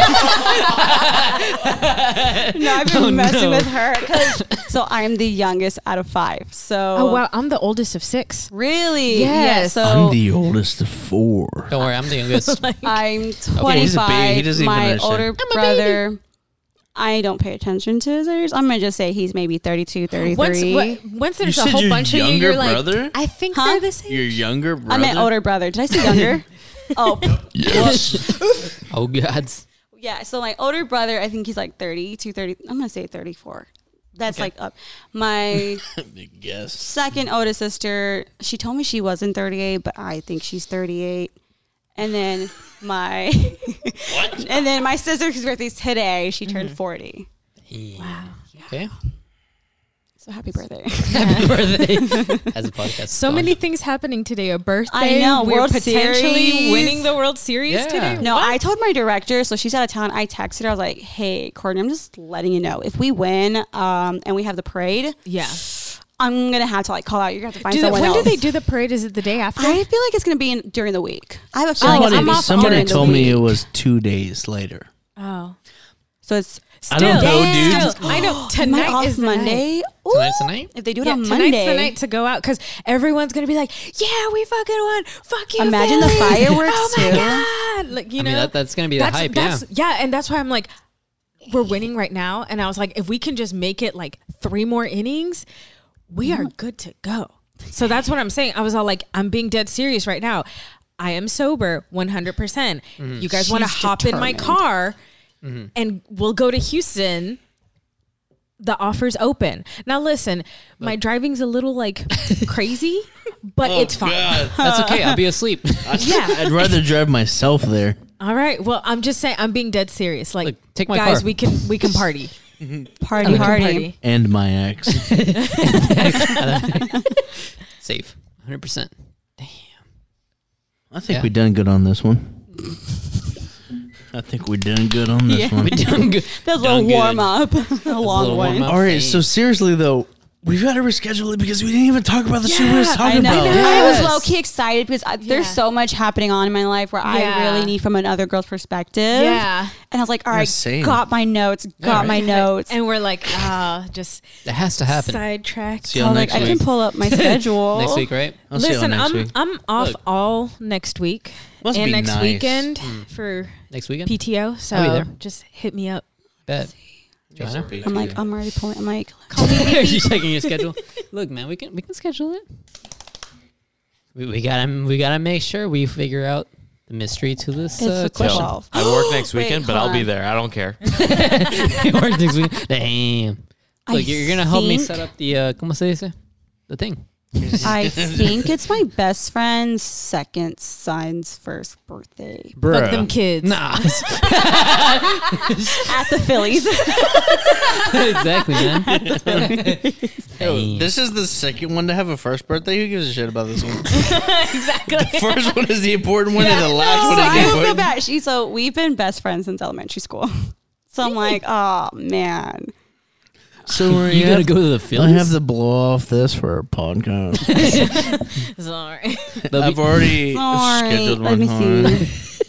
Speaker 2: no, I've been
Speaker 3: Oh,
Speaker 2: messing
Speaker 3: no.
Speaker 2: with her. 'cause- So I'm the youngest out of five. So
Speaker 1: Oh wow, I'm the oldest of six.
Speaker 2: really? Yeah.
Speaker 1: Yes.
Speaker 2: So
Speaker 4: I'm
Speaker 2: I'm,
Speaker 4: the oldest of four.
Speaker 3: Don't worry, I'm the
Speaker 2: [LAUGHS]
Speaker 3: youngest.
Speaker 4: Okay, he's a baby.
Speaker 2: 25.
Speaker 4: He doesn't even
Speaker 2: my
Speaker 4: understand.
Speaker 2: older brother. I don't pay attention to his age. I'm gonna just say he's maybe 32, 33.
Speaker 1: Once, what, once there's
Speaker 4: You
Speaker 1: a
Speaker 4: said
Speaker 1: whole
Speaker 4: your
Speaker 1: bunch of you,
Speaker 4: younger
Speaker 1: you're like,
Speaker 4: brother?
Speaker 1: I think
Speaker 2: Huh?
Speaker 1: they're the same.
Speaker 4: Your younger
Speaker 2: I
Speaker 4: brother.
Speaker 2: meant older brother. Did I say younger? oh, [LAUGHS]
Speaker 4: Yes.
Speaker 3: oh god.
Speaker 2: Yeah, so my older brother, I think he's like 32, 30. I'm going to say 34. That's like up. My
Speaker 4: yes.
Speaker 2: second oldest sister, she told me she wasn't 38, but I think she's 38. And then my [LAUGHS] and then my sister whose birthday's today, she turned 40.
Speaker 3: Okay.
Speaker 2: So happy birthday. [LAUGHS]
Speaker 3: [LAUGHS] Happy birthday. As a podcast.
Speaker 1: So many things happening today. A birthday.
Speaker 2: I know,
Speaker 1: We're
Speaker 2: World
Speaker 1: potentially
Speaker 2: Series.
Speaker 1: winning the World Series
Speaker 3: Yeah.
Speaker 1: today.
Speaker 2: No, I told my director, so she's out of town. I texted her. I was like, "Hey, Courtney, I'm just letting you know if we win um, and we have the parade,
Speaker 1: Yeah.
Speaker 2: I'm gonna have to like call out. You're gonna have to find
Speaker 1: Do the,
Speaker 2: someone
Speaker 1: when
Speaker 2: else."
Speaker 1: do they do the parade? Is it the day after?
Speaker 2: I feel like it's gonna be in, during the week. I have a feeling
Speaker 4: Somebody,
Speaker 2: I'm off
Speaker 4: somebody
Speaker 2: during the
Speaker 4: told me it
Speaker 2: week.
Speaker 4: was two days later.
Speaker 1: oh.
Speaker 2: So it's
Speaker 4: I don't know, dude.
Speaker 1: Still, I know.
Speaker 2: [GASPS] am I
Speaker 1: Tonight
Speaker 2: off
Speaker 1: is the night.
Speaker 2: Monday. Ooh.
Speaker 3: Tonight's the night?
Speaker 2: If they do it
Speaker 1: Yeah,
Speaker 2: on
Speaker 1: tonight's
Speaker 2: Monday,
Speaker 1: the night to go out because everyone's gonna be like, "Yeah, we fucking won! Fuck you!"
Speaker 2: Imagine the
Speaker 1: Phillies.
Speaker 2: fireworks,
Speaker 1: [LAUGHS] Oh my
Speaker 2: too.
Speaker 1: god! Like you
Speaker 3: I
Speaker 1: know,
Speaker 3: mean, that, that's gonna be the hype. Yeah.
Speaker 1: that's- and that's why I'm like, we're winning right now. And I was like, if we can just make it like three more innings, we
Speaker 2: Mm-hmm.
Speaker 1: are good to go. So that's what I'm saying. I was all like, I'm being dead serious right now. I am sober 100%.
Speaker 3: Mm-hmm.
Speaker 1: You guys want to
Speaker 2: She's
Speaker 1: hop in my
Speaker 2: determined.
Speaker 1: car and we'll go to Houston. The offer's open. Now, listen, my driving's a little like
Speaker 3: [LAUGHS]
Speaker 1: crazy, but
Speaker 3: Oh,
Speaker 1: it's fine.
Speaker 3: That's okay. I'll
Speaker 2: [LAUGHS]
Speaker 3: be asleep.
Speaker 1: Yeah.
Speaker 4: [LAUGHS] I'd rather drive myself there.
Speaker 1: All right. Well, I'm just saying, I'm being dead serious. Like,
Speaker 3: Look, take my
Speaker 1: guys,
Speaker 3: car.
Speaker 1: we can we can party.
Speaker 2: party, party.
Speaker 4: And my ex.
Speaker 3: Safe. 100. percent
Speaker 2: [LAUGHS]
Speaker 4: I think
Speaker 3: Yeah.
Speaker 4: we done good on this one. I think we done good on this
Speaker 2: [LAUGHS]
Speaker 4: one.
Speaker 3: Doing good.
Speaker 2: That was a little
Speaker 4: Done good.
Speaker 2: warm up, [LAUGHS] a long
Speaker 3: little
Speaker 2: one.
Speaker 3: warm-up.
Speaker 4: All right, so seriously though, we've got to reschedule it because we didn't even talk about the shit we were
Speaker 1: Yeah,
Speaker 4: talking
Speaker 2: I know.
Speaker 4: about.
Speaker 2: I
Speaker 3: Yes.
Speaker 2: was low key excited because I, there's
Speaker 1: Yeah.
Speaker 2: so much happening on in my life where
Speaker 1: Yeah.
Speaker 2: I really need from another girl's perspective.
Speaker 1: Yeah.
Speaker 2: And I was like, all right,
Speaker 4: same.
Speaker 2: got my notes, got
Speaker 3: right.
Speaker 2: my notes.
Speaker 1: And we're like, ah, just
Speaker 3: It has to happen.
Speaker 1: sidetracked.
Speaker 4: See
Speaker 2: I
Speaker 4: y'all
Speaker 2: was like,
Speaker 4: next
Speaker 2: I can
Speaker 4: week.
Speaker 2: pull up my schedule.
Speaker 3: [LAUGHS] Next week, right?
Speaker 4: I'll see y'all
Speaker 1: Listen,
Speaker 4: next
Speaker 1: I'm
Speaker 4: week.
Speaker 1: I'm off
Speaker 3: Look.
Speaker 1: all next week
Speaker 4: Must
Speaker 1: and
Speaker 4: be
Speaker 1: next
Speaker 4: nice.
Speaker 1: weekend for
Speaker 3: Next weekend.
Speaker 1: PTO. So
Speaker 3: I'll be there.
Speaker 1: just hit me up.
Speaker 2: [LAUGHS]
Speaker 3: Bet. [LAUGHS]
Speaker 4: Just in case.
Speaker 2: I'm like, um, I'm already pulling. I'm like,
Speaker 1: Call me
Speaker 3: Are you
Speaker 1: baby.
Speaker 3: checking your schedule? Look, man, we can we can schedule it. We, we gotta we gotta make sure we figure out the mystery to
Speaker 2: It's
Speaker 3: this uh,
Speaker 2: a
Speaker 5: Yo,
Speaker 3: question.
Speaker 2: question. Twelve.
Speaker 5: I
Speaker 1: [GASPS]
Speaker 5: work next
Speaker 2: Wait,
Speaker 5: weekend, but
Speaker 2: hold
Speaker 5: I'll be
Speaker 2: on.
Speaker 5: there. I don't care.
Speaker 3: [LAUGHS] Or next week. Damn.
Speaker 2: I
Speaker 3: Look, you're, you're gonna help me
Speaker 2: think-
Speaker 3: set up the uh, como se dice, the thing.
Speaker 2: [LAUGHS]
Speaker 4: [LAUGHS]
Speaker 2: I think it's my best friend's second son's first birthday
Speaker 1: Fuck them kids.
Speaker 3: [LAUGHS] Nah,
Speaker 2: at the
Speaker 3: [LAUGHS]
Speaker 2: Phillies.
Speaker 3: exactly, man.
Speaker 2: [LAUGHS]
Speaker 4: Yo, this is the second one to have a first birthday. Who gives a shit about this one? [LAUGHS]
Speaker 1: exactly.
Speaker 4: First one is the important one, and the
Speaker 2: so
Speaker 4: last
Speaker 2: I
Speaker 4: one
Speaker 2: don't
Speaker 4: is
Speaker 2: feel
Speaker 4: important.
Speaker 2: bad. She so we've been best friends since elementary school. [LAUGHS] So I'm like, oh man.
Speaker 4: So Maria,
Speaker 3: You gotta go to the
Speaker 4: I have
Speaker 3: Phillies.
Speaker 4: to blow off this for a podcast.
Speaker 1: [LAUGHS] Sorry.
Speaker 3: The
Speaker 4: I've [LAUGHS] already
Speaker 2: Sorry.
Speaker 4: scheduled
Speaker 2: Let
Speaker 4: one.
Speaker 2: me
Speaker 4: hold on.
Speaker 2: see.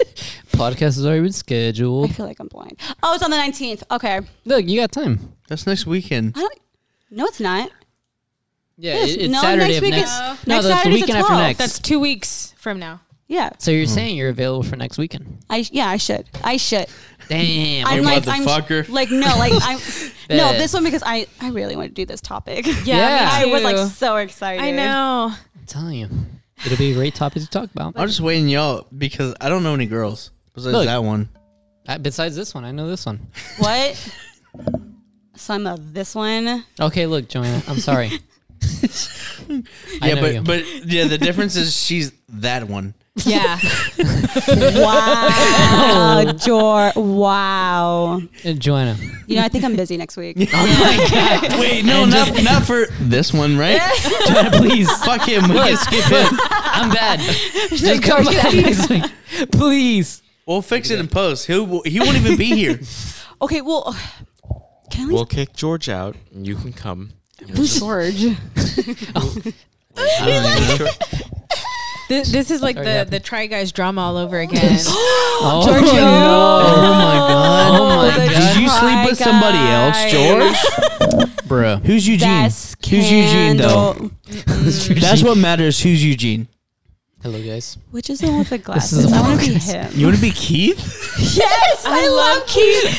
Speaker 3: podcast has already been
Speaker 2: I
Speaker 3: scheduled.
Speaker 2: feel like I'm blind. Oh, it's on the 19th. Okay. I
Speaker 3: Look, you got time.
Speaker 4: [LAUGHS] That's next weekend.
Speaker 2: don't. No, it's not.
Speaker 3: Yeah,
Speaker 2: Yes,
Speaker 3: it- it's
Speaker 2: no,
Speaker 3: Saturday
Speaker 2: next
Speaker 3: of
Speaker 2: weekend-
Speaker 3: next.
Speaker 2: No.
Speaker 3: No,
Speaker 2: Next
Speaker 3: that's the
Speaker 2: Saturday's the
Speaker 3: weekend after
Speaker 2: 12th.
Speaker 3: next.
Speaker 1: That's two weeks from now.
Speaker 2: Yeah.
Speaker 3: so you're saying you're available for
Speaker 2: [LAUGHS]
Speaker 3: next weekend?
Speaker 2: I yeah. I should. I should.
Speaker 3: Damn.
Speaker 2: I'm
Speaker 4: You
Speaker 2: like I'm
Speaker 4: motherfucker.
Speaker 2: like no
Speaker 3: [LAUGHS]
Speaker 2: like I'm no
Speaker 3: Bet.
Speaker 2: this one because I I really want to do this topic. [LAUGHS]
Speaker 3: Yeah.
Speaker 2: I was like
Speaker 1: too.
Speaker 2: so excited.
Speaker 1: I know.
Speaker 3: telling you, it'll be a great topic to talk about.
Speaker 4: I'm just waiting y'all because I don't know any girls besides
Speaker 3: Look.
Speaker 4: that one.
Speaker 3: Uh, besides this one, I know this one.
Speaker 2: what. Some of this one.
Speaker 3: Okay, look, Joanna, I'm sorry. [LAUGHS] I
Speaker 4: Yeah,
Speaker 3: know
Speaker 4: but
Speaker 3: you.
Speaker 4: but yeah, [LAUGHS] the difference is she's that [LAUGHS] one.
Speaker 1: [LAUGHS] Yeah.
Speaker 2: [LAUGHS] Wow, Jor. Wow.
Speaker 3: Uh, Joanna,
Speaker 2: You know, I think I'm busy next week.
Speaker 4: Oh [LAUGHS] Wait, no, not not for this one, right? [LAUGHS]
Speaker 3: Joanna, please,
Speaker 4: Fuck him. We can skip it.
Speaker 3: I'm bad. Just come back next week, please.
Speaker 4: We'll fix it in post. He will he won't even be [LAUGHS] here.
Speaker 2: Okay, well, can I
Speaker 5: We'll kick George out, and you can come.
Speaker 1: [LAUGHS]
Speaker 5: And we'll just-
Speaker 2: George?
Speaker 5: I don't know, George-
Speaker 1: This, this is like
Speaker 3: Sorry,
Speaker 1: the,
Speaker 3: happened.
Speaker 1: the Try Guys drama all over again.
Speaker 3: Oh,
Speaker 2: Giorgio!
Speaker 3: no.
Speaker 4: [LAUGHS]
Speaker 3: Oh my god! Oh my
Speaker 2: The
Speaker 3: god!
Speaker 4: Did you sleep with somebody else, George? [LAUGHS]
Speaker 3: Bruh.
Speaker 4: Who's Eugene?
Speaker 2: That's
Speaker 4: Who's Eugene though? That's what matters. Who's Eugene?
Speaker 3: Hello, guys.
Speaker 2: Which is the one with the
Speaker 3: is
Speaker 2: glasses?
Speaker 3: a
Speaker 2: I want to be him.
Speaker 4: You want to be Keith?
Speaker 2: Yes, I, love Keith.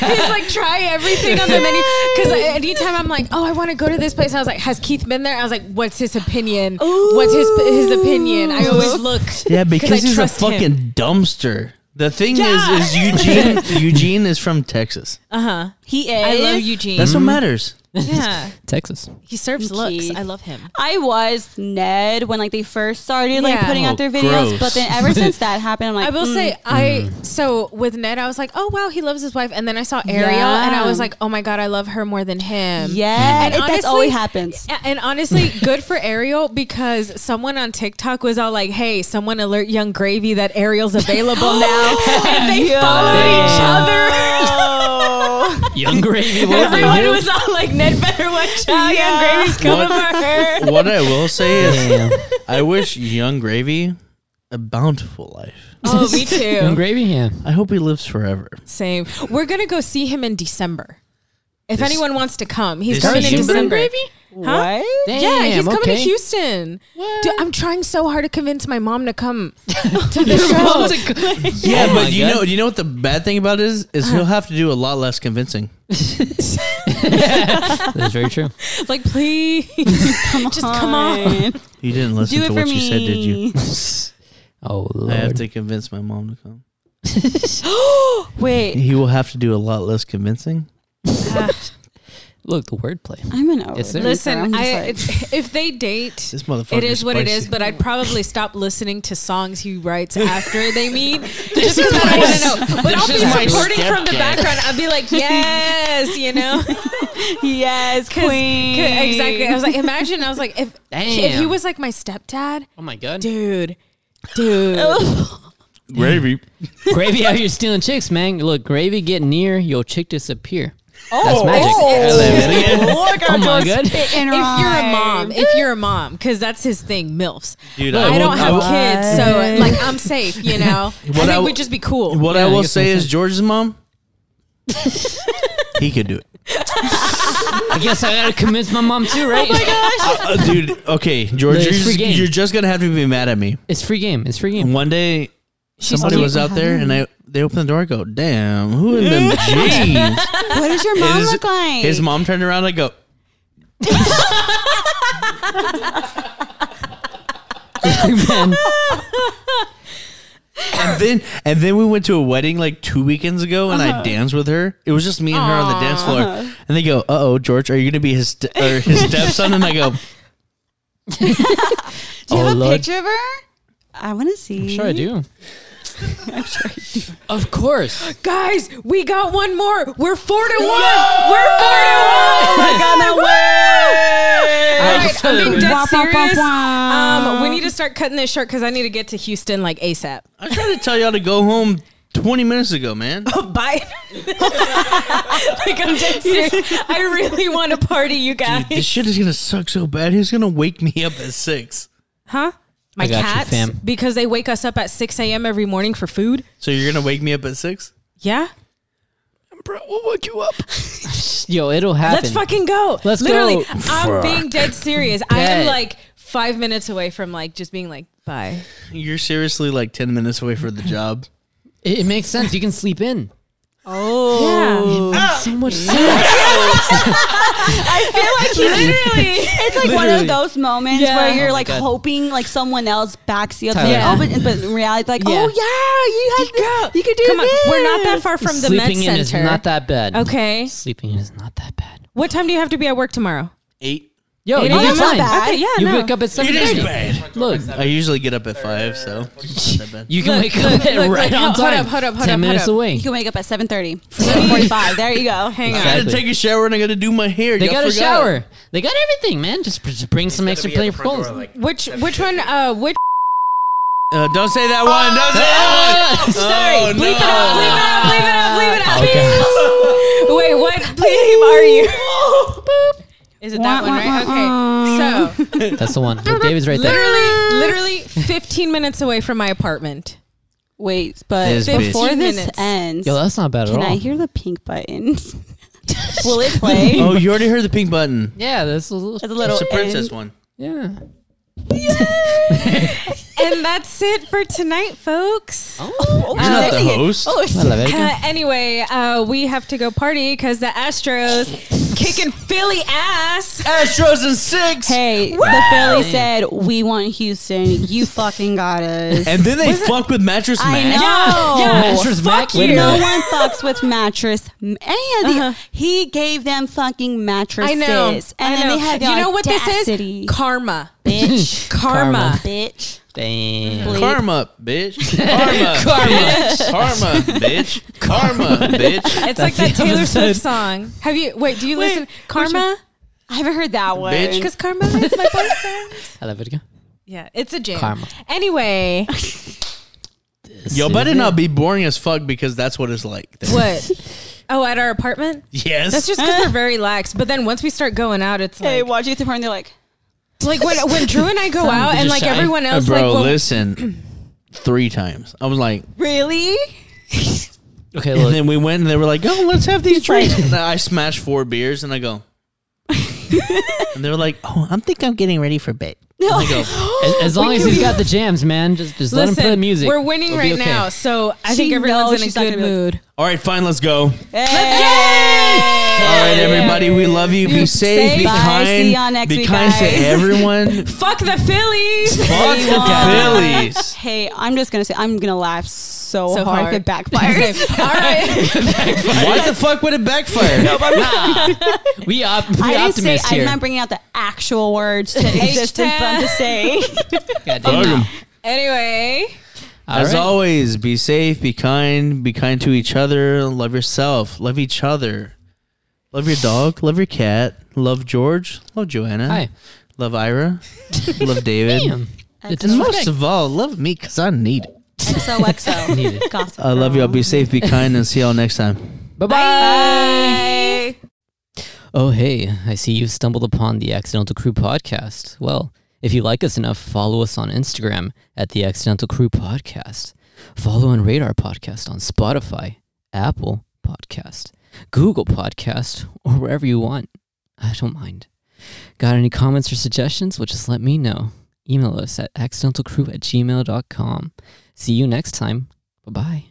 Speaker 1: He's like try everything on the menu because anytime I'm like, oh, I want to go to this place. I was like, has Keith been there? I was like, what's his opinion? What's his his opinion? I always look.
Speaker 4: [LAUGHS] Yeah,
Speaker 1: I
Speaker 4: because he's a
Speaker 1: trust him.
Speaker 4: fucking dumpster. The thing
Speaker 1: Yeah.
Speaker 4: is, is Eugene. [LAUGHS] Eugene is from Texas.
Speaker 2: He is.
Speaker 1: Uh-huh. I love Eugene.
Speaker 4: That's what
Speaker 3: Mm-hmm.
Speaker 4: matters.
Speaker 1: yeah,
Speaker 3: Texas.
Speaker 1: he serves looks.
Speaker 2: Keith.
Speaker 1: I love him.
Speaker 2: I was Ned when like they first started like
Speaker 1: Yeah.
Speaker 2: putting out
Speaker 4: Oh,
Speaker 2: their videos,
Speaker 4: gross.
Speaker 2: but then ever since
Speaker 4: [LAUGHS]
Speaker 2: that happened, I'm like,
Speaker 1: I will
Speaker 2: mm,
Speaker 1: say, I so with Ned, I was like, oh wow, he loves his wife, and then I saw Ariel,
Speaker 2: Yeah.
Speaker 1: and I was like, oh my god, I love her more than him.
Speaker 2: yeah,
Speaker 1: And
Speaker 2: it- that's always
Speaker 1: honestly- [LAUGHS]
Speaker 2: happens.
Speaker 1: A- And honestly, good for Ariel because someone on TikTok was all like, "Hey, someone alert Young Gravy that Ariel's available now," Oh,
Speaker 2: [LAUGHS] Oh.
Speaker 1: and they followed each other.
Speaker 4: [LAUGHS]
Speaker 3: Young gravy.
Speaker 1: Everyone was all like, "Ned better watch out, Young Gravy's coming
Speaker 4: What?
Speaker 1: for
Speaker 4: [LAUGHS]
Speaker 1: her."
Speaker 4: What I will say is, [LAUGHS] I wish Young Gravy a bountiful life.
Speaker 1: Oh, me
Speaker 3: Young
Speaker 1: too.
Speaker 3: gravy. Yeah.
Speaker 4: I hope he lives forever.
Speaker 1: Same. We're gonna go see him in December. If
Speaker 4: This-
Speaker 1: anyone wants to come, he's
Speaker 4: this
Speaker 1: coming in
Speaker 4: December?
Speaker 1: December.
Speaker 2: What?
Speaker 1: Yeah, he's
Speaker 3: Damn,
Speaker 1: coming to
Speaker 3: okay.
Speaker 1: Houston. Dude, I'm trying so hard to convince my mom to come to the show.
Speaker 4: Yeah,
Speaker 3: Oh my
Speaker 4: but you
Speaker 3: God.
Speaker 4: know, you know what the bad thing about it is, is he'll have to do a lot less convincing.
Speaker 3: [LAUGHS] That's very true.
Speaker 1: like, please, just come on.
Speaker 4: You didn't listen
Speaker 2: Do it
Speaker 4: to
Speaker 2: for
Speaker 4: what
Speaker 2: me.
Speaker 4: you said, did you?
Speaker 3: Oh lord.
Speaker 4: I have to convince my mom to come.
Speaker 2: Wait,
Speaker 4: He will have to do a lot less convincing.
Speaker 3: Look, the wordplay.
Speaker 2: I'm an over.
Speaker 3: Yes, sir.
Speaker 1: Listen, I, [LAUGHS] if they date,
Speaker 4: This motherfucker.
Speaker 1: it is what it is.
Speaker 4: spicy.
Speaker 1: But I'd probably stop listening to songs he writes after they meet, just because I want to know. But I'll
Speaker 4: is my
Speaker 1: be supporting from the
Speaker 4: stepdad.
Speaker 1: background. I'll be like, yes, you know, [LAUGHS]
Speaker 2: yes,
Speaker 1: 'Cause- 'cause-
Speaker 2: queen.
Speaker 1: exactly. I was like, imagine. I was like, if if he
Speaker 3: Damn.
Speaker 1: was like my stepdad,
Speaker 3: Oh my god.
Speaker 1: dude, dude,
Speaker 4: gravy.
Speaker 3: gravy out here stealing chicks, man. Look, gravy get near, your chick disappear. That's magic. [LAUGHS] Oh my
Speaker 2: [LAUGHS]
Speaker 3: god.
Speaker 2: Spitting
Speaker 1: if you're a
Speaker 2: rhyme.
Speaker 1: mom, if you're a mom, because that's his thing, milfs.
Speaker 4: Dude,
Speaker 1: I,
Speaker 4: I,
Speaker 1: don't
Speaker 4: will-
Speaker 1: have
Speaker 4: will-
Speaker 1: kids, so like I'm safe, you know. I think
Speaker 4: I will-
Speaker 1: we'd just be cool.
Speaker 4: What I
Speaker 3: Yeah, I
Speaker 4: will
Speaker 3: guess
Speaker 4: say
Speaker 3: makes
Speaker 4: is
Speaker 3: sense.
Speaker 4: George's [LAUGHS] mom. he could do it,
Speaker 3: I guess I gotta convince my mom too, right?
Speaker 4: Uh, uh, dude. Okay, George,
Speaker 3: It's
Speaker 4: you're
Speaker 3: free
Speaker 4: just,
Speaker 3: game.
Speaker 4: you're just gonna have to be mad at me.
Speaker 3: It's free game. [LAUGHS] It's free game.
Speaker 4: One day,
Speaker 1: She's
Speaker 4: Somebody
Speaker 1: cute.
Speaker 4: was out there, and I they opened the door. I go, damn, who in [LAUGHS] them jeans?
Speaker 2: What does your mom
Speaker 4: His-
Speaker 2: look like?
Speaker 4: His mom turned around. I go.
Speaker 3: Man,
Speaker 4: And then and then we went to a wedding like two weekends ago, and I danced with her. It was just me and her on the dance floor. And they go, "Uh oh, George, are you gonna be his st- or [LAUGHS] his stepson?" And I go,
Speaker 2: Do you have
Speaker 3: Oh,
Speaker 2: a
Speaker 3: Lord.
Speaker 2: picture of her? I want to see.
Speaker 3: I'm sure
Speaker 2: [LAUGHS]
Speaker 3: I do. Of course.
Speaker 1: Guys, we got one more. We're four to one. We're four to one. Oh my god, that All right, I'm being
Speaker 2: Wah,
Speaker 1: dead
Speaker 2: wah, wah,
Speaker 1: serious.
Speaker 2: wah.
Speaker 1: Um, we need to start cutting this short because I need to get to Houston like ASAP.
Speaker 4: "I tried to tell y'all to go home twenty minutes ago, man."
Speaker 1: Bye. [LAUGHS] like I'm dead serious. I really want to party, you guys.
Speaker 4: Dude, this shit is gonna suck so bad. Who's gonna wake me up at six?
Speaker 1: Huh? My
Speaker 3: I got you,
Speaker 1: cats,
Speaker 3: fam.
Speaker 1: because they wake us up at 6 a.m. every morning for food.
Speaker 4: So you're gonna wake me up at six,
Speaker 1: Yeah,
Speaker 4: bro? We'll wake you up.
Speaker 3: [LAUGHS] Yo, it'll happen.
Speaker 1: let's fucking go.
Speaker 3: Let's
Speaker 1: Literally,
Speaker 3: go.
Speaker 1: I'm being dead serious. I am
Speaker 3: Bet.
Speaker 1: like five minutes away from like just being like bye.
Speaker 4: You're seriously like ten minutes away from the job.
Speaker 3: It, it makes sense. You can sleep in.
Speaker 1: Yeah,
Speaker 3: so much sense.
Speaker 2: [LAUGHS]
Speaker 1: literally.
Speaker 2: It's like one of
Speaker 3: Literally.
Speaker 2: those moments
Speaker 1: Yeah.
Speaker 2: where you're
Speaker 3: Oh my
Speaker 2: like
Speaker 3: God.
Speaker 2: hoping like someone else backs you up.
Speaker 3: Tyler.
Speaker 2: Like, oh, but, but in reality, like,
Speaker 1: Yeah.
Speaker 2: oh yeah, you had you, you could do
Speaker 1: Come on,
Speaker 2: this.
Speaker 1: we're not that far from the med
Speaker 3: Sleeping in is
Speaker 1: center.
Speaker 3: not that bad.
Speaker 1: okay.
Speaker 3: Sleeping in is not that bad.
Speaker 1: What time do you have to be at work tomorrow?
Speaker 4: Eight.
Speaker 3: Yo,
Speaker 1: Eight
Speaker 3: you'll
Speaker 1: a.m.
Speaker 3: be
Speaker 2: that's not
Speaker 3: fine.
Speaker 2: bad.
Speaker 1: Okay, yeah,
Speaker 3: You
Speaker 1: no.
Speaker 3: wake up at seven.
Speaker 4: bad.
Speaker 3: Look,
Speaker 4: I usually get up at five, so it's not that bad.
Speaker 3: you can
Speaker 1: Look,
Speaker 3: wake
Speaker 1: look,
Speaker 3: up at
Speaker 1: look,
Speaker 3: right
Speaker 1: look,
Speaker 3: on
Speaker 1: hold up,
Speaker 3: time.
Speaker 1: hold up, hold
Speaker 3: Ten
Speaker 1: up,
Speaker 3: minutes
Speaker 1: hold up.
Speaker 3: away.
Speaker 2: You can wake up at [LAUGHS] 7.30, 7.45. there you go.
Speaker 1: Hang
Speaker 4: I
Speaker 1: on.
Speaker 4: gotta
Speaker 3: Exactly.
Speaker 4: take a shower and I gotta do my hair.
Speaker 3: They
Speaker 4: Y'all
Speaker 3: got a
Speaker 4: forgot.
Speaker 3: shower. They got everything, man. Just, just bring some extra play for goals.
Speaker 1: Which which one? Uh, which?
Speaker 4: Uh, don't say that one. Don't say that
Speaker 2: Oh,
Speaker 4: one. Sorry.
Speaker 1: Bleep it out! Bleep it out! Bleep it out! Bleep it out!
Speaker 3: Okay.
Speaker 1: [LAUGHS] Wait, what bleep are you? Is it that
Speaker 2: Wah,
Speaker 1: one,
Speaker 2: wah, wah,
Speaker 1: right? Okay, so.
Speaker 3: [LAUGHS] That's the one. Look, David's right there.
Speaker 1: literally, [LAUGHS] literally 15 minutes away from my apartment.
Speaker 2: Wait, but
Speaker 4: This bitch.
Speaker 2: before this
Speaker 1: 15 minutes.
Speaker 2: ends,
Speaker 3: Yo, that's not bad
Speaker 2: can
Speaker 3: at all.
Speaker 2: I hear the pink button? [LAUGHS] Will
Speaker 3: [LAUGHS]
Speaker 2: it play?
Speaker 4: Oh, you already heard the pink button.
Speaker 3: yeah, that's a little.
Speaker 2: It's a little
Speaker 4: It's the princess
Speaker 2: end.
Speaker 4: one.
Speaker 3: Yeah.
Speaker 1: And that's it for tonight, folks.
Speaker 3: Oh,
Speaker 4: You're not the
Speaker 2: Dang it.
Speaker 4: host.
Speaker 2: Oh, it's-
Speaker 1: Uh, anyway, uh, we have to go party because the Astros kicking Philly ass.
Speaker 4: Astros and six.
Speaker 2: hey, the Philly said, we want Houston. You fucking got us.
Speaker 4: And then they fuck with mattress
Speaker 2: I
Speaker 4: man.
Speaker 2: know.
Speaker 3: Mattress Mac,
Speaker 1: Oh, fuck
Speaker 3: wait a
Speaker 1: you.
Speaker 3: minute.
Speaker 2: No one fucks with mattress. And
Speaker 1: Uh-huh.
Speaker 2: he gave them fucking mattresses.
Speaker 1: I know.
Speaker 2: And
Speaker 1: I
Speaker 2: then
Speaker 1: know.
Speaker 2: they had the
Speaker 1: you know what this
Speaker 2: audacity.
Speaker 1: is? Karma. [LAUGHS]
Speaker 2: bitch,
Speaker 1: Karma.
Speaker 2: bitch.
Speaker 3: Damn.
Speaker 2: bleep.
Speaker 4: Karma,
Speaker 2: [LAUGHS]
Speaker 4: bitch. Karma, bitch. Karma, bitch. Karma, bitch.
Speaker 1: It's like that
Speaker 3: the
Speaker 1: Taylor
Speaker 3: episode.
Speaker 1: Swift song. Have you? Wait, do you listen? Karma,
Speaker 2: I haven't heard that one.
Speaker 4: Bitch.
Speaker 1: because Karma is my
Speaker 3: [LAUGHS]
Speaker 1: boyfriend.
Speaker 3: I love it. again.
Speaker 1: Yeah, it's a jam.
Speaker 3: Karma.
Speaker 1: Anyway,
Speaker 4: Yo,
Speaker 3: This
Speaker 4: better
Speaker 3: is
Speaker 4: not
Speaker 3: it.
Speaker 4: be boring as fuck because that's what it's like. there.
Speaker 3: [LAUGHS]
Speaker 1: what? Oh, at our apartment.
Speaker 4: Yes.
Speaker 1: That's just because we're very lax. But then once we start going out, it's
Speaker 2: They
Speaker 1: like
Speaker 2: watch you through and they're like,
Speaker 1: like when when Drew and I go out
Speaker 3: did
Speaker 1: and
Speaker 3: you
Speaker 1: like
Speaker 3: shy?
Speaker 1: everyone
Speaker 4: Uh,
Speaker 1: else,
Speaker 4: bro,
Speaker 1: like well,
Speaker 4: listen. [CLEARS THROAT] Three times. I was like,
Speaker 2: really?
Speaker 3: Okay,
Speaker 4: and
Speaker 3: look.
Speaker 4: then we went and they were like,
Speaker 2: [LAUGHS]
Speaker 4: oh, let's have these
Speaker 2: He's like-
Speaker 4: drinks. And I smashed four beers and
Speaker 2: [LAUGHS]
Speaker 4: I go, and they were like, oh, I think I'm getting ready for bed.
Speaker 2: No.
Speaker 4: I go,
Speaker 3: [GASPS] as, as long
Speaker 2: We
Speaker 3: as
Speaker 2: can
Speaker 3: he's
Speaker 2: be-
Speaker 3: got the jams, man, just just let him
Speaker 1: listen,
Speaker 3: play the music.
Speaker 1: we're winning
Speaker 3: We'll be
Speaker 1: right
Speaker 3: okay. [LAUGHS]
Speaker 1: now, so [LAUGHS] I
Speaker 2: She
Speaker 1: think
Speaker 2: knows
Speaker 1: everyone's in a
Speaker 2: she's not
Speaker 1: good
Speaker 2: gonna be like-
Speaker 1: mood.
Speaker 4: all right, fine,
Speaker 2: [GASPS]
Speaker 4: let's go.
Speaker 2: Hey.
Speaker 4: All right, everybody, we love you. Be safe, be
Speaker 2: Bye.
Speaker 4: kind.
Speaker 2: See y'all next
Speaker 4: be
Speaker 2: week,
Speaker 4: kind to
Speaker 2: guys. [LAUGHS]
Speaker 4: everyone.
Speaker 1: Fuck the Phillies. [LAUGHS]
Speaker 4: Fuck the
Speaker 2: Everyone.
Speaker 4: Phillies.
Speaker 2: [LAUGHS] Hey, I'm just gonna say I'm gonna laugh so,
Speaker 1: So
Speaker 2: hard,
Speaker 1: hard.
Speaker 2: if it backfires.
Speaker 1: All
Speaker 3: [LAUGHS]
Speaker 1: right,
Speaker 4: Why the fuck would it backfire?
Speaker 5: [LAUGHS]
Speaker 3: We op-
Speaker 2: I didn't
Speaker 3: we
Speaker 2: say
Speaker 3: optimists
Speaker 2: I'm
Speaker 3: here.
Speaker 2: not bringing out the actual words to [LAUGHS] existence, but I'm just [LAUGHS] saying.
Speaker 3: Goddamn.
Speaker 1: anyway,
Speaker 3: All
Speaker 4: As
Speaker 3: right.
Speaker 4: always, be safe, be kind, be kind to each other, love yourself, love each other. Love your dog, love your cat, love George, love Joanna,
Speaker 3: Hi.
Speaker 4: love Ira,
Speaker 3: [LAUGHS]
Speaker 4: love David.
Speaker 3: Damn.
Speaker 2: That's
Speaker 3: It's
Speaker 4: And most
Speaker 3: respect.
Speaker 4: of all, love me because I need it.
Speaker 2: XOXO. Gossip
Speaker 4: I love
Speaker 2: Girl.
Speaker 4: y'all. Be safe, be kind, and see y'all next time.
Speaker 1: bye.
Speaker 3: Oh, hey, I see you stumbled upon the Accidental Crew podcast. Well, if you like us enough, follow us on Instagram at the Accidental Crew podcast. Follow on Radar Podcast on Spotify, Apple Podcast, Google Podcast, or wherever you want. I don't mind. Got any comments or suggestions? Well, just let me know. Email us at accidentalcrew at gmail.com. See you next time. Bye bye.